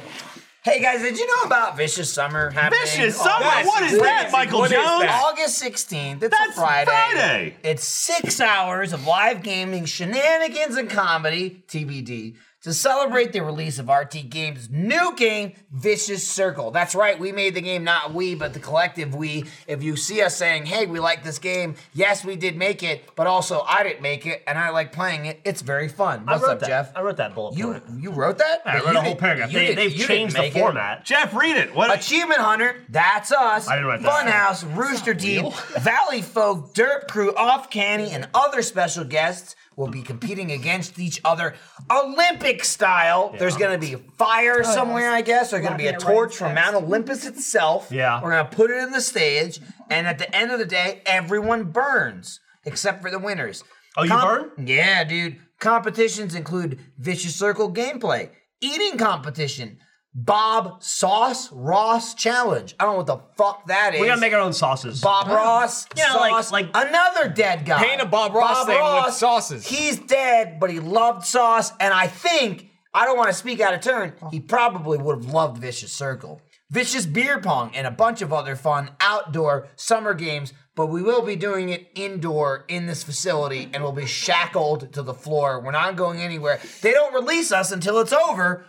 Hey guys, did you know about Vicious Summer happening?
Vicious summer.
that's
What is that,
crazy.
Michael
What is
Jones?
that?
August 16th. It's
That's
a Friday.
Friday.
It's six hours of live gaming, shenanigans, and comedy, TBD, to celebrate the release of RT Games' new game, Vicious Circle. That's right, we made the game, not we, but the collective we. If you see us saying, hey, we like this game, yes, we did make it, but also I didn't make it, and I like playing it. It's very fun.
I
What's
wrote
up,
that.
Jeff?
I wrote that bullet
You
point.
you wrote that?
I
But
wrote
you
a whole
didn't-
paragraph.
you
They,
didn't-
they've
you didn't
changed the
make it.
format.
Jeff, read it. What?
Achievement Hunter, that's us.
I didn't write that.
Funhouse, Rooster Teeth, Valley Folk, Derp Crew, Off Canny, and other special guests will be competing against each other Olympic style. There's going to be fire somewhere, I guess. There's going to be a
Lafayette
torch
Rice
from
Fest.
Mount Olympus itself.
Yeah.
We're going to put it in the stage, and at the end of the day, everyone burns except for the winners.
Oh, you burn?
Yeah, dude. Competitions include vicious circle gameplay, eating competition, Bob Sauce Ross challenge. I don't know what the fuck that is.
We gotta make our own sauces.
Bob Ross,
Yeah, like-
sauce,
like-
another dead guy.
Paint a Bob Ross thing with sauces.
He's dead, but he loved sauce, and I think I don't want to speak out of turn. He probably would have loved Vicious Circle, Vicious Beer Pong, and a bunch of other fun outdoor summer games. But we will be doing it indoor in this facility, and we'll be shackled to the floor. We're not going anywhere. They don't release us until it's over.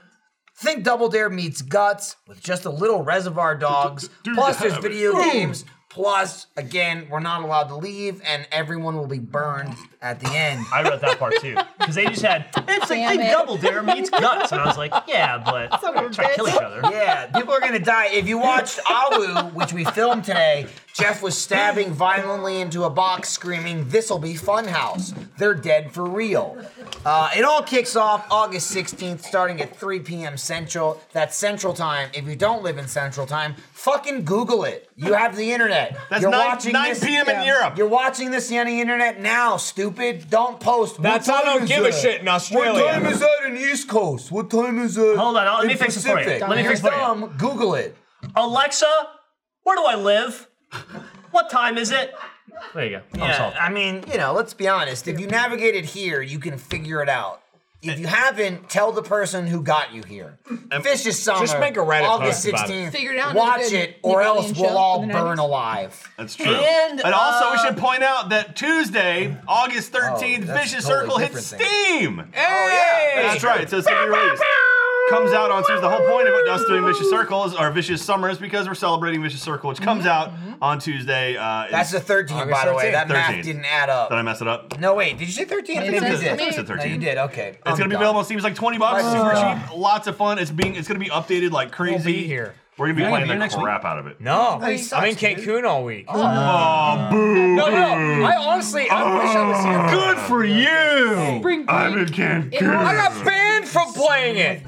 Think Double Dare meets Guts with just a little Reservoir Dogs. Plus, there's video games. Plus, again, we're not allowed to leave, and everyone will be burned at the end.
I wrote that part too. Because they just had, it's like
Damn
they
it.
double dare meets guts. And I was like, yeah, but
Son of a
try to kill
bitch.
each other.
Yeah, people are gonna die. If you watched Awu, which we filmed today, Jeff was stabbing violently into a box, screaming, "This'll be Funhouse. They're dead for real." Uh, it all kicks off August 16th, starting at 3 p.m. Central. That's Central Time. If you don't live in Central Time, fucking Google it. You have the internet.
That's
You're
9,
watching
9
this-
p.m. in Europe.
You're watching this on the internet now, stupid. Don't post. What
That's I
time
don't
is
give a
it?
shit in Australia.
What time is that in East Coast? What time is it?
Hold on, let
in
me fix it for you.
Pacific?
Let me
You're
fix it for you.
dumb. Google it.
Alexa, where do I live? What time is it?
There you go. Problem
Yeah,
solved.
I mean, you know, let's be honest. If you navigated here, you can figure it out. If you haven't, tell the person who got you here. Vicious Summer.
Just make a Reddit
August
post about it.
16th.
Figure it out and
Watch
it's a good
it, or
Nickelodeon
else
show
we'll all
in the
burn
90s.
alive.
That's true.
And,
And, also, we
uh,
should point out that Tuesday, August 13th,
Oh, that's
Vicious
totally
Circle hits
different
Steam. Oh,
yeah.
That's right. So it's going to be released. Comes out on Tuesday. The whole point of us doing Vicious Circles or Vicious Summer is because we're celebrating Vicious Circle, which comes out on Tuesday. Uh,
That's the 13th, by the way. That math
13th.
didn't add
Did I
up.
mess it up?
No, wait. Did you say 13? I
It
think you
says
did.
I think it
said
No, you
13.
did. Okay.
It's gonna be available on Steam. It's like twenty bucks,
Right.
super
Ugh.
cheap, lots of fun. It's being, it's gonna be updated like crazy.
be here.
We're gonna be
Yeah,
playing
you're
the
next
crap out of it.
No,
That
Oh, I'm in
sucks, dude.
Cancun all week.
Oh, boo!
No, no, I honestly, I wish I was here.
Good for you.
Bring
I'm in
bring-
I
Cancun.
got banned from playing it.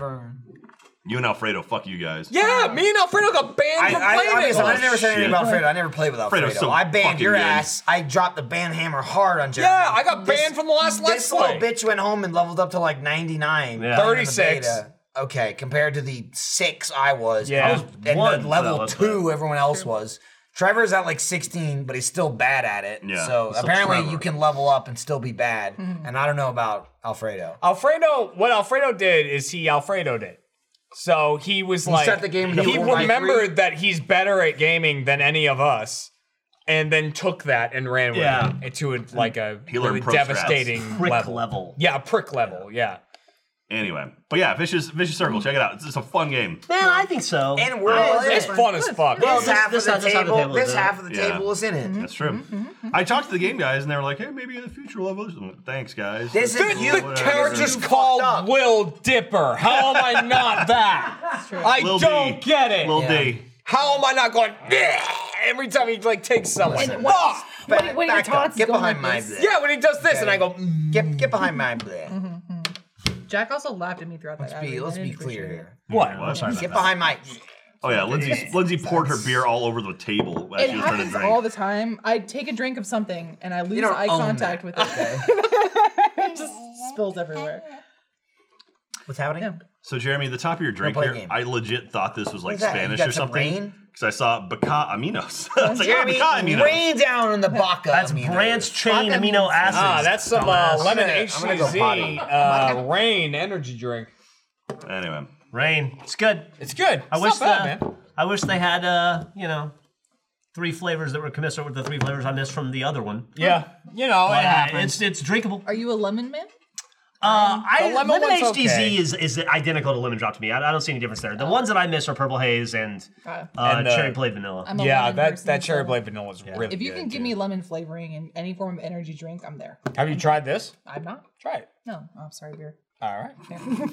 You and Alfredo, fuck you guys.
Yeah, me and Alfredo got banned
I,
from
I,
playing
I,
it.
listen, I never said
shit.
anything about Fredo. I never played with Alfredo.
Fredo's so
I banned
fucking
your
good.
ass. I dropped the ban hammer hard on Jeremy.
Yeah, I got
This-
banned from the last Let's
This little
Play.
bitch went home and leveled up to like 99.
Yeah.
during the
36.
beta. Okay, compared to the six I was.
Yeah. I was
And the
one, so
level
that's
two everyone else was. Trevor's at like 16, but he's still bad at it.
Yeah,
so
he's still
apparently
Trevor.
you can level up and still be bad. And I don't know about Alfredo.
Alfredo, what Alfredo did is he Alfredo did. So he was like,
set the game into
he
four by three.
remembered that he's better at gaming than any of us, and then took that and ran with
Yeah.
it to a, like a
He learned
really
pro strats.
devastating
Prick
level.
level.
Yeah, a prick level. Yeah.
Anyway, but yeah, Vicious Vicious Circle. Check it out. It's just a fun game.
Man, I think so. Uh,
And we're all in
It's
it.
fun as fuck.
Well,
This
this-
half of
this
the
half- this half of the
table,
table is
this
in it.
half of the
Yeah.
table is in it.
That's true. I talked to the game guys, and they were like, "Hey, maybe in the future we'll have others." I'm like, Thanks, guys.
This
The,
is you.
the
whatever.
character's
You fucked up.
called Will Dipper. How am I not that? I
Lil D.
don't get it.
Lil D.
How am I not going "Bleh," every time he like takes someone? Fuck!
Back-
when your
back up.
taunts
Get
go
behind
like
my
this.
bleh.
Yeah, when he does this, and I go, "Mm."
Get, get behind my bleh.
Jack also laughed at me throughout that.
Be-
ad read. I
let's be
didn't
clear
appreciate it.
here.
what?
Well, sorry about
Get
that.
behind my.
Oh yeah, Lindsay Lindsay poured her beer all over the table as
It
she was trying to
happens
drink.
all the time. I take a drink of something and I lose
don't
eye
own
contact
that.
with it. it just spills everywhere.
What's happening?
So Jeremy, the top of your drink
play
here,
game.
I legit thought this was like
is that? You
Spanish
got
or
some
something
rain?
because I saw Baca Aminos. I was like, yeah,
Jeremy,
Baca Aminos.
rain down on the baka.
That's
amino.
branch chain
Baka
amino
means-
acids.
Ah, that's some uh,
dumbass.
lemon
I'm gonna- I'm gonna go potty.
HCZ uh, rain energy drink.
Anyway,
rain. It's good.
It's good.
I
It's
wish
not bad,
that-
man.
I wish they had uh, you know, three flavors that were commensurate with the three flavors I missed from the other one.
Yeah, you know it
But, uh,
happens.
It's it's drinkable.
Are you a lemon man?
Uh, I,
The lemon
lemon
one's
HDZ
okay.
is, is identical to lemon drop to me. I, I don't see any difference there. The ones that I miss are purple haze and, uh,
And, Oh. uh,
cherry plate vanilla.
I'm a
Yeah,
lemon
that
person,
that cherry
so-
blade vanilla is really
If you
good,
can give
dude.
me lemon flavoring in any form of energy drink, I'm there.
have you tried this?
I'm not.
Try it. Mm-hmm.
No, I'm sorry, beer.
All right.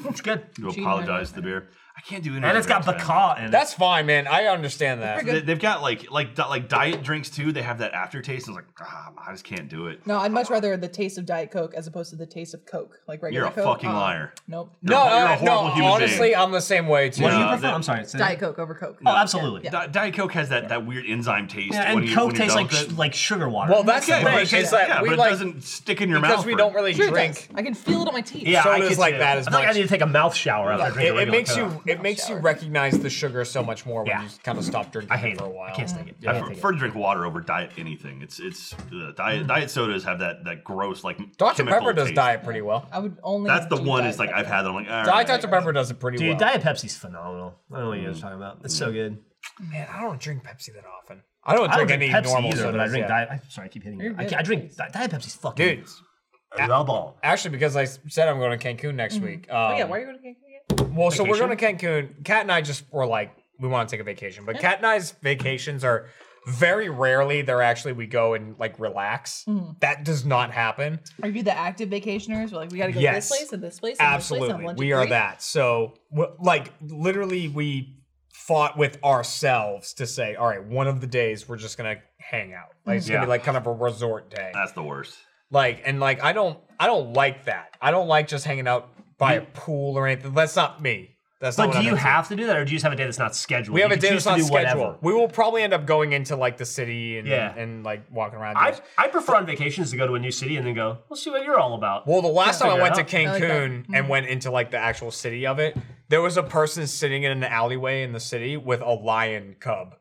it's good,
you
Cheating
apologize to the beer. I can't do anything.
and it's got bacaw in it.
That's fine, man. I understand that.
They, they've got like like di- like diet drinks too. They have that aftertaste. I was like, ah, I just can't do it.
No, I'd much rather the taste of Diet Coke as opposed to the taste of Coke, like regular
You're a
Coke.
fucking
Uh-uh.
liar.
Nope.
You're
No,
a- you're a
uh, no.
horrible human being.
Honestly, uh, I'm the same way too.
what do you
Yeah,
prefer?
that-
I'm sorry. say that.
Diet Coke over Coke.
Oh, absolutely.
Di- Diet Coke has that, that weird enzyme taste.
Yeah,
when
and
you,
Coke
when you're
tastes
done
like
with it.
like sugar water.
Well, that's
Okay,
the
but
thing.
it
Is
tastes-
that
yeah,
we
but
like
it doesn't stick in your mouth
because we
for-
don't really
Sure it
drink.
does. I can feel it on my teeth.
yeah, I
sodas
could
like
too.
that as
I think I
much.
need to take a mouth shower after I drink a
It, it
regular
makes
Coke.
you it makes you recognize the sugar so much more when
Yeah.
you kind of stop drinking
I
it
hate
for a
it.
while.
I can't take it. I
I
can't take it.
prefer to drink water over diet anything. It's it's uh, diet diet sodas have that that gross like
Mm. Dr
chemical
Pepper does
taste.
diet pretty well.
I would only.
That's the
do
one.
Diet
It's like
Coke.
I've had. I'm like, all
Diet
right.
Dr Pepper does it pretty
Dude,
well.
Diet Pepsi's phenomenal. I don't know what you guys are talking about. It's so good.
Man, I don't drink Pepsi that often. I don't drink
I don't
any
drink Pepsi
normal
either,
sodas,
but I drink
yeah.
Diet. I'm sorry, I keep hitting you. I,
good.
I drink Di- Diet Pepsi's fucking.
Dude,
Double.
actually, because I s- said I'm going to Cancun next week. Um,
Oh, yeah, why are you going to Cancun again?
Well, so we're going to Cancun. Kat and I just were like, we want to take a vacation, but Kat and I's vacations are very rarely they're actually we go and like relax. That does not happen.
Are you the active vacationers? We're like, we got to go
Yes.
to this place and this place. And This place and
Absolutely,
one, two,
we are
three?
that. So, w- like, literally, we fought with ourselves to say, all right, one of the days we're just gonna hang out. Like, it's gonna
Yeah.
be like kind of a resort day.
That's the worst.
Like, and like, I don't, I don't like that. I don't like just hanging out by a pool or anything. That's not me. That's not.
But
what
do
I'm
you
into.
have to do that, or do you just have a day that's not scheduled?
We have
You
a
can
day
choose
that's
to
not
do
scheduled.
whatever.
We will probably end up going into like the city and
Yeah.
and like walking around.
I, I prefer on vacations to go to a new city and then go, we'll see what you're all about.
Well, the last time I
Figure it
went to
out.
Cancun
like that.
Mm-hmm.
and went into like the actual city of it, there was a person sitting in an alleyway in the city with a lion cub.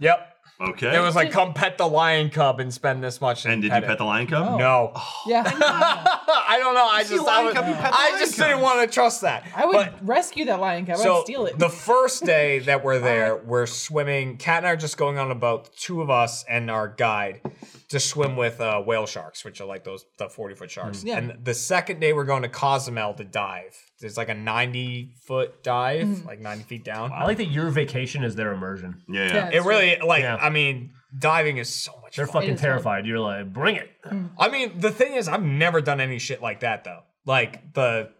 Yep.
Okay.
It was like, come pet the lion cub and spend this much.
and did you pet the lion cub?
Oh,
No.
Yeah,
I don't know. I just, I,
lion
was,
cub, you pet the
I
lion
just
cub.
didn't want to trust that.
I would
But-
rescue that lion cub. I
so
would steal it.
the first day that we're there, we're swimming. Kat and I are just going on a boat, the two of us and our guide, to swim with uh, whale sharks, which are like those the forty foot sharks.
Hmm, Yeah.
And the second day, we're going to Cozumel to dive. There's like a ninety foot dive,
Mm-hmm.
like ninety feet down.
I like that your vacation is their immersion.
Yeah. yeah.
Yeah,
It really like
Yeah.
I mean diving is so much
They're
fun.
fucking terrified. You're like, bring it.
I mean, the thing is, I've never done any shit like that though. Like the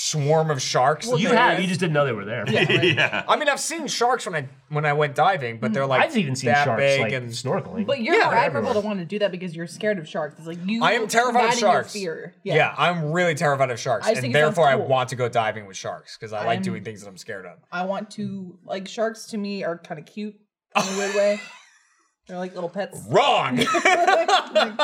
swarm of sharks. that
You
they-
have. You just didn't know they were there.
yeah.
I mean, I've seen sharks when I when I went diving,
Mm-hmm.
but they're like
I've even seen
that
sharks
big
like
and
snorkeling.
but you're
Yeah,
more
they're
admirable to
everywhere.
want to do that because you're scared of sharks. It's like you.
I am terrified of
combating your
sharks.
Fear.
yeah. I'm really terrified of sharks,
I just
and
think it sounds
therefore I
cool.
want to go diving with sharks because I like
I'm-
doing things that I'm scared of.
I want to like sharks. To me, are kind of cute in a weird way. They're like little pets.
Wrong, wrong.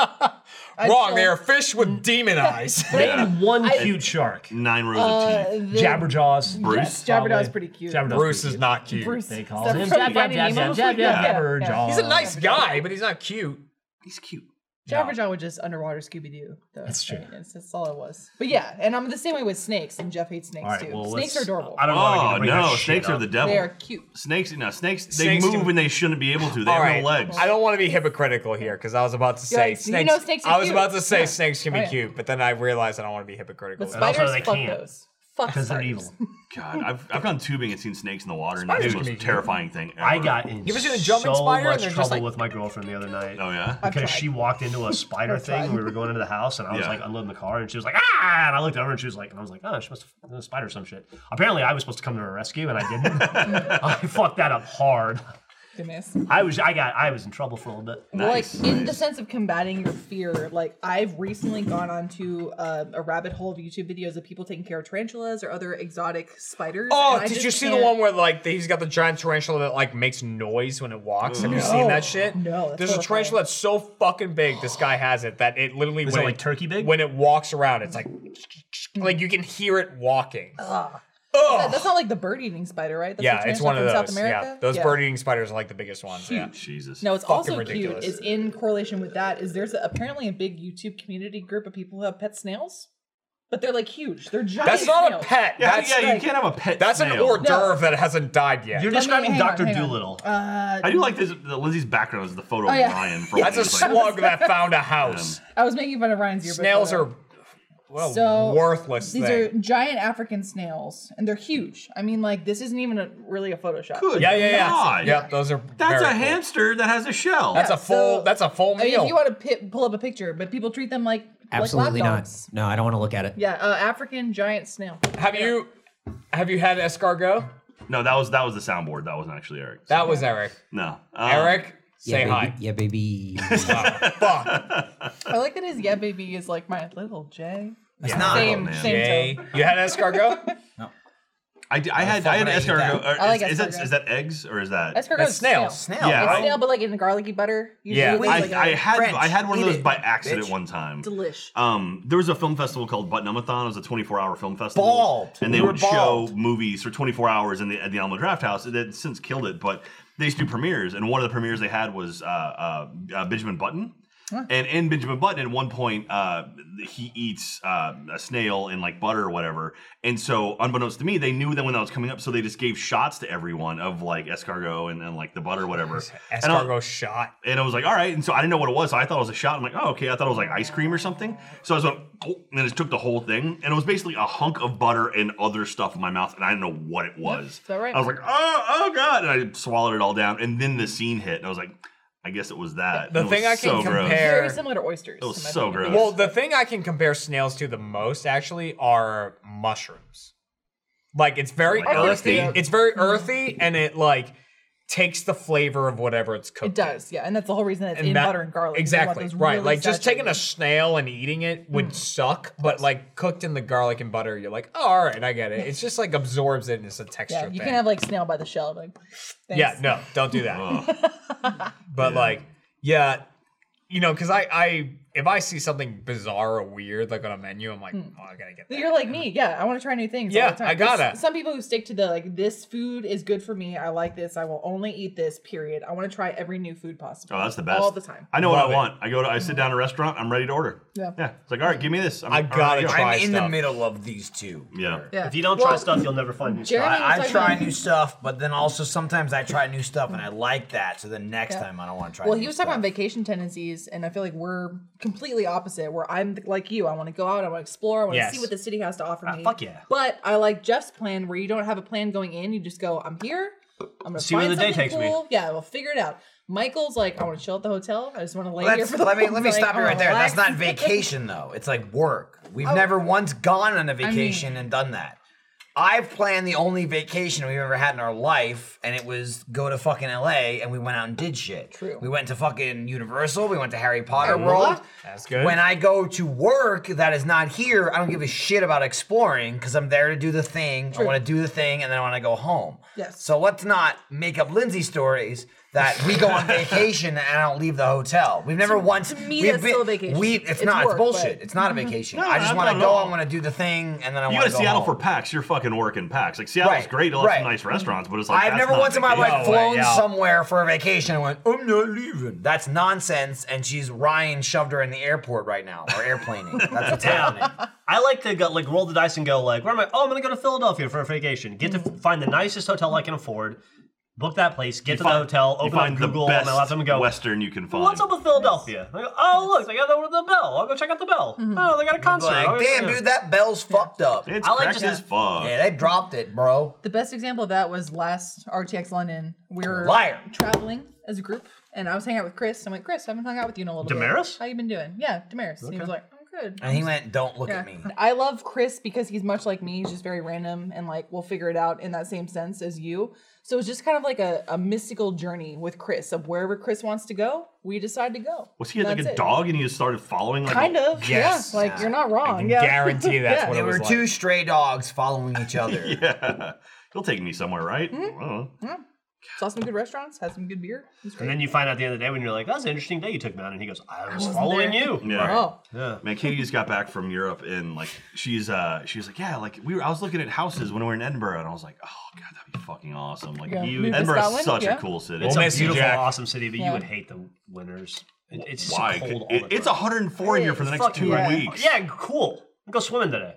feel-
They are fish with demon eyes.
Name one cute shark.
Nine rows
Uh,
of teeth.
The-
Jabberjaws.
Bruce?
Jabberjaw's
Probably.
pretty cute.
Jabberjaw's
Bruce
pretty
is not cute.
Bruce.
They
is
call
that
him
from
Jab, Jab,
Finding
Jab,
Nemo?
Jab, Jab,
Yeah.
Jabberjaw.
He's a nice guy, but he's not cute.
He's cute.
Jabberjaw was just underwater Scooby Doo. That's
true.
That's, that's all it was. But yeah, and I'm the same way with snakes, and Jeff hates snakes
All right,
too.
well,
snakes are
let's-
adorable.
I don't
Oh
want to
no, snakes are the devil.
They are cute.
Snakes, no, snakes. They
Snakes
move
can-
when they shouldn't be able to. They
All
have
right.
no legs.
I don't want to be hypocritical here because I was about to say
like,
snakes.
you know snakes are
I was
cute.
about to say
Yeah.
snakes can be
Oh, yeah.
cute, but then I realized I don't want to be hypocritical.
But
there.
spiders,
also they
fuck
can't,
those. Fuck
because they're
spiders.
evil.
God, I've, I've gone tubing and seen snakes in the water, and that's the
can be
most
cute.
terrifying thing ever.
I got in
You ever seen a
so
jumping spider and
much
they're just
trouble
like-
with my girlfriend the other night.
Oh yeah.
Because she walked into a spider thing. We were going into the house, and I was
Yeah.
like unloading the car, and she was like, ah! And I looked over, and she was like, and I was like, oh, she must have a spider or some shit. Apparently, I was supposed to come to her rescue, and I didn't. I fucked that up hard.
Goodness.
I was, I got, I was in trouble for a little bit.
Nice.
Like in the sense of combating your fear, like I've recently gone onto uh, a rabbit hole of YouTube videos of people taking care of tarantulas or other exotic spiders.
Oh,
and I
did you
just
see the
can't-
one where like the, he's got the giant tarantula that like makes noise when it walks? Have you seen that shit?
No, that's
There's a
horrifying.
tarantula that's so fucking big. This guy has it that it literally
Is
when
it like
it-
turkey big?
when it walks around, it's like like you can hear it walking.
That- that's not like the bird eating spider, right? That's
yeah,
Oh, the
it's
tarantula
one of
from
those.
South America?
Yeah, those bird eating spiders are like the biggest ones. Yeah.
Jesus.
No, it's
fucking
also
ridiculous.
cute. Is in correlation with that is there's apparently a big YouTube community group of people who have pet snails, but they're like huge. They're giant.
That's not a
snails.
pet.
yeah,
that's
yeah. You
like-
can't have a pet.
that's an
snail.
hors d'oeuvre that hasn't died yet.
You're
me-
describing
hang on,
Doctor
hang on.
Doolittle.
Uh,
I do like this. The, Lindsay's background is the photo
yeah.
of Ryan. From when
that's a
he was like-
slug that found a house.
I was making fun of Ryan's yearbook.
Snails
photo.
are well
So,
worthless.
These
thing.
are giant African snails, and they're huge. I mean, like this isn't even a, really a Photoshop.
Good
Yeah, yeah, yeah.
God.
Yep, those are.
That's
very
a
cool.
hamster that has a shell.
That's
Yeah,
a full.
so-
that's a full
I mean,
meal.
if you want to pi- pull up a picture, but people treat them like
Absolutely
like
not.
lapdogs.
No, I don't want to look at it.
Yeah, uh, African giant snail.
have you have you had escargot?
no, that was that was the soundboard. That wasn't actually Eric.
That was Eric.
no. Um,
Eric,
Yeah,
say
baby.
hi.
Yeah, baby.
Fuck.
I like that his yeah baby is like my little J.
It's not.
Same,
man.
same
Yay.
tone.
You had escargot?
I, d- I had I had
fuck, I hate
escargot. or
I like
uh, is, is, that,
escargot.
is that eggs or is that?
Escargot
That's
is
snail.
Snail.
Yeah,
It's
I-
snail, but like in the garlicky butter. Usually
Yeah.
with,
Wait,
I,
like,
I
a-
had
French,
I had one of
eat
those
it,
by accident
bitch.
one time.
delish.
Um, there was a film festival called Butnumathon. It was a 24-hour film festival.
Bald.
And they
We were
would
bald.
show movies for 24 hours in the at the Alamo Draft House. It had since killed it, but they used to do premieres. And one of the premieres they had was uh, uh, uh, Benjamin Button. And in Benjamin Button, at one point, uh, he eats uh, a snail in like butter or whatever. And so, unbeknownst to me, they knew that when that was coming up, so they just gave shots to everyone of like escargot and then like the butter, or whatever. And I-
Escargot shot.
and I was like, all right. And so I didn't know what it was. So I thought it was a shot. I'm like, oh, okay. I thought it was like ice cream or something. So I was like, oh, and it took the whole thing. And it was basically a hunk of butter and other stuff in my mouth. And I didn't know what it was.
that right?
I was like, oh, oh, God. And I swallowed it all down. And then the scene hit. And I was like, I guess it was that.
The
And it
thing
was
I
so
can
gross.
compare-
Very similar to oysters.
Oh,
It was
in my
so
opinion.
gross.
Well, the thing I can compare snails to the most actually are mushrooms. Like it's very earthy.
earthy?
It's very earthy, and it like takes the flavor of whatever it's cooked.
It does, yeah, and that's the whole reason that it's
And
in
that-
butter and garlic. is you want
Exactly.
those
right.
really
Like just taking a
saturated- Mm.
snail and eating it would suck, but like cooked in the garlic and butter, you're like, oh, all right, I get it. It's just like absorbs it and it's a texture
Yeah, you
thing.
can have like snail by the shell. Like, thanks.
yeah, no, don't do that.
Ugh.
but like, yeah, you know, because I I if I see something bizarre or weird like on a menu, I'm like, oh, I gotta get that.
Hmm. You're like me, yeah. I want to try new things. all
Yeah,
the time.
I gotta.
There's Some people who stick to the like, this food is good for me. I like this. I will only eat this. Period. I want to try every new food possible.
Oh, that's the best.
All the time.
I know
Love
what I
it.
want. I go to, I sit down at a restaurant. I'm ready to order.
Yeah.
Yeah. It's like, all right, give me this. I'm,
I
all right,
gotta
yeah.
try.
I'm in the
stuff.
middle of these two.
Yeah.
Yeah.
If you don't try stuff, you'll never find new
Jeremy
stuff.
was
I, I
talking
try
about-
new stuff, but then also sometimes I try new stuff and I like that. So the next
Yeah.
time I don't want to try.
Well,
new
he was talking
stuff.
about vacation tendencies, and I feel like we're completely opposite. Where I'm like you, I want to go out, I want to explore, I want
Yes.
to see what the city has to offer me.
Ah, fuck yeah.
But I like Jeff's plan, where you don't have a plan going in. You just go, I'm here. I'm gonna
See where
find
the day
something
takes me."
cool. Yeah, we'll figure it out. Michael's like, I want to chill at the hotel. I just want to lay here
Let's-
for the
let me
whole
let me
night.
stop you
I
right
wanna
there. That's
relax." Oh.
not vacation though. It's like work. We've never once gone on a vacation and done that. I've planned the only vacation we've ever had in our life, and it was go to fucking LA, and we went out and did shit.
True.
We went to fucking Universal. We went to Harry Potter World.
That's good.
When I go to work that is not here, I don't give a shit about exploring because I'm there to do the thing. I want to do the thing, and then I want to go home.
Yes.
So let's not make up Lindsay stories that we go on vacation and I don't leave the hotel. We've never once.
me,
we've
that's still a vacation.
We, it's,
It's
not.
work,
it's bullshit.
but- Mm-hmm.
It's not a vacation.
No,
I just
no,
want to
not at
go.
all.
I want to do the thing, and then I
You go
want to
to Seattle
home.
for PAX, you're fucking working PAX. Like Seatlo's
Right,
great, it'll have
right.
some nice restaurants, but it's like
I've
that's
never
not
once in my
vacation.
life
No way,
flown
yeah.
somewhere for a vacation and went, I'm not leaving. That's nonsense. And she's Ryan shoved her in the airport right now, or airplaning. That's what's happening.
I like to go, like roll the dice and go like, where am I? Oh, I'm gonna go to Philadelphia for a vacation. Get to find the nicest hotel I can afford. Book that place. Get to
find-
the hotel.
Mm-hmm. You
Open
find
up
the
Google
best
and let them go.
Western you can find.
What's up with Philadelphia? I go, oh, look, they got the, the bell. I'll go check out the bell.
Mm-hmm.
Oh, they got a concert. I'll
Like,
go-
damn, dude, that bell's fucked up.
It's
I like
cracked
just-
as fuck.
Yeah, they dropped it, bro.
The best example of that was last RTX London. We were
Liar.
traveling as a group, and I was hanging out with Chris. I'm like, Chris, I haven't hung out with you in a little
Damaris?
bit. How you been doing? Yeah, Damaris. And he was like, I'm good.
And he went, don't look
Yeah.
at me.
I love Chris because he's much like me. He's just very random and like we'll figure it out in that same sense as you. So it's just kind of like a, a mystical journey with Chris of wherever Chris wants to go, we decide to go.
Was he like
That's
a
it.
dog and he just started following? Like,
Kind of.
Yes.
Yeah. Like you're not wrong.
can
yeah.
guarantee that's
Yeah.
what
They
it
were
was like.
two stray dogs following each other.
Yeah. He'll take me somewhere, right?
Hmm?
I don't know.
Saw some good restaurants, had some good beer. It was
And
great.
then you find out the other day when you're like, that was an interesting day you took me on. And he goes, I was following you.
Yeah.
Oh.
Man, Katie just got back from Europe and like she's uh she's like, Yeah, like we were I was looking at houses when we were in Edinburgh and I was like, Oh god, that'd be fucking awesome. Like
Yeah.
you
Move to
Edinburgh is
Scotland?
such
Yeah.
a cool city.
It's
We'll
a
miss you,
beautiful,
Jack.
awesome city, but
Yeah.
you would hate the winters. It, it's just
Why?
cold all
It-
the
it's
time.
104 here for the next
Fuck
two
yeah.
weeks.
Yeah, cool. Go swimming today.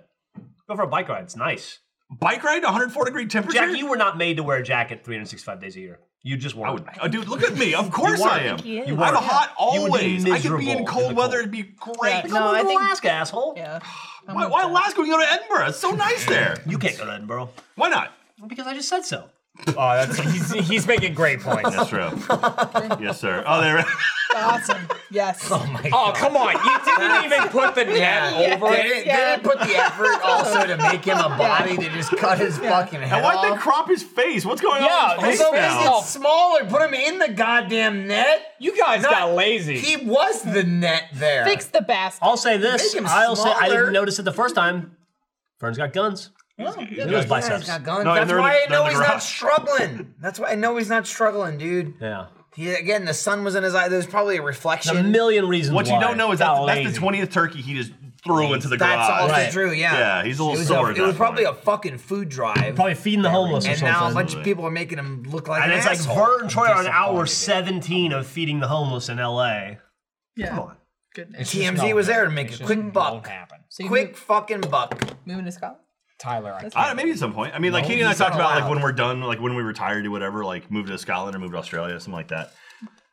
Go for a bike ride. It's nice.
Bike ride, 104 degree temperature.
Jack, you were not made to wear a jacket 365 days a year. You just
I
weren't.
would, oh, dude, look at me. Of course
weren't.
I am.
he is.
I'm
You
weren't.
hot
You would be
always. I could be
miserable in
in
the
cold weather.
cold.
It'd be great.
Yeah. No,
Go to
I think-
Alaska, asshole.
Yeah. I'm
Why,
with
why
that.
Alaska? We can go to Edinburgh. It's so nice there.
You can't go to Edinburgh.
Why not?
Because I just said so.
Oh, that's, he's, he's making great points.
That's true. yes, sir. Oh, there.
Awesome. Yes.
Oh my
Oh,
god.
come on. You didn't even put the net over
They
it.
didn't, they didn't put the effort also to make him a body. They just cut his fucking head
And why'd they
off.
crop his face? What's going
Yeah,
on? with his
they
face
crop
now?
his
It's smaller. Put him in the goddamn net.
You guys
Not-
got lazy.
He was the net there.
Fix the bastard.
I'll say this.
Make him
I'll say I
smaller.
didn't notice it the first time. Fern's got guns. Look at those
Yeah,
biceps.
he's got guns.
No,
That's
they're in
why
the-
I know
they're in
he's
the
not
garage.
struggling. That's why I know he's not struggling, dude.
Yeah.
He, again, the sun was in his eye. There's probably a reflection.
A million reasons
What
why.
you don't know is that
Got
that's the
lazy.
20th turkey he just threw into the garage.
That's also
Right.
true. Yeah.
Yeah, he's a little
It was,
sore
a,
at
it was
that
probably a
point.
fucking food drive.
Probably feeding the homeless or
and
something.
now a bunch of people are making him look like
and
an
it's like
asshole.
Vern and Troy are on hour
Disappointed.
17 of feeding the homeless in LA.
Yeah.
Come on.
It's just
TMZ
not
was there to
working.
make
It's
a
just
quick
won't
buck.
happen.
So you
Quick
move-
fucking buck.
moving to Scotland?
Tyler, I
That's
I don't know, maybe at some point. I mean, like
No,
Katie and I
he's
talked
not
about like
allowed.
when we're done, like when we retired or whatever, like move to Scotland or move to Australia, something like that.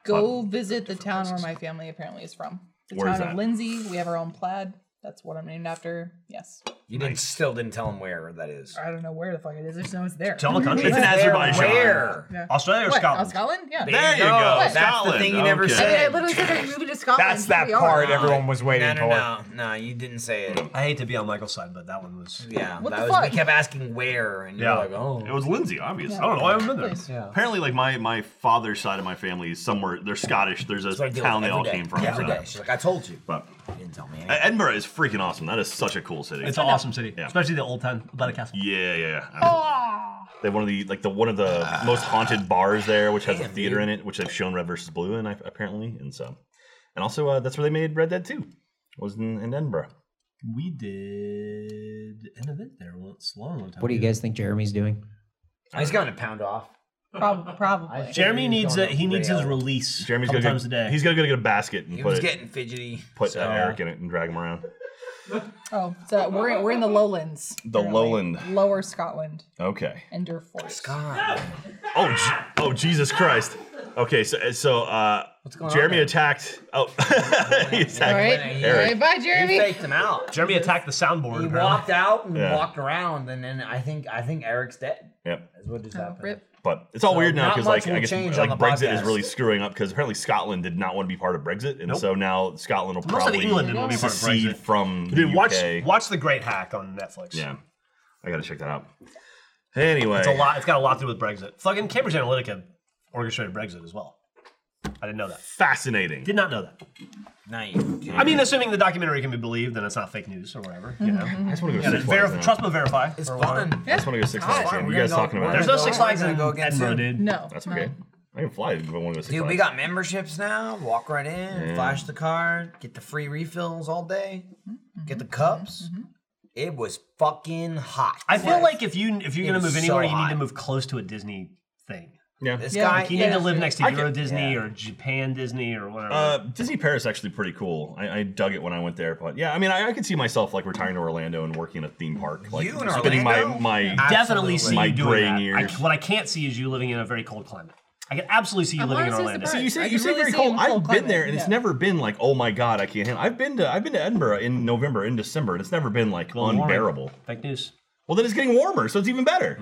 Go visit the town where my family apparently is from. The
Where is
town of
that?
Lindsay. We have our own plaid. That's what I'm named after. Yes.
You didn't, still didn't tell him where that is.
I don't know where the fuck it is. There's no it's there.
Tell the country.
It's in Azerbaijan.
Where?
Australia or
What?
Scotland?
Oh, Scotland? Yeah.
There you go.
That's
Scotland.
the thing you never
okay.
I, mean, I
said.
literally said they're moving to Scotland.
That's
Here
that
we are.
part everyone was waiting
No, no,
for.
no, no. You didn't say it.
I hate to be on Michael's side, but that one was.
Yeah,
What
that
the
was,
fuck?
we kept asking where, and you're
Yeah.
like, oh,
It was Lindsay, obviously.
I don't know. I haven't been there.
Please.
Apparently, like my my father's side of my family is somewhere. They're Scottish. There's a
It's like
town they
every
all
day,
came from.
Every
so.
day. She's like, I told you.
But E,
You didn't tell me. anything."
Edinburgh is freaking awesome. That is such a cool city.
It's an awesome city,
Yeah.
especially the old town, about a castle.
yeah, yeah. yeah. I mean, They have one of the like the one of the most haunted bars there, which has a theater in it, which they've shown Red versus Blue in I- apparently, and so And also, uh, that's where they made Red Dead 2. Was in, in Edinburgh.
We did an event there once, long, long time.
What do you guys think Jeremy's doing?
He's going to pound off.
Probably. probably.
Jeremy needs a,
going
he
on
needs his
video.
release.
Jeremy's
couple
gonna
times
get,
a day.
He's gonna go get a basket and
He
put
was
it,
getting fidgety.
put
so-
uh, Eric in it and drag him around.
Oh, so we're we're in the lowlands.
The lowland.
Lower Scotland
Okay.
and Durfort.
God.
Oh, Je- oh, Jesus Christ. Okay, so so uh,
going on
Jeremy
there?
attacked. Oh, he
All
attacked.
right.
Eric.
All right. Bye,
He
Jeremy.
faked him out.
Jeremy attacked the soundboard.
He
apparently.
walked out and
Yeah.
walked around, and then I think I think Eric's dead.
Yep.
That's what
Oh,
just happened.
Rip.
But it's all
So
weird now
not
because
much
like I
will
guess
change
like
on the
Brexit is
podcast.
really screwing up because apparently Scotland did not want to be part of Brexit, and so now Scotland will
Most
probably
of England didn't want to be part of
secede
Brexit.
from the
Dude, watch
UK.
watch the Great Hack on Netflix.
Yeah, I gotta check that out. Anyway,
it's a lot. It's got a lot to do with Brexit. Fucking Cambridge Analytica orchestrated Brexit as well. I didn't know that.
fascinating.
Did not know that.
Nice.
I mean, assuming the documentary can be believed, then it's not fake news or whatever. You know,
Mm-hmm.
I just want to go
Yeah,
six
verif-
flags. now.
trust but verify.
It's
or whatever.
fun.
I just want to go six flags.
fine,
man.
we're
You guys
gonna go-
talking
we're
about
gonna
There's
that?
no
go-
Six
we're
Flags
gonna
in
go again
Edinburgh,
soon.
dude.
No.
That's okay. I can fly if I want to go six
Dude,
flags.
we got memberships now. Walk right in, flash the card, get the free refills all day,
Mm-hmm,
get the cups. It was fucking hot.
I feel like if you if you're
It
gonna
was
move
so
anywhere, you need
hot.
to move close to a Disney thing.
yeah.
this
Yeah,
guy.
Like you
yeah,
need to live next to
I
Euro
get-
Disney
yeah.
or Japan Disney or whatever.
Uh, Disney Paris is actually pretty cool. I, I dug it when I went there, but yeah, I mean, I, I could see myself like retiring to Orlando and working in a theme park, like
You in
spending my
Orlando?
my.
definitely
Absolutely.
see
My
you doing that.
graying
I-
years.
what I can't see is you living in a very cold climate. I can absolutely see you
I
living in
wanna see
Orlando.
Surprise.
So you say
I can
you say
really
very
see
cold.
in
I've
cold
been there,
climate,
and it's
yeah.
never been like, oh my god, I can't handle. I've been to I've been to Edinburgh in November, in December, and it's never been like
Global warming.
unbearable.
Fake news.
Well, then it's getting warmer, so it's even better.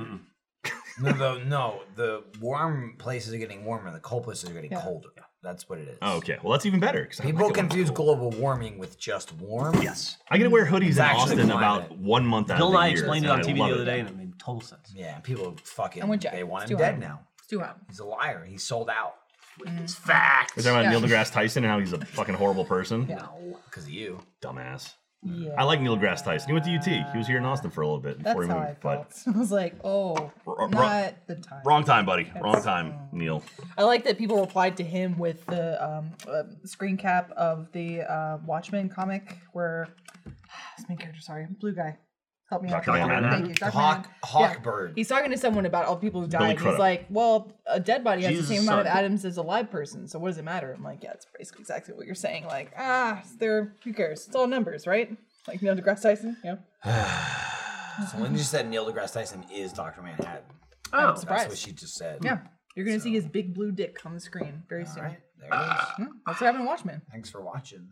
no, the, no, the warm places are getting warmer. The cold places are getting colder. That's what it is.
Oh, okay, well that's even better. 'cause I
People
like it when it's
confuse
cold.
global warming with just warm.
Yes.
I get to wear hoodies in
actually
Austin
climate.
about one month out
Bill
of
and
the
I
year,
explained it
and
on
I
TV
love
the other
it.
day, and it made total sense.
Yeah, people fucking.
I want Jack.
They want
It's
him
too hot.
dead now.
It's too hot.
He's a liar. He sold out. It's
We're
facts.
talking about
Yeah.
Neil deGrasse Tyson and how he's a fucking horrible person.
No, because of you.
Dumbass.
Yeah.
I like Neil deGrasse Tyson. He went to UT. He was here in Austin for a little bit before
That's
he
how
moved.
I
but
felt. I was like, oh,
Wrong-
not the time.
wrong time, buddy. Wrong time, Neil.
I like that people replied to him with the um, uh, screen cap of the uh, Watchmen comic where his main character, sorry, blue guy, help me
Dr.
out.
Manhattan.
Thank you, Dr.
Hawk,
Manhattan. Yeah.
Hawkbird.
He's talking to someone about all the people who died. and
Crudup.
He's like, "Well, a dead body has
Jesus'
the same amount of
son.
atoms as a live person, so what does it matter?" I'm like, "Yeah, it's basically exactly what you're saying. Like, ah, they're who cares? It's all numbers, right? Like Neil deGrasse Tyson. Yeah,
So Lindsay just said Neil deGrasse Tyson is Dr. Manhattan.
Oh,
That's
surprised.
what she just said.
yeah. You're gonna see his big blue dick on the screen very
Hmm.
soon.
All right, there it is.
Hmm, That's what happened to Watchmen.
Thanks for watching.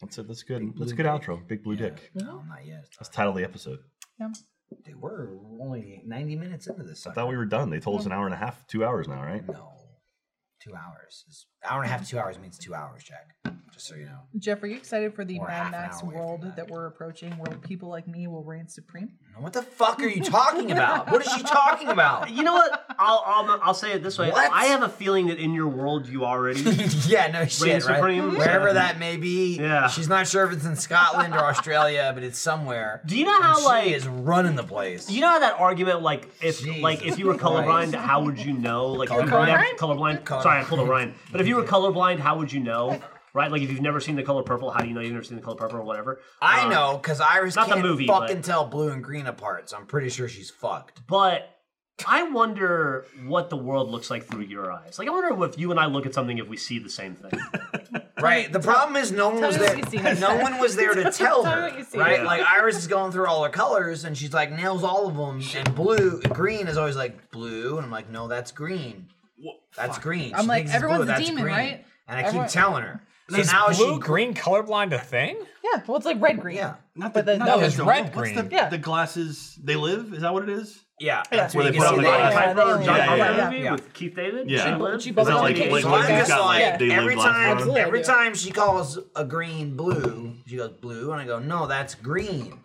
That's it. That's good. That's a good outro. Big blue dick.
No, not yet.
That's the title of the episode.
They were only 90 minutes into this.
I thought we were done. They told us an hour and a half, two hours now, right?
No. Two hours. It's hour and a half, two hours means two hours, Jack. Just so you know.
Jeff, are you excited for the
We're half
Mad
an
Max
hour away from
world
that.
that. we're approaching where people like me will reign supreme?
Now, What the fuck are you talking about? What is she talking about?
You know what? I'll, I'll I'll say it this way.
What?
I have a feeling that in your world you already.
yeah, no shit, right?
Supreme.
Wherever that may be.
Yeah.
She's not sure if it's in Scotland or Australia, but it's somewhere.
Do you know how
she
like?
is running the place.
you know how that argument like if
Jesus
like if you were
Christ.
colorblind, how would you know? Like if you
Colorblind?
never- colorblind.
Color-
Sorry, I pulled a Ryan. But if you were colorblind, how would you know? Right? Like if you've never seen the color purple, how do you know you've never seen the color purple or whatever?
I
Um,
know because Iris
not the
can't
movie,
fucking
but-
tell blue and green apart, so I'm pretty sure she's fucked.
But I wonder what the world looks like through your eyes. Like I wonder if you and I look at something if we see the same thing.
Right. The problem is no one
tell
was
me what
there.
you see next
No
time.
one was there to tell
Tell me
her.
what you see.
Right.
Yeah.
Like Iris is going through all her colors, and she's like nails all of them. And blue, green is always like blue, and I'm like, no, that's green. That's green.
I'm
She
like,
thinks it's
everyone's a
that's
demon, right?
And I
Everyone-
keep telling her. So
Is
now
blue
she.
green colorblind a thing?
Yeah, well, it's like red green.
Yeah.
Not
But the- the- no,
it's red green.
What's the,
Yeah.
the glasses? They live. Is that what it is?
Yeah. That's
Where
where
they
you
put
can
on
see
the
that.
glass.
Yeah,
Yeah, yeah,
John
yeah,
Carpenter
yeah.
movie
Yeah.
with Keith David.
Yeah.
She lives.
She
Is
both
that like
Okay,
like
so
when
I'm
he's
just
got
like,
like they live
every time,
glasses on?
Absolutely.
every
Yeah.
time she calls a green blue, she goes blue, and I go, no, that's green.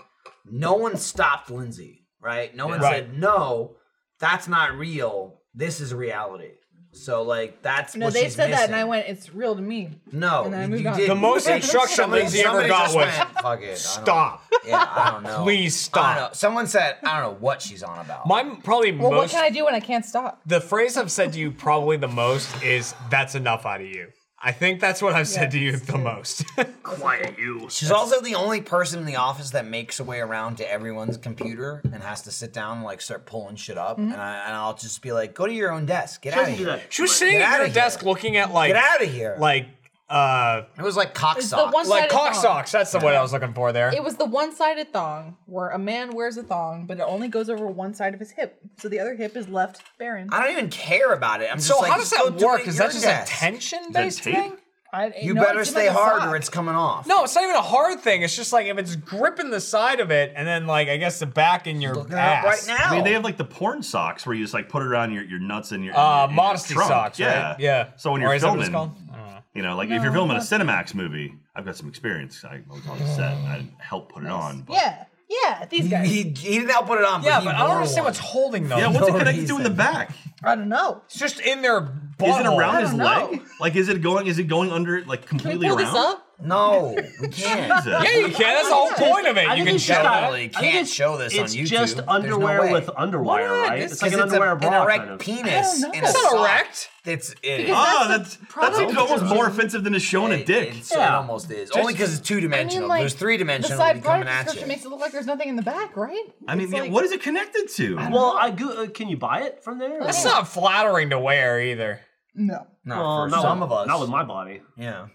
No one stopped Lindsay, right? No one said, no, that's not real. This is reality. So like that's
No,
what
they
she's
said that, and
missing.
I went, "It's real to me."
no,
and I
you-
moved
you
on.
didn't.
The
most instruction
Somebody-
Lindsay ever
somebody
got
just
was,
went, Fuck it, I don't-
Stop.
Yeah, I don't know.
Please
I don't
stop.
know. Someone said, I don't know what she's on about.
My probably
Well, what
most
can I do when I can't stop?
the phrase I've said to you probably the most is "That's enough out of you." I think that's what I've said to you the most.
Quiet you.
She's also the only person in the office that makes her way around to everyone's computer and has to sit down and like start pulling shit up. And, I, and I'll just be like, go to your own desk. Get out of here.
she was sitting
Get
at her
outta
desk
here.
looking at like
Get outta here.
Like uh
It was like cock
It's the
sock.
one-
like
One-sided
cock
thong.
socks. That's the word I was looking for there.
It was the one-sided thong where a man wears a thong, but it only goes over one side of his hip, so the other hip is left barren.
I don't even care about it. I'm
so
just like,
how does
just go
that
do it
work?
at
Is
your
that just
desk.
a tension based
tape?
thing?
I-
You
no, it
better
seemed
stay
like a
hard
sock.
or it's coming off.
No, it's not even a hard thing. It's just like if it's gripping the side of it, and then like I guess the back in your
Look it up
ass.
right now.
I mean, they have like the porn socks where you just like put it around your, your nuts and your,
Uh,
and your- and your
modesty
trunk.
socks,
Yeah,
right? Yeah.
So when
Or
you're
is that what it's
filming,
called? Uh. I don't know.
you know, like if you're filming a Cinemax movie, I've got some experience. I was on the set, and I didn't help put it on. But
Yeah, yeah, these guys.
He, he didn't help put it on.
Yeah,
he
but I don't
wore
understand
one.
what's holding those.
yeah, what's
No
it connected to in the
reason.
back?
I don't know.
It's just in their
Is it
butthole.
around his
know.
leg? Like, is it going? Is it going under like
Can
completely
we pull
around?
this up?
No, we can't.
Jesus.
Yeah, you can. That's the whole point of it.
I
You
think
can
it's
show
just got-
that.
Definitely
I think
can't show this
It's
on YouTube.
just
There's no
underwear
way.
with underwire, right? It's like an
Because
underwear
a,
bra.
an erect
kind of.
penis.
I don't know.
In a
It's
not
sock.
erect.
It's it is.
Ah, that's that's
product
almost
of-
more offensive than a show and a
It-
dick.
It's, It almost is. Only because it's two
I mean,
dimensional.
like
There's three dimensional.
The
it'll be
side
coming
product
at
description
you.
makes it look like there's nothing in the back, right?
I mean,
It's
yeah,
like-
what is it connected to?
Well, I go- uh, can you buy it from there?
That's not flattering to wear either.
No.
No,
Well,
for
not
some
with-
of us.
Not with my body.
yeah.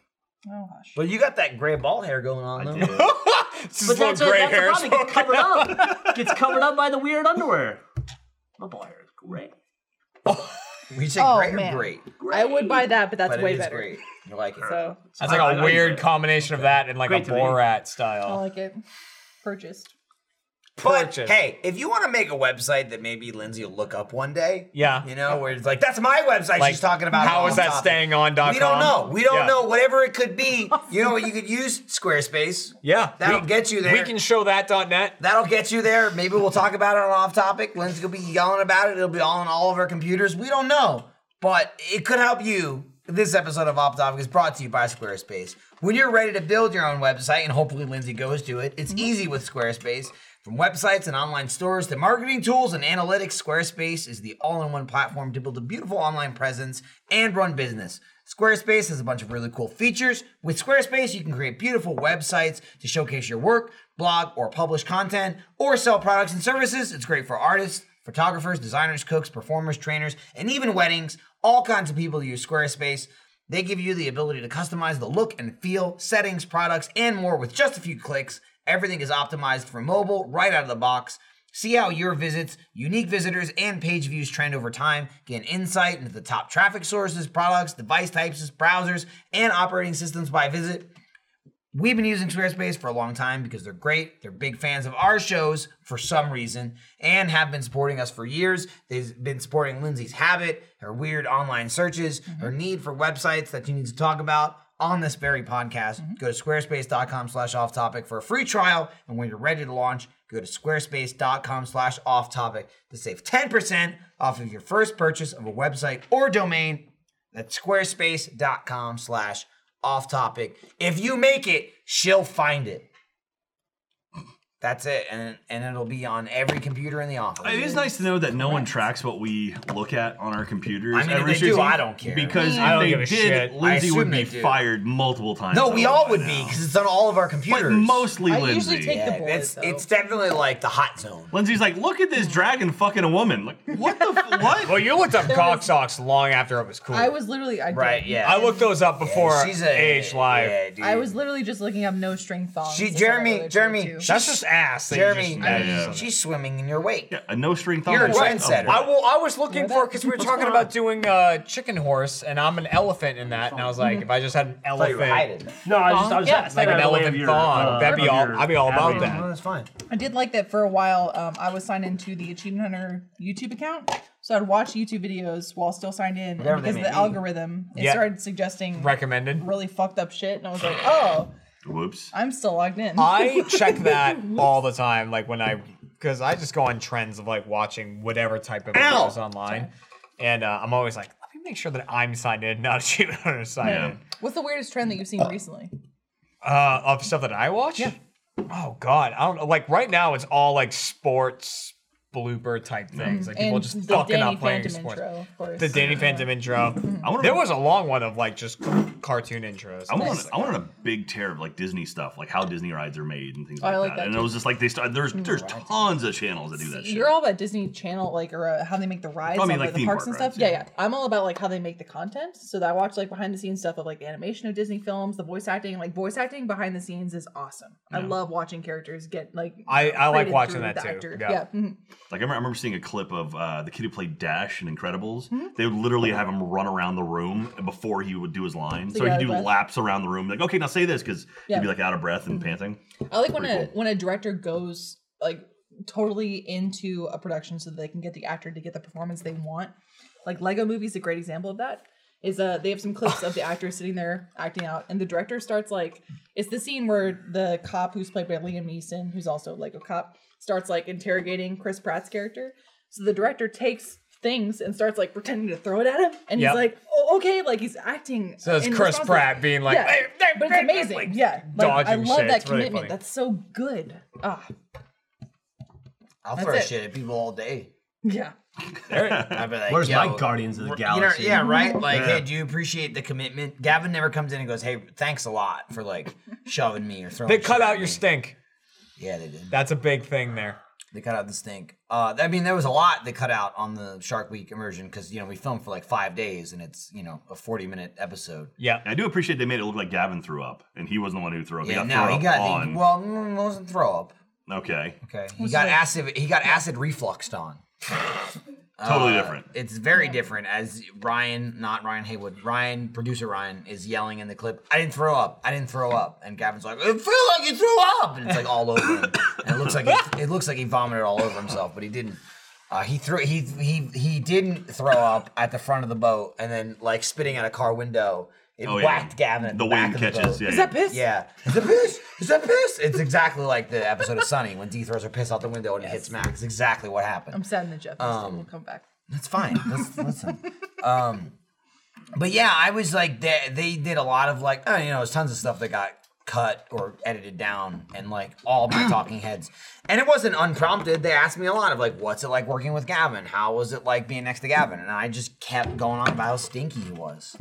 Oh gosh.
But you got that gray ball hair going on. though.
It's just
But that's,
little
a,
gray
that's
hairs.
the problem. It gets covered up. gets covered up by the weird underwear. My ball hair is great.
We say
Oh,
great
man.
or great.
I would buy that, but that's
but
way
it is
better.
great. You like it.
So
That's like a
I- I-
weird combination of that and like
Great
a
to me.
Oh.
Borat
I
Oh.
style.
like it. Purchased.
But
Purchase.
hey, if you want to make a website that maybe Lindsay will look up one day,
Yeah.
you know, where it's like that's my website
Like,
she's talking about.
how is that staying on dot
We don't
com?
know. We don't
Yeah.
know. Whatever it could be, you know, what you could use Squarespace.
Yeah,
that'll
we-
get you there.
We can show that.net.
That'll get you there. Maybe we'll talk about it on off topic. Lindsay will be yelling about it. It'll be all on all of our computers. We don't know, but it could help you. This episode of Off Topic is brought to you by Squarespace. When you're ready to build your own website, and hopefully Lindsay goes to it, it's easy with Squarespace. From websites and online stores to marketing tools and analytics, Squarespace is the all in one platform to build a beautiful online presence and run business. Squarespace has a bunch of really cool features. With Squarespace, you can create beautiful websites to showcase your work, blog, or publish content, or sell products and services. It's great for artists, photographers, designers, cooks, performers, trainers, and even weddings. All kinds of people use Squarespace. They give you the ability to customize the look and feel, settings, products, and more with just a few clicks. Everything is optimized for mobile right out of the box. See how your visits, unique visitors, and page views trend over time. Get an insight into the top traffic sources, products, device types, browsers, and operating systems by visit. We've been using Squarespace for a long time because they're great. They're big fans of our shows for some reason and have been supporting us for years. They've been supporting Lindsay's habit, her weird online searches, her need for websites that she needs to talk about on this very podcast. Go to squarespace.com slash off topic for a free trial. And when you're ready to launch, go to squarespace.com slash off topic to save 10% off of your first purchase of a website or domain. That's squarespace.com slash off topic. If you make it, she'll find it. That's it. And and it'll be on every computer in the office.
It is nice to know that no one tracks what we look at on our computers.
I mean,
at
if they
Rooster
do,
Teeth,
I don't care.
Because
I don't
if
give a
they
shit.
did,
I
Lindsay
assume
would be
they do.
fired multiple times.
no,
over
we all
by
would
now.
be because it's on all of our
But
computers.
mostly
I
Lindsay.
usually take the
Yeah,
bullet.
it's
though.
it's definitely like the hot zone.
Lindsay's like, look at this dragon fucking a woman. Like, what the f- what?
Well, you looked up cock socks long after it was cool.
I was literally I did.
Right, yeah.
I looked those up before
She's a
Age Live.
Yeah, dude.
I was literally just looking up no string thongs.
She-
That's all I
Jeremy-
really tried
Jeremy,
to.
That's just ass. that you
Jeremy,
just-
Yeah, yeah.
she's swimming in your wake.
Yeah, a no string thumb.
You're a
is like
trendsetter.
what?
I, will, I was looking for because we were talking
going
about doing uh, chicken horse, and I'm an elephant in that, and I was
Mm-hmm.
like, if I just had an
Thought you were
elephant,
hiding.
No, I was just, I was
Yeah.
just
like an
by the way of
elephant
your,
thong,
uh,
that'd be
of
all.
your
I'd be all about
average.
that.
No, that's fine.
I did like that for a while. Um, I was signed into the Achievement Hunter YouTube account, so I'd watch YouTube videos while still signed in and
Whatever they
because
may
the
be.
algorithm it
Yeah.
started suggesting
recommended.
really fucked up shit, and I was like, oh,
Whoops.
I'm still logged in.
I check that all the time, like when I, because I just go on trends of like watching whatever type of videos online, and uh, I'm always like, let me make sure that I'm signed in, not achievement hunter signed
Yeah.
in,
What's the weirdest trend that you've seen recently?
uh, of stuff that I watch. Yeah. Oh God, I don't know. Like right now, it's all like sports blooper type things, like people
Mm-hmm. and
just
the
fucking
Danny
up playing
Phantom Mm-hmm.
sports.
intro, of course.
The Danny Phantom intro.
I wonder
There was a long one of like just cartoon intros.
I wanted, I wanted a big tear of like Disney stuff, like how Disney rides are made and things
Oh, I
like,
like
that.
that
And
too.
it was just like they start. There's there's tons of channels that do that shit.
You're all about Disney Channel, like or uh, how they make the rides,
I mean,
over
like
the
theme
parks
park
and stuff.
rides,
yeah,
yeah.
yeah. I'm all about like how they make the content. So that I watch like behind the scenes stuff of like the animation of Disney films, the voice acting. Like voice acting behind the scenes is awesome. I love watching characters get like.
I- I like
created
watching
through
that
the
too.
actor.
Yeah.
Yeah. mhm.
Like I remember, I remember seeing a clip of uh, the kid who played Dash in Incredibles.
Hmm?
They would literally have him run around the room before he would do his line. So
you're
he'd
out
do
of breath?
laps around the room, like okay, now say this because
Yeah. Hmm.
he'd be like out of breath and panting.
I like when
Pretty
a when a director goes like totally into a production so that they can get the actor to get the performance they want. Like Lego Movie's a great example of that. Is uh they have some clips of the actor sitting there acting out, and the director starts like it's the scene where the cop who's played by Liam Neeson, who's also a Lego cop, starts like interrogating Chris Pratt's character. So the director takes things and starts like pretending to throw it at him, and
Yep.
he's like, "Oh, okay," like he's acting.
So it's
in
Chris
response to-
Pratt being like,
yeah.
"Hey, hey,
but
hey,"
it's amazing.
like,
yeah, like, I
dodging
love
shit.
that
It's really
commitment.
funny.
That's so good. Ah,
I'll
That's
throw
it.
shit at people all day.
yeah.
I'd be like,
Where's
Yo,
my Guardians of
you
the
know,
Galaxy?
yeah, right. Like, hey, do you appreciate the commitment? Gavin never comes in and goes, "Hey, thanks a lot for like shoving me or throwing."
They
shit
cut
at
out your
me."
stink.
Yeah, they did.
That's a big thing there.
They cut out the stink. Uh, I mean, there was a lot they cut out on the Shark Week immersion because you know we filmed for like five days and it's you know a forty-minute episode.
Yeah.
I do appreciate they made it look like Gavin threw up, and he wasn't the one who threw up.
Yeah,
he got
no,
thrown
he
up
got
on.
he, well, mm, it wasn't throw up.
okay,
Okay, he got acid. He got acid refluxed on.
totally
Uh,
different.
It's very different as Ryan, not Ryan Haywood, Ryan, producer Ryan, is yelling in the clip, I didn't throw up. I didn't throw up. And Gavin's like, It feel like you threw up. And it's like all over him. And it looks like he, it looks like he vomited all over himself, but he didn't. Uh, he threw he he he didn't throw up at the front of the boat and then like spitting at a car window. It
Oh, yeah.
whacked Gavin at the,
The
back
wind
of the
catches.
boat.
Yeah,
Is
yeah.
that piss?
Yeah. Is that piss? Is that piss? It's exactly like the episode of Sunny when Dee throws her piss out the window and it hits Max. It's exactly what happened.
I'm sad in the Jeff. Um, we'll come back.
That's fine. Let's listen. Um, but yeah, I was like, they, they did a lot of like, oh, you know, there's tons of stuff that got cut or edited down, and like all my talking heads. And it wasn't unprompted. They asked me a lot of like, what's it like working with Gavin? How was it like being next to Gavin? And I just kept going on about how stinky he was.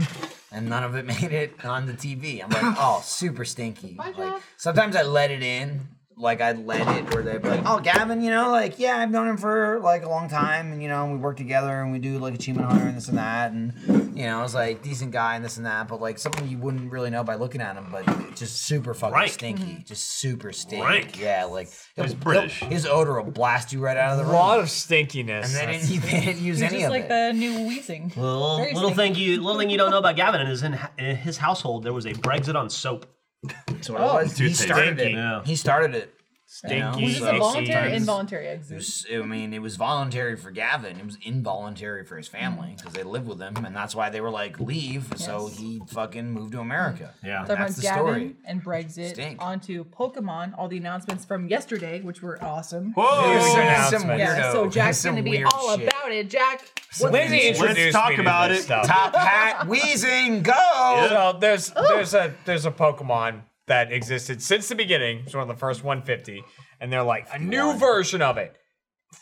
And none of it made it on the TV. I'm like, oh, super stinky. Like, sometimes I let it in, like I let it where they'd be like, oh Gavin, you know, like yeah, I've known him for like a long time and you know, we work together and we do like achievement hunter and this and that and you know, it's like decent guy and this and that, but like something you wouldn't really know by looking at him, but just super fucking
Rank.
Mm-hmm.
stinky. Just super stinky.
Rank.
Yeah, like
He's
he'll-
British.
His odor will blast you right out of
A
the
lot
room.
of stinkiness.
And they
That's-
didn't, they didn't use
He's
any
just
of
like
it.
the new wheezing.
Little,
Very
little
sneaky.
thing you little thing you don't know about Gavin is in, in his household there was a Brexit on soap.
That's what it was. He
toothpaste.
started it.
Stinky. Yeah.
He started it.
Stinky.
Was this a
sexy.
voluntary or
sometimes-
involuntary
It
exit?
was, I mean, it was voluntary for Gavin. It was involuntary for his family
Mm.
because they live with him, and that's why they were like, leave. So he fucking moved to America.
Yeah.
That
that's
runs
the
Gavin
story.
and Brexit
Stink.
onto Pokemon. All the announcements from yesterday, which were awesome.
Whoa!
There's
Announcements.
some weirdo.
Yeah, so
There's
Jack's
some
gonna be
weird
all
shit.
about it, Jack.
Lindsay
Let's
introduced
talk
me to
about
this
it.
stuff.
Top hat wheezing, go!
So there's there's a there's a Pokemon that existed since the beginning. It's one of the first 150, and they're like a new version of it.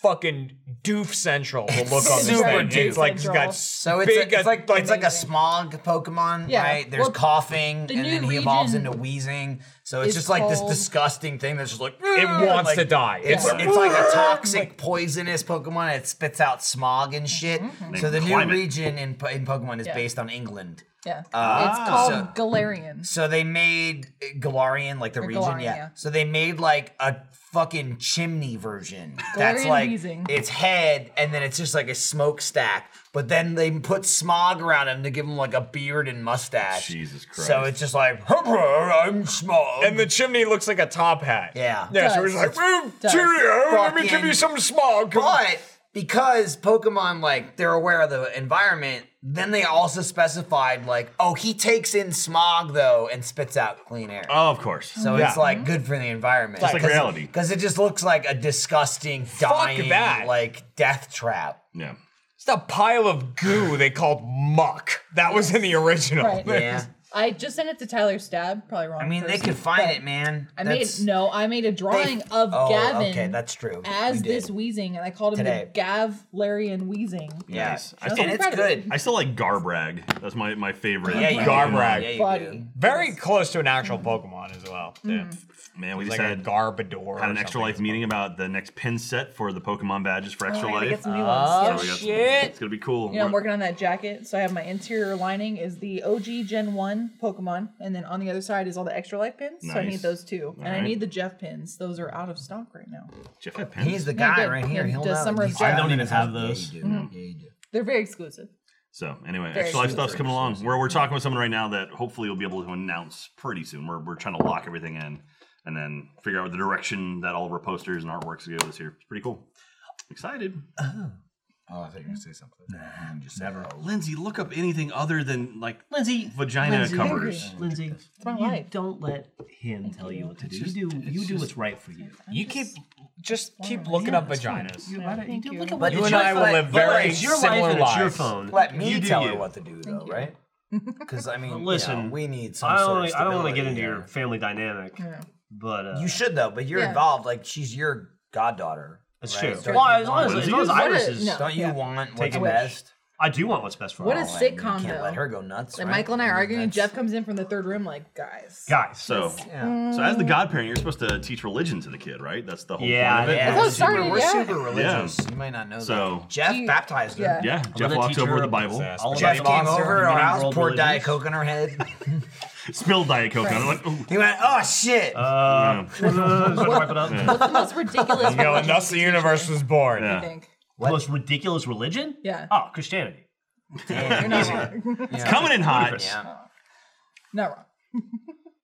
Fucking Doof Central will look on this
Super
thing.
Doof
It's like it's
Central.
got
So it's,
big,
a, it's like it's like a
amazing.
smog Pokemon,
Yeah.
right? There's
Well,
coughing,
the
and
new
then he evolves
region
into wheezing. So it's
is
just like this
called-
disgusting thing that's just like
It wants
like,
to die.
It's,
It's-
it's like a toxic, poisonous Pokemon. It spits out smog and shit. So the new
Climate.
region in Po- in Pokemon is
Yeah.
based on England.
Yeah,
Ah.
it's called
So-
Galarian.
So they made uh, Galarian like the region,
Galarian,
yeah.
yeah.
So they made like a fucking chimney version. that's
Galarian
like
wheezing.
its head, and then it's just like a smokestack. But then they put smog around him to give him like a beard and mustache.
Jesus
So
Christ.
it's just like I'm smog.
and the chimney looks like a top hat.
Yeah.
Yeah. So
Does.
it's like, "Ooh,
Does.
cheerio! Let me
Fucking-
give you some smog.
But because Pokemon, like, they're aware of the environment, then they also specified, like, oh, he takes in smog, though, and spits out clean air.
Oh, of course.
so
yeah.
it's,
Mm-hmm.
like, good for the environment.
Just
like reality.
Because it just looks like a disgusting, dying,
that.
like, death trap.
yeah.
It's a pile of goo they called muck. That was in the original.
Right.
Yeah.
I just sent it to Tyler Stab, probably wrong.
I mean, they
person,
could find
but
it, man.
I made
That's-
no. I made a drawing of
Oh,
Gavin.
okay, that's true.
As
You did.
this wheezing, and I called him
Today.
the Gav Larian wheezing.
Yeah,
Nice. I
and
still-
it's good.
I still like Garbrag. That's my, my favorite.
Yeah, you
Garbrag.
Do. Yeah, you do.
Buddy.
Very close to an actual Pokemon as well.
Mm-hmm.
Yeah.
Man, we
It's
just
like a
had,
Garbodor.
had
or
an extra
something.
life meeting about the next pin set for the Pokemon badges for extra
I gotta
life.
get some new
Oh,
ones.
So we
Yeah.
got some-
shit.
it's gonna be cool.
You know, I'm
We're-
working on that jacket, so I have my interior lining is the OG Gen 1 Pokemon, and then on the other side is all the extra life pins, so I
Nice.
need those too. and I
Alright.
need the Jeff pins. Those are out of stock right now.
Jeff had pins.
He's the guy
Yeah, good.
right here.
Yeah,
He'll
does
know.
summer Mm-hmm.
He's
of- I
got
don't
it.
even have
Yeah,
those.
you do. Yeah, you do.
They're very exclusive.
So anyway,
Very
extra life
soon.
stuff's coming along. We're, we're talking with someone right now that hopefully we'll be able to announce pretty soon. We're, we're trying to lock everything in and then figure out the direction that all of our posters and artworks go this year. It's pretty cool. Excited.
Oh, I thought you were gonna say something. I'm just never.
Lindsay, look up anything other than like
Lindsay,
vagina
Lindsay,
covers.
Lindsay,
my
you
life.
don't let him tell you what to do. You do, you do what's right for you.
You keep just keep looking up vaginas.
You let it. You
Thank
do-
you.
look at
But
what
You
it's
and
your
I will
fight.
live
But
very
it's your
similar
life and it's your
lives.
phone.
Let me
You do
tell
you.
her what to do, though, right? Because I mean, you know,
Listen,
we need some.
I don't,
sort
wanna-
of
I don't want to
stability
get into
here.
your family dynamic, but uh,
You should though, but you're
Yeah.
involved. Like she's your goddaughter.
That's
right?
true.
Don't
Well,
you
as long as,
want-
as, long as
What
Iris
a-
is,
no.
don't you
Yeah.
want
Take
what's
a wish.
best?
I do want what's best for
What
all.
a
of us.
You
sitcom,
can't
though.
let her go nuts.
Like
right?
Michael and I are
mean,
arguing, and
that's-
Jeff comes in from the third room, like, guys.
Guys,
So,
Yeah.
so as the godparent, you're supposed to teach religion to the kid, right? That's the whole
Yeah,
point of it.
Yeah,
how it
we're super,
started,
we're
yeah.
super religious. You might not know
So-
that. Jeff
You-
baptized her.
yeah.
Yeah, Jeff
the
walked
teacher
over with the
of
Bible,
disaster.
all of
Jeff
us
came
monster
over to our
remaining
house,
world
poured Diet
religions.
Coke on her head.
spilled Diet Coke on it. Like, ooh, um,
he went, "Oh shit!"
Uh, so wipe it up.
What's the most ridiculous
You know, and thus the universe was born.
I
yeah.
think.
The most ridiculous religion?
Yeah.
Oh, Christianity.
You're not wrong.
It's coming in hot.
yeah.
not wrong.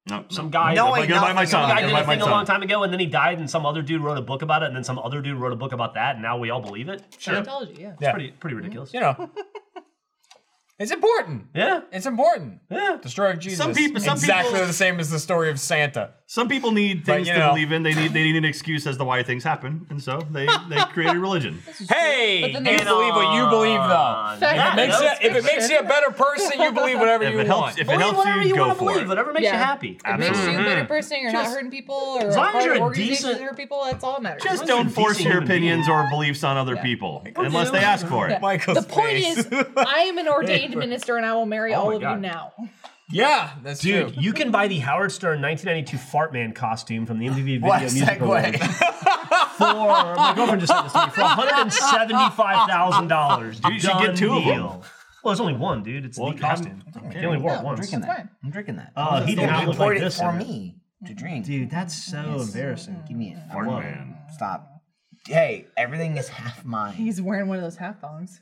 No,
Some
no.
guy,
No,
some
wait,
Gonna buy my
nothing
son.
about
guy
it.
did
Gonna buy
a
my
thing a long
son.
time ago, and then he died, and some other dude wrote a book about it, and then some other dude wrote a book about that, and now we all believe it.
Sure.
Scientology, yeah.
Yeah.
Pretty, pretty ridiculous.
You know. It's important.
Mm-hmm. Yeah.
It's important.
Yeah.
The story of Jesus.
Some people- some
exactly
people-
the same as the story of Santa.
Some people need things
you
to
know.
believe in. They need they need an excuse as to why things happen, and so they they created religion.
Hey, you
But then
believe
there's-
what you believe, though.
Fact.
If it makes
Yeah,
you, if it makes you a better person, you believe whatever
If
you
it helps,
want.
if it
Believe
helps
whatever
you,
you
go
want to
for
believe,
it.
whatever makes you
Yeah.
happy.
It makes you a
Absolutely.
better person. You're not hurting people or
long as
part
you're
of
a
organizations
decent-
that hurt people. That's all that matters.
Just
Unless
don't
you're a
force
decent
your
human being.
opinies or beliefs on other people unless they ask for it.
Michael's
the point
face.
is, I am an ordained minister, and I will marry all
my
of you
God.
now.
yeah, that's
Dude,
true.
you can buy the Howard Stern 1992 Fart Man costume from the MTV Video
What a
Music Award
segue.
for my girlfriend just said this to me for 175 thousand dollars.
You should get two of them.
Well, it's only one, dude. It's the costume. They only wore it
I'm
once.
drinking that. I'm drinking that.
Uh, he did not
You
look
poured
like
it
this
for
in it.
me to drink.
Dude, that's so embarrassing.
give me a
Fart
fuck.
man.
Stop. Hey, everything is half mine.
He's wearing one of those hat thongs.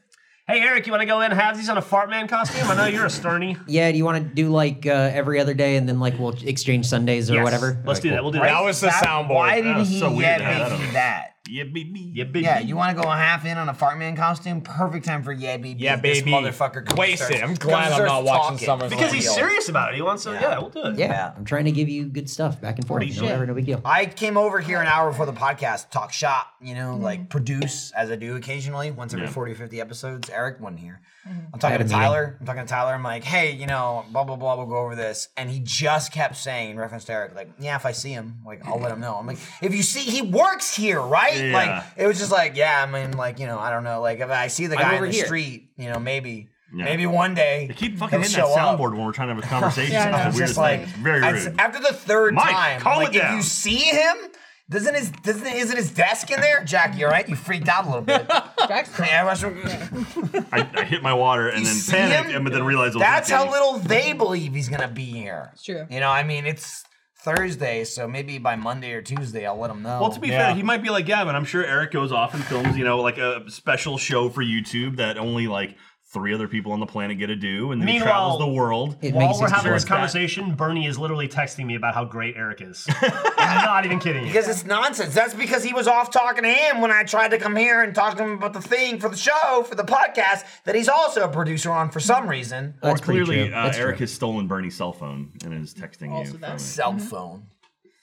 Hey, Eric, you want to go in and have these on a fart man costume? I know you're a sterny.
Yeah, do you want to do like uh, every other day and then like we'll exchange Sundays or
Yes.
whatever?
Let's do that. We'll do
That
that.
was the soundboard.
Why did
was
he
so weird
yeah,
to have that
make you
on.
that?
Yeah, baby.
Yeah, big-
Yeah, you want to go half in on a fart man costume? Perfect time for yeah, baby.
Yeah,
This
baby.
motherfucker. comes
Waste
starts-
it. I'm
comes
glad I'm
starts
not watching
talking.
Summer's
Because he's
Deal.
serious about it. He wants to. Yeah, we'll do it.
Yeah.
Yeah.
I'm trying to give you good stuff back and forth. You know, whatever, no big deal.
I came over here an hour before the podcast, talk shop, you know, like produce as I do occasionally, once every
Yeah.
40 or 50 episodes. Eric wasn't here. I'm talking to
had a meeting.
Tyler. I'm talking to Tyler. I'm like, hey, you know, blah, blah, blah, we'll go over this. And he just kept saying, in reference to Eric, like, yeah, if I see him, like, I'll let him know. I'm like, if you see, he works here, right?
Yeah.
Like, it was just like, yeah, I mean, like, you know, I don't know. Like, if I see the guy in
over
the
here.
street, you know, maybe,
Yeah.
maybe one day.
They keep fucking hitting that
show up.
soundboard when we're trying to have a conversation.
Yeah, I know.
it's
It's
the weirdest
just like
thing. It's very
that's-
rude.
After the third
Mike,
time,
calm
like,
it
if
down.
you see him, doesn't his doesn't isn't his desk in there? Jack, you all right? You freaked out a little bit.
Jack's
Yeah, I was-
I, I hit my water and
You
then
see
panicked,
him?
and but then realized it was
That's
empty.
how little they believe he's gonna be here. It's
true.
You know, I mean, it's Thursday, so maybe by Monday or Tuesday, I'll let him know.
Well, to be
Yeah.
fair, he might be like Gavin. I'm sure Eric goes off and films, you know, like a special show for YouTube that only like three other people on the planet get to do, and then he
Meanwhile-
travels the world.
It
While
makes
we're
it
having this
short.
conversation, Bernie is literally texting me about how great Eric is. I'm not even kidding you.
because it's nonsense. That's because he was off talking to him when I tried to come here and talk to him about the thing for the show, for the podcast that he's also a producer on for some reason.
Or
That's pretty
clearly,
true.
uh,
That's
Eric
true.
has stolen Bernie's cell phone and is texting
Also
you. from
that's-
it.
Cell phone.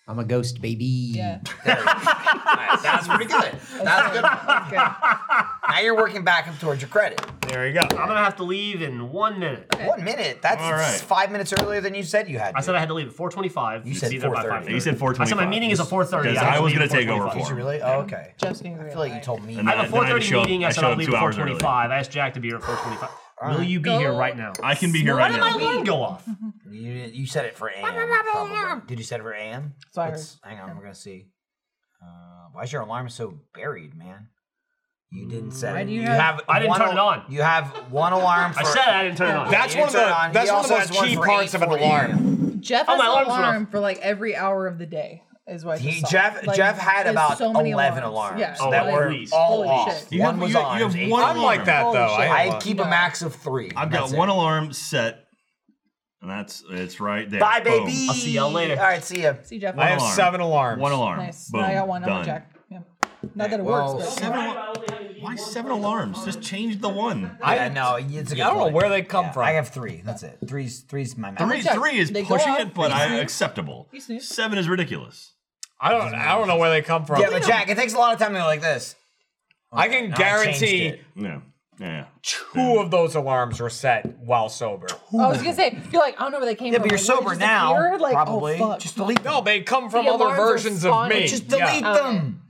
I'm a ghost baby.
Yeah.
That's pretty good. That's good.
Okay.
now you're working back up towards your credit.
There you go.
I'm gonna have to leave in one minute.
One minute. That's
All right.
five minutes earlier than you said you had.
I
to.
said I had to leave at 4:25.
You
to
said
be there by
4:30.
5:30.
You said 4:25.
I said my meeting is at 4:30.
Yes,
have
I was
leave
gonna
at
take over
4:25.
for
Did you
him.
really? Oh, okay.
Jeff's being real.
I feel like you told me.
And
I
that.
have a
Then I had to
4:30
show up-
meeting.
I
I said
showed
I'll
up
leave
two
at
hours early.
4:25. I asked Jack to be here at 4:25.
right.
Will you be here right now?
I can be here right
What am
now.
I
Alarm
leaving?
go off.
You didn't- you said it for AM. probably. Did you set it for AM?
So I
Let's- Hang on, we're gonna see. Uh, why is your alarm so buried, man? You didn't set
Why
it.
do you have-
I didn't
one
turn it
al-
on.
You have one alarm. For,
I said I didn't turn it on.
You
That's
didn't
one of
turn it
the-
on.
that's
He
one of
also
the
has one
key
for
parts of an
8:40 a.m.
Jeff
Oh,
has
my
an
alarm's went off.
alarm for like every hour of the day. Is what I
He,
just saw.
Jeff
Like,
Jeff had
there's
about
so many
eleven
alarms.
alarms,
Yeah,
Oh,
that
at
were
least.
all
Holy
off.
shit.
You
one
have-
was
you- you
on.
have
It was
one
8:40.
I'm like that
Holy
though.
shit.
I,
I
am, uh,
keep a
No.
max of three.
I've
That's
got
it.
one alarm set, and that's it's right there.
Bye,
Boom.
baby.
I'll see y'all later.
All right, see ya.
See Jeff.
I have
alarm.
seven alarms.
One alarm.
nice.
Boom.
Now I got one. I'm
Done.
on Jack. Yeah. Not that it
Well,
works, but
Seven al- Why seven alarms? Just change the one.
I-
yeah, no, it's a good
I don't know
point.
where they come
Yeah,
from.
I have three. That's it. Three's three's my max.
Three,
check.
three is
They go
pushing
up,
it, but
you
I
snooze.
acceptable.
You snooze.
Seven is ridiculous.
I don't. I don't know where they come from.
Yeah, but Jack, it takes a lot of time to go like this.
I can
I
guarantee
changed it.
Yeah, yeah.
two of those alarms were set while sober.
I was gonna say, you're like, I don't know where they came
Yeah,
from.
but you're
like, did they
sober
just
now.
appear? Like,
probably.
Oh, fuck.
Just delete them.
No, they come from
The
other
alarms are
versions of
spawned-
me.
Just
Yeah.
delete
Okay.
them.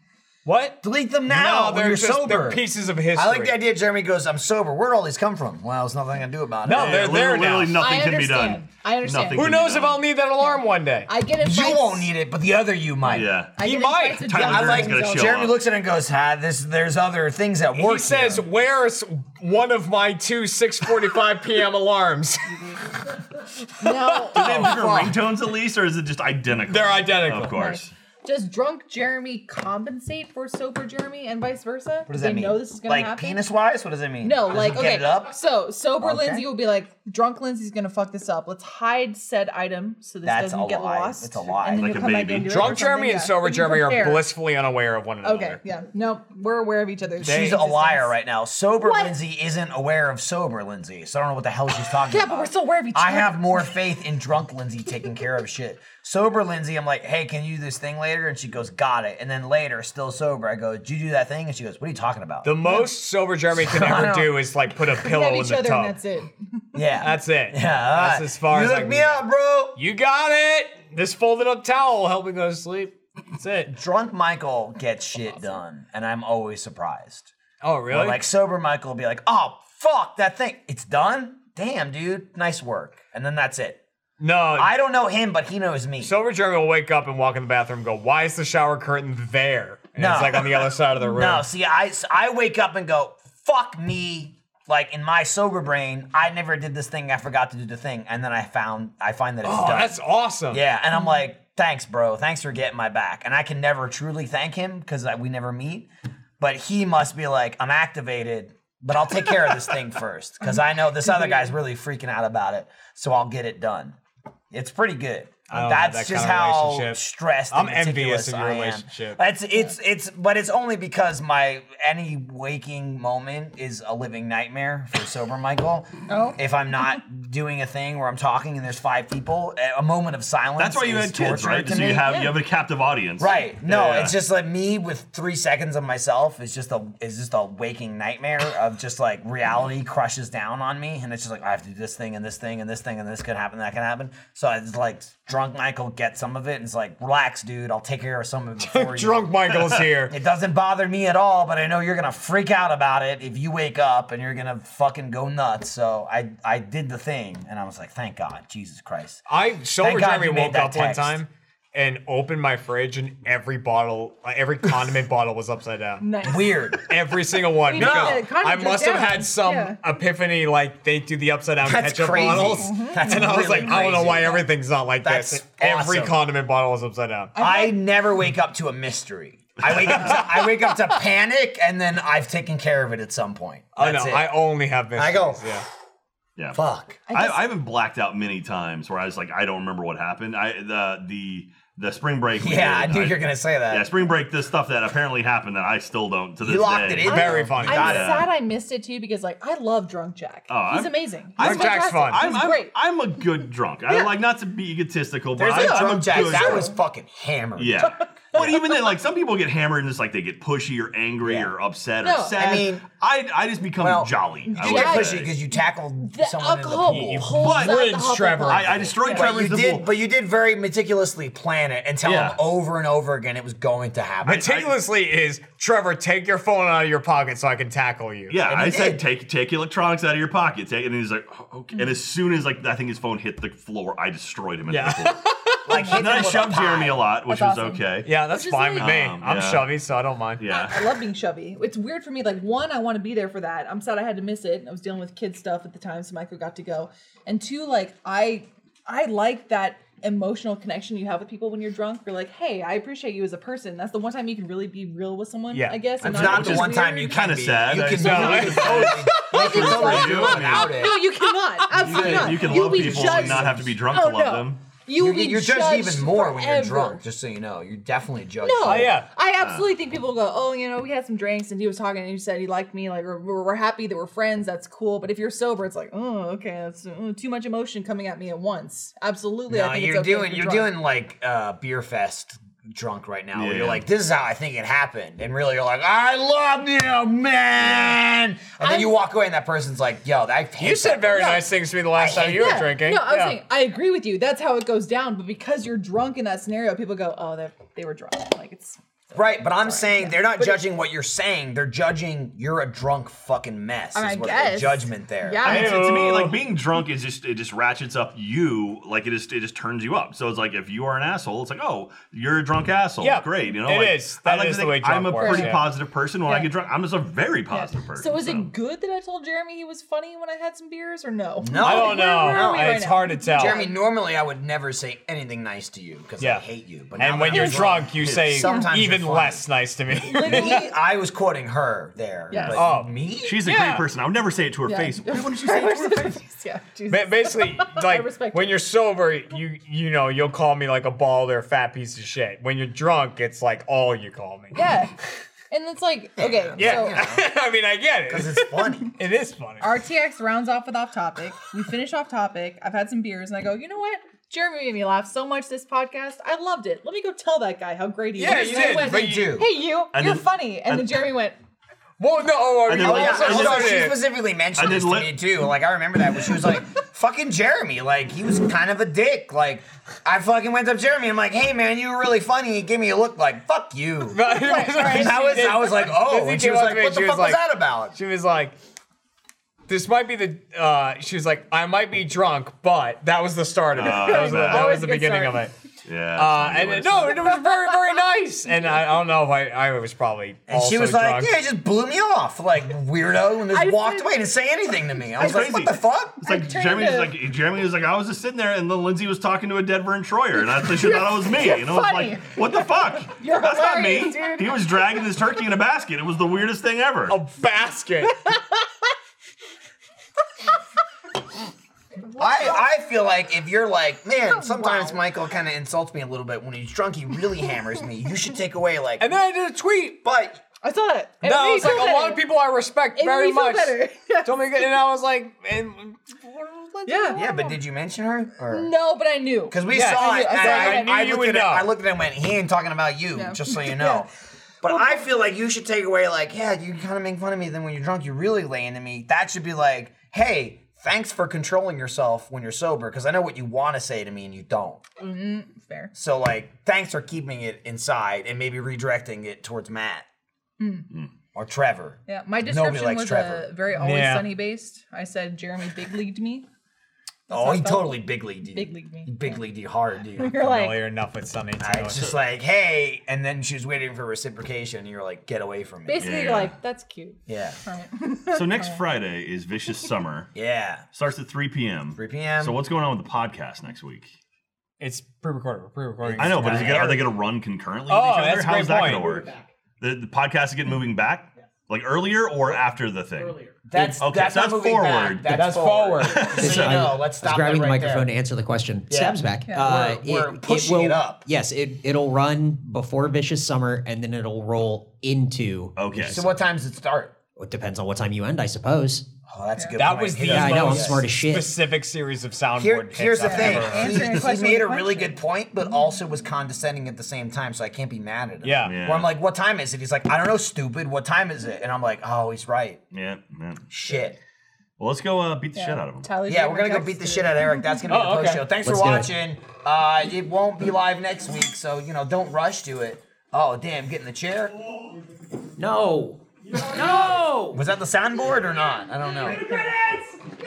What?
Delete them now.
no,
when
they're
you're
just,
sober.
They're pieces of history.
I like the idea. Jeremy goes, "I'm sober. Where'd all these come from?" Well, there's nothing I can do about it.
No,
Yeah,
they're there now.
literally nothing
I
can be done.
understand. I understand.
Nothing
Who
can be
knows if
done.
I'll need that alarm one day?
I get it.
you won't need it, but the other you might.
Yeah.
I
He
get in
might.
fights with
Tyler
I
Jeff.
Durden's
like.
gonna show
Jeremy
up.
looks at it and goes, "Ha, this. There's other things at work."
he says,
here."
"Where's one of my two 6:45 p.m. alarms?
No.
Do they have different ringtones at least, or is it just identical?
They're identical.
Of course.
Does drunk Jeremy compensate for sober Jeremy and vice versa?
"What does
they
that mean?
know this is gonna
like
happen?
penis-wise? What does it mean?
No,
Does
like
he
okay.
get it up?
So sober
Okay.
Lindsay will be like, drunk Lindsay's gonna fuck this up. Let's hide said item so this
That's
doesn't
a
get
lie.
lost.
It's a lie.
And then
Like
you'll
a
come back
baby.
and do it or
Drunk
something,
Jeremy
yeah.
and sober
But you
Jeremy are
compare.
blissfully unaware of one another.
Okay, yeah. Nope. We're aware of each other.
She's a liar right now. Sober
What?
Lindsay isn't aware of sober Lindsay, so I don't know what the hell she's talking
Yeah,
about.
but we're still aware of each
I
other.
have more faith in drunk Lindsay taking care of shit. Sober Lindsay, I'm like, hey, can you do this thing later? And she goes, got it. And then later, still sober, I go, did you do that thing? And she goes, what are you talking about?
The most sober Jeremy can ever do is like put a
We
pillow
have
in
each
the
other, and
tub.
that's it.
yeah.
That's it.
Yeah, all
that's
right.
as far
you
as I
look
can
me
go.
up, bro.
You got it. This folded up towel will help me go to sleep. That's it.
Drunk Michael gets shit done, and I'm always surprised.
Oh, really?
But like sober Michael will be like, oh fuck that thing, it's done. Damn, dude, nice work. And then that's it.
no.
I don't know him, but he knows me.
sober Jeremy will wake up and walk in the bathroom and go, "Why is the shower curtain there?" And
No.
it's like on the other side of the room.
No, see, I I wake up and go, fuck me. Like in my sober brain, I never did this thing. I forgot to do the thing, and then I found I find that it's
Oh,
done.
that's awesome.
yeah, and I'm like, thanks, bro. Thanks for getting my back. And I can never truly thank him because we never meet. But he must be like, I'm activated, but I'll take care of this thing first because I know this other guy's really freaking out about it, so I'll get it done. It's pretty good.
I don't have
That's
that
just
kind of
how
relationship.
stressed.
I'm
and
envious
meticulous
of your
I am.
relationship.
It's it's it's, but it's only because my any waking moment is a living nightmare for sober Michael.
Oh.
if I'm not doing a thing where I'm talking and there's five people, a- a moment of silence.
That's why you
is
had kids,
torture
right?
to
So you
me.
have you have a captive audience.
Right. No,
Yeah.
it's just like me with three seconds of myself is just a is just a waking nightmare of just like reality crushes down on me, and it's just like I have to do this thing and this thing and this thing and this could happen, that can happen. So it's like drunk Michael gets some of it, and it's like relax, dude. I'll take care of some of it before you.
Drunk Michael's here.
It doesn't bother me at all, but I know you're gonna freak out about it if you wake up and you're gonna fucking go nuts. So I I did the thing, and I was like, thank God, Jesus Christ.
I sober
Thank God
Jeremy
you made
woke
that
up one
text.
time and opened my fridge and every bottle, uh, every condiment bottle was upside down.
Nice.
Weird.
Every single one.
We
because
need the condiment
I must have
down.
had some
Yeah.
epiphany like they do the upside down
That's
ketchup
crazy.
bottles.
Mhm. That's
and I was
really
like, I don't know
crazy.
why everything's not like
That's
this. And Every
awesome.
condiment bottle is upside down.
I never wake up to a mystery. I wake up to I wake up to panic, and then I've taken care of it at some point.
Oh
That's
no,
it.
I only have mysteries.
I go,
Yeah.
yeah.
fuck.
I, I haven't blacked out many times where I was like, I don't remember what happened. I the the the spring break. we
Yeah, I
did,
knew you were gonna say that.
Yeah, spring break. This stuff that apparently happened that I still don't to this
you locked
day.
it in.
Very
though.
funny.
I'm
Got it.
sad I missed it too because like I love drunk Jack.
Oh,
He's
I'm-
amazing.
I'm-
He's
Jack's
fantastic.
fun.
He's
I'm, I'm,
great.
I'm a good drunk. I like not to be egotistical, but I,
There's a
am
drunk
a
jack
good
that
drunk.
was fucking hammered.
yeah. But even then, like some people get hammered and it's like they get pushy or angry or upset or
No, I
sad. I
mean-
I, I just become
Well,
jolly. I
You
would
get
say.
pushy because you tackled
The
someone
alcohol
in the pool.
You
pulls out the
bridge,
Hufflepuff.
Trevor.
I, I destroyed
But
Trevor's
you
the
did,
bull.
but you did very meticulously plan it and tell
Yeah.
him over and over again it was going to happen.
Meticulously is Trevor, take your phone out of your pocket so I can tackle you.
Yeah,
And he
I said
did.
take take electronics out of your pocket. Take, and he's like, "Oh, okay. And as soon as like I think his phone hit the floor, I destroyed him. Yeah.
Yeah.
The floor.
like hit
and then I
him with a
shoved
pie.
Jeremy a lot, which
That's
was
awesome.
okay.
Yeah, that's
Which is
fine with
like-
me.
Um,
I'm
yeah.
chubby, so I don't mind.
Yeah.
I love being chubby. It's weird for me. Like one, I want to be there for that. I'm sad I had to miss it. I was dealing with kid stuff at the time, so Michael got to go. And two, like I, I like that emotional connection you have with people when you're drunk. You're like, hey, I appreciate you as a person. That's the one time you can really be real with someone.
Yeah.
I guess. and
It's not
which
the
is
one time
weird.
you can
Kinda
be.
sad,
You
I
can
suppose.
you can totally- you can totally do it without it.
No, you cannot. Absolutely
You
not.
can, you can
You'll
love
be
people
judged.
and not have to be drunk
Oh,
to love
no.
them.
You will
You're,
be
you're judged even more when you're
forever.
drunk, just so you know. You're definitely judged.
No, Oh,
forever.
I absolutely think people go, oh, you know, we had some drinks and he was talking and he said he liked me. Like, we're, we're happy that we're friends. That's cool. But if you're sober, it's like, oh, okay, that's uh, too much emotion coming at me at once. Absolutely. I
No,
think
you're
it's okay if
doing you're
drunk.
doing like uh, beer fest drunk right now. where
Yeah.
You're like, this is how I think it happened, and really you're like, I love you, man. And then you walk away, and that person's like, Yo, I hate
You said
that
very
person.
nice things to me the last time you were
Yeah.
drinking.
No, I was
Yeah.
saying I agree with you. That's how it goes down. But because you're drunk in that scenario, people go, "Oh, they they were drunk." Like it's
right, but I'm saying they're not judging what you're saying. They're judging you're a drunk fucking mess.
I mean,
is
I
what the
guess.
judgment there.
Yeah.
I mean, to, to me, like being drunk is just it just ratchets up you, like it just it just turns you up. So it's like if you are an asshole, it's like oh you're a drunk asshole.
Yeah.
great. You know,
It
like,
is.
I
That
like
is
to
the
think
way
I'm a
drunk works,
pretty
yeah.
positive person when I
Yeah.
get drunk. I'm just a very positive person.
so. Is it good that I told Jeremy he was funny when I had some beers, or no?
No.
I don't
"Oh, Where
know.
are we right
it's
now?
hard to tell.
Jeremy, normally I would never say anything nice to you because I
Yeah.
hate you. But now
and when
that
you're
I'm
drunk, you say
Sometimes
even
you're funny.
less nice to me.
Me, I was quoting her there.
Yes.
But
Oh.
me?
She's a
Yeah.
great person. I would never say it to her
Yeah. Uh,
face. Wait, what did you say? to her?
yeah, Jesus.
Ba- Basically, like
respect
when
it.
you're sober, you you know you'll call me like a bald or a fat piece of shit. When you're drunk, it's like all you call me.
yeah. And it's like, okay, so
yeah. I mean, I get
Because
it.
it's funny.
It is funny.
RTX rounds off with off topic. We finish off topic. I've had some beers and I go, you know what? Jeremy made me laugh so much this podcast. I loved it. Let me go tell that guy how great he
Yeah,
is.
you
And I
did,
went,
but
They
you-
do.
hey, you,
And
you're
then-
funny. And,
and-
then Jeremy went,
well, no, oh,
And
you
then, like,
also
I
Oh,
did-
no,
started
she
it.
specifically mentioned
I
this
did
to
let-
me too. Like I remember that when she was like, "Fucking Jeremy, like he was kind of a dick." Like I fucking went up to Jeremy. I'm like, "Hey man, you were really funny." He gave me a look like, "Fuck you."
No,
And
it wasn't-
I was, I was like, "Oh,"
Lindsay
and she
came
was
up
like,
to me
"What
and
the
she
fuck was
like-
that about?"
She was like, "This might be the." Uh, she was like, "I might be drunk, but that was the start of it.
Ah,
that was, the,
bad.
that
Always
was the
a good
beginning
start.
of it."
Yeah.
Uh,
that's the
and
way
it-
to say
no,
it.
it was very, very nice. And I, I don't know if I, I was probably.
And she
also
was like,
drunk.
"Yeah, he just blew me off, like weirdo," and just
I
walked
said-
away, didn't say anything to me. I was
That's
like, "What the
crazy.
fuck?"
It's like
turned
Jeremy was
to-
like Jeremy was like I was just sitting there and then Lindsay was talking to a Denver and Troyer and I thought she thought it was me. And I was
funny.
like, what the fuck?
You're
That's not me.
hilarious, dude. Oh,
He was dragging his turkey in a basket. It was the weirdest thing ever.
a basket."
I, I feel like if you're like, man, sometimes Michael kind of insults me a little bit when he's drunk. He really hammers me. You should take away like,
and then I did a tweet.
but
I saw it. It made
No,
me
it's like
feel
a lot
better.
of people I respect
It made
very
me feel
much.
better. Yeah.
Told me, and I was like, and
Yeah.
yeah, but did you mention her? Or?
No, but I knew.
Because we
Yeah,
saw
I
it.
knew- I
and
saw
I,
it. I knew
I
you
looked
would
at it-
know.
I looked at it and went, he ain't talking about you,
No.
just so you know.
Yeah.
But I feel like you should take away, like, yeah, you kind of make fun of me. Then when you're drunk, you're really laying to me. That should be like, hey, thanks for controlling yourself when you're sober, because I know what you want to say to me and you don't.
Fair.
So, like, thanks for keeping it inside and maybe redirecting it towards Matt
Mm.
or Trevor.
Yeah, my
Nobody
description
likes
was
Trevor.
a very always
Yeah.
sunny based. I said Jeremy big leagued me.
oh, he totally big leagued you.
Big leagued me.
He Big leagued you hard, dude.
You're like,
familiar enough with Sunny. To
I
know
was
it's
just like, hey, and then she was waiting for reciprocation, and you were like, get away from me.
basically, you're like, that's cute.
Yeah.
so next Friday is Vicious Summer.
Yeah.
Starts at 3 p.m.
3 p.m.
So what's going on with the podcast next week?
it's pre-recorded. We're pre-recording.
I know, but is it gonna, are they going to run concurrently
Oh,
with each
that's
other?
a
How's
great
that going to
point.
work? The, the podcast is getting moving back, like earlier or after the thing. Earlier.
That's
Okay,
that's,
so
not
that's
moving back.
forward.
That's,
That's
forward.
forward.
so you
I-
know, let's
I was
stop
grabbing
it
the
right
microphone
there.
to answer the question.
Yeah.
Stab's back.
Yeah.
Uh,
We're- we're pushing
will,
it up.
Yes, it it'll run before Vicious Summer, and then it'll roll into.
Okay.
Oh.
So what time does it start?
It depends on what time you end, I suppose.
Oh, that's a good.
That
point.
was the
Here-
Yeah, I know, I'm
most
smart as shit.
specific series of soundboard
Here,
hits
here's the
I've
thing.
ever heard.
He,
Answering a
he
question
made
with
a
a
really
question.
good point, but also was condescending at the same time, so I can't be mad at him.
Yeah.
Where I'm like, "What time is it?" He's like, "I don't know, stupid. What time is it?" And I'm like, "Oh, he's right.
Yeah, yeah.
Shit."
Well, let's go uh, beat the shit out of them.
Tyler's
Yeah, we're gonna go
text
beat the
today.
shit out of Eric. That's gonna be
Oh,
the post
okay.
show. Thanks for
Let's do
watching. Uh, it won't be live next week, so you know, don't rush to it. Oh damn, get in the chair.
No. No.
Was that the soundboard or not? I don't know.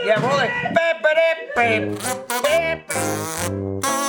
Yeah, roll it. Beep, beep, beep, beep, beep.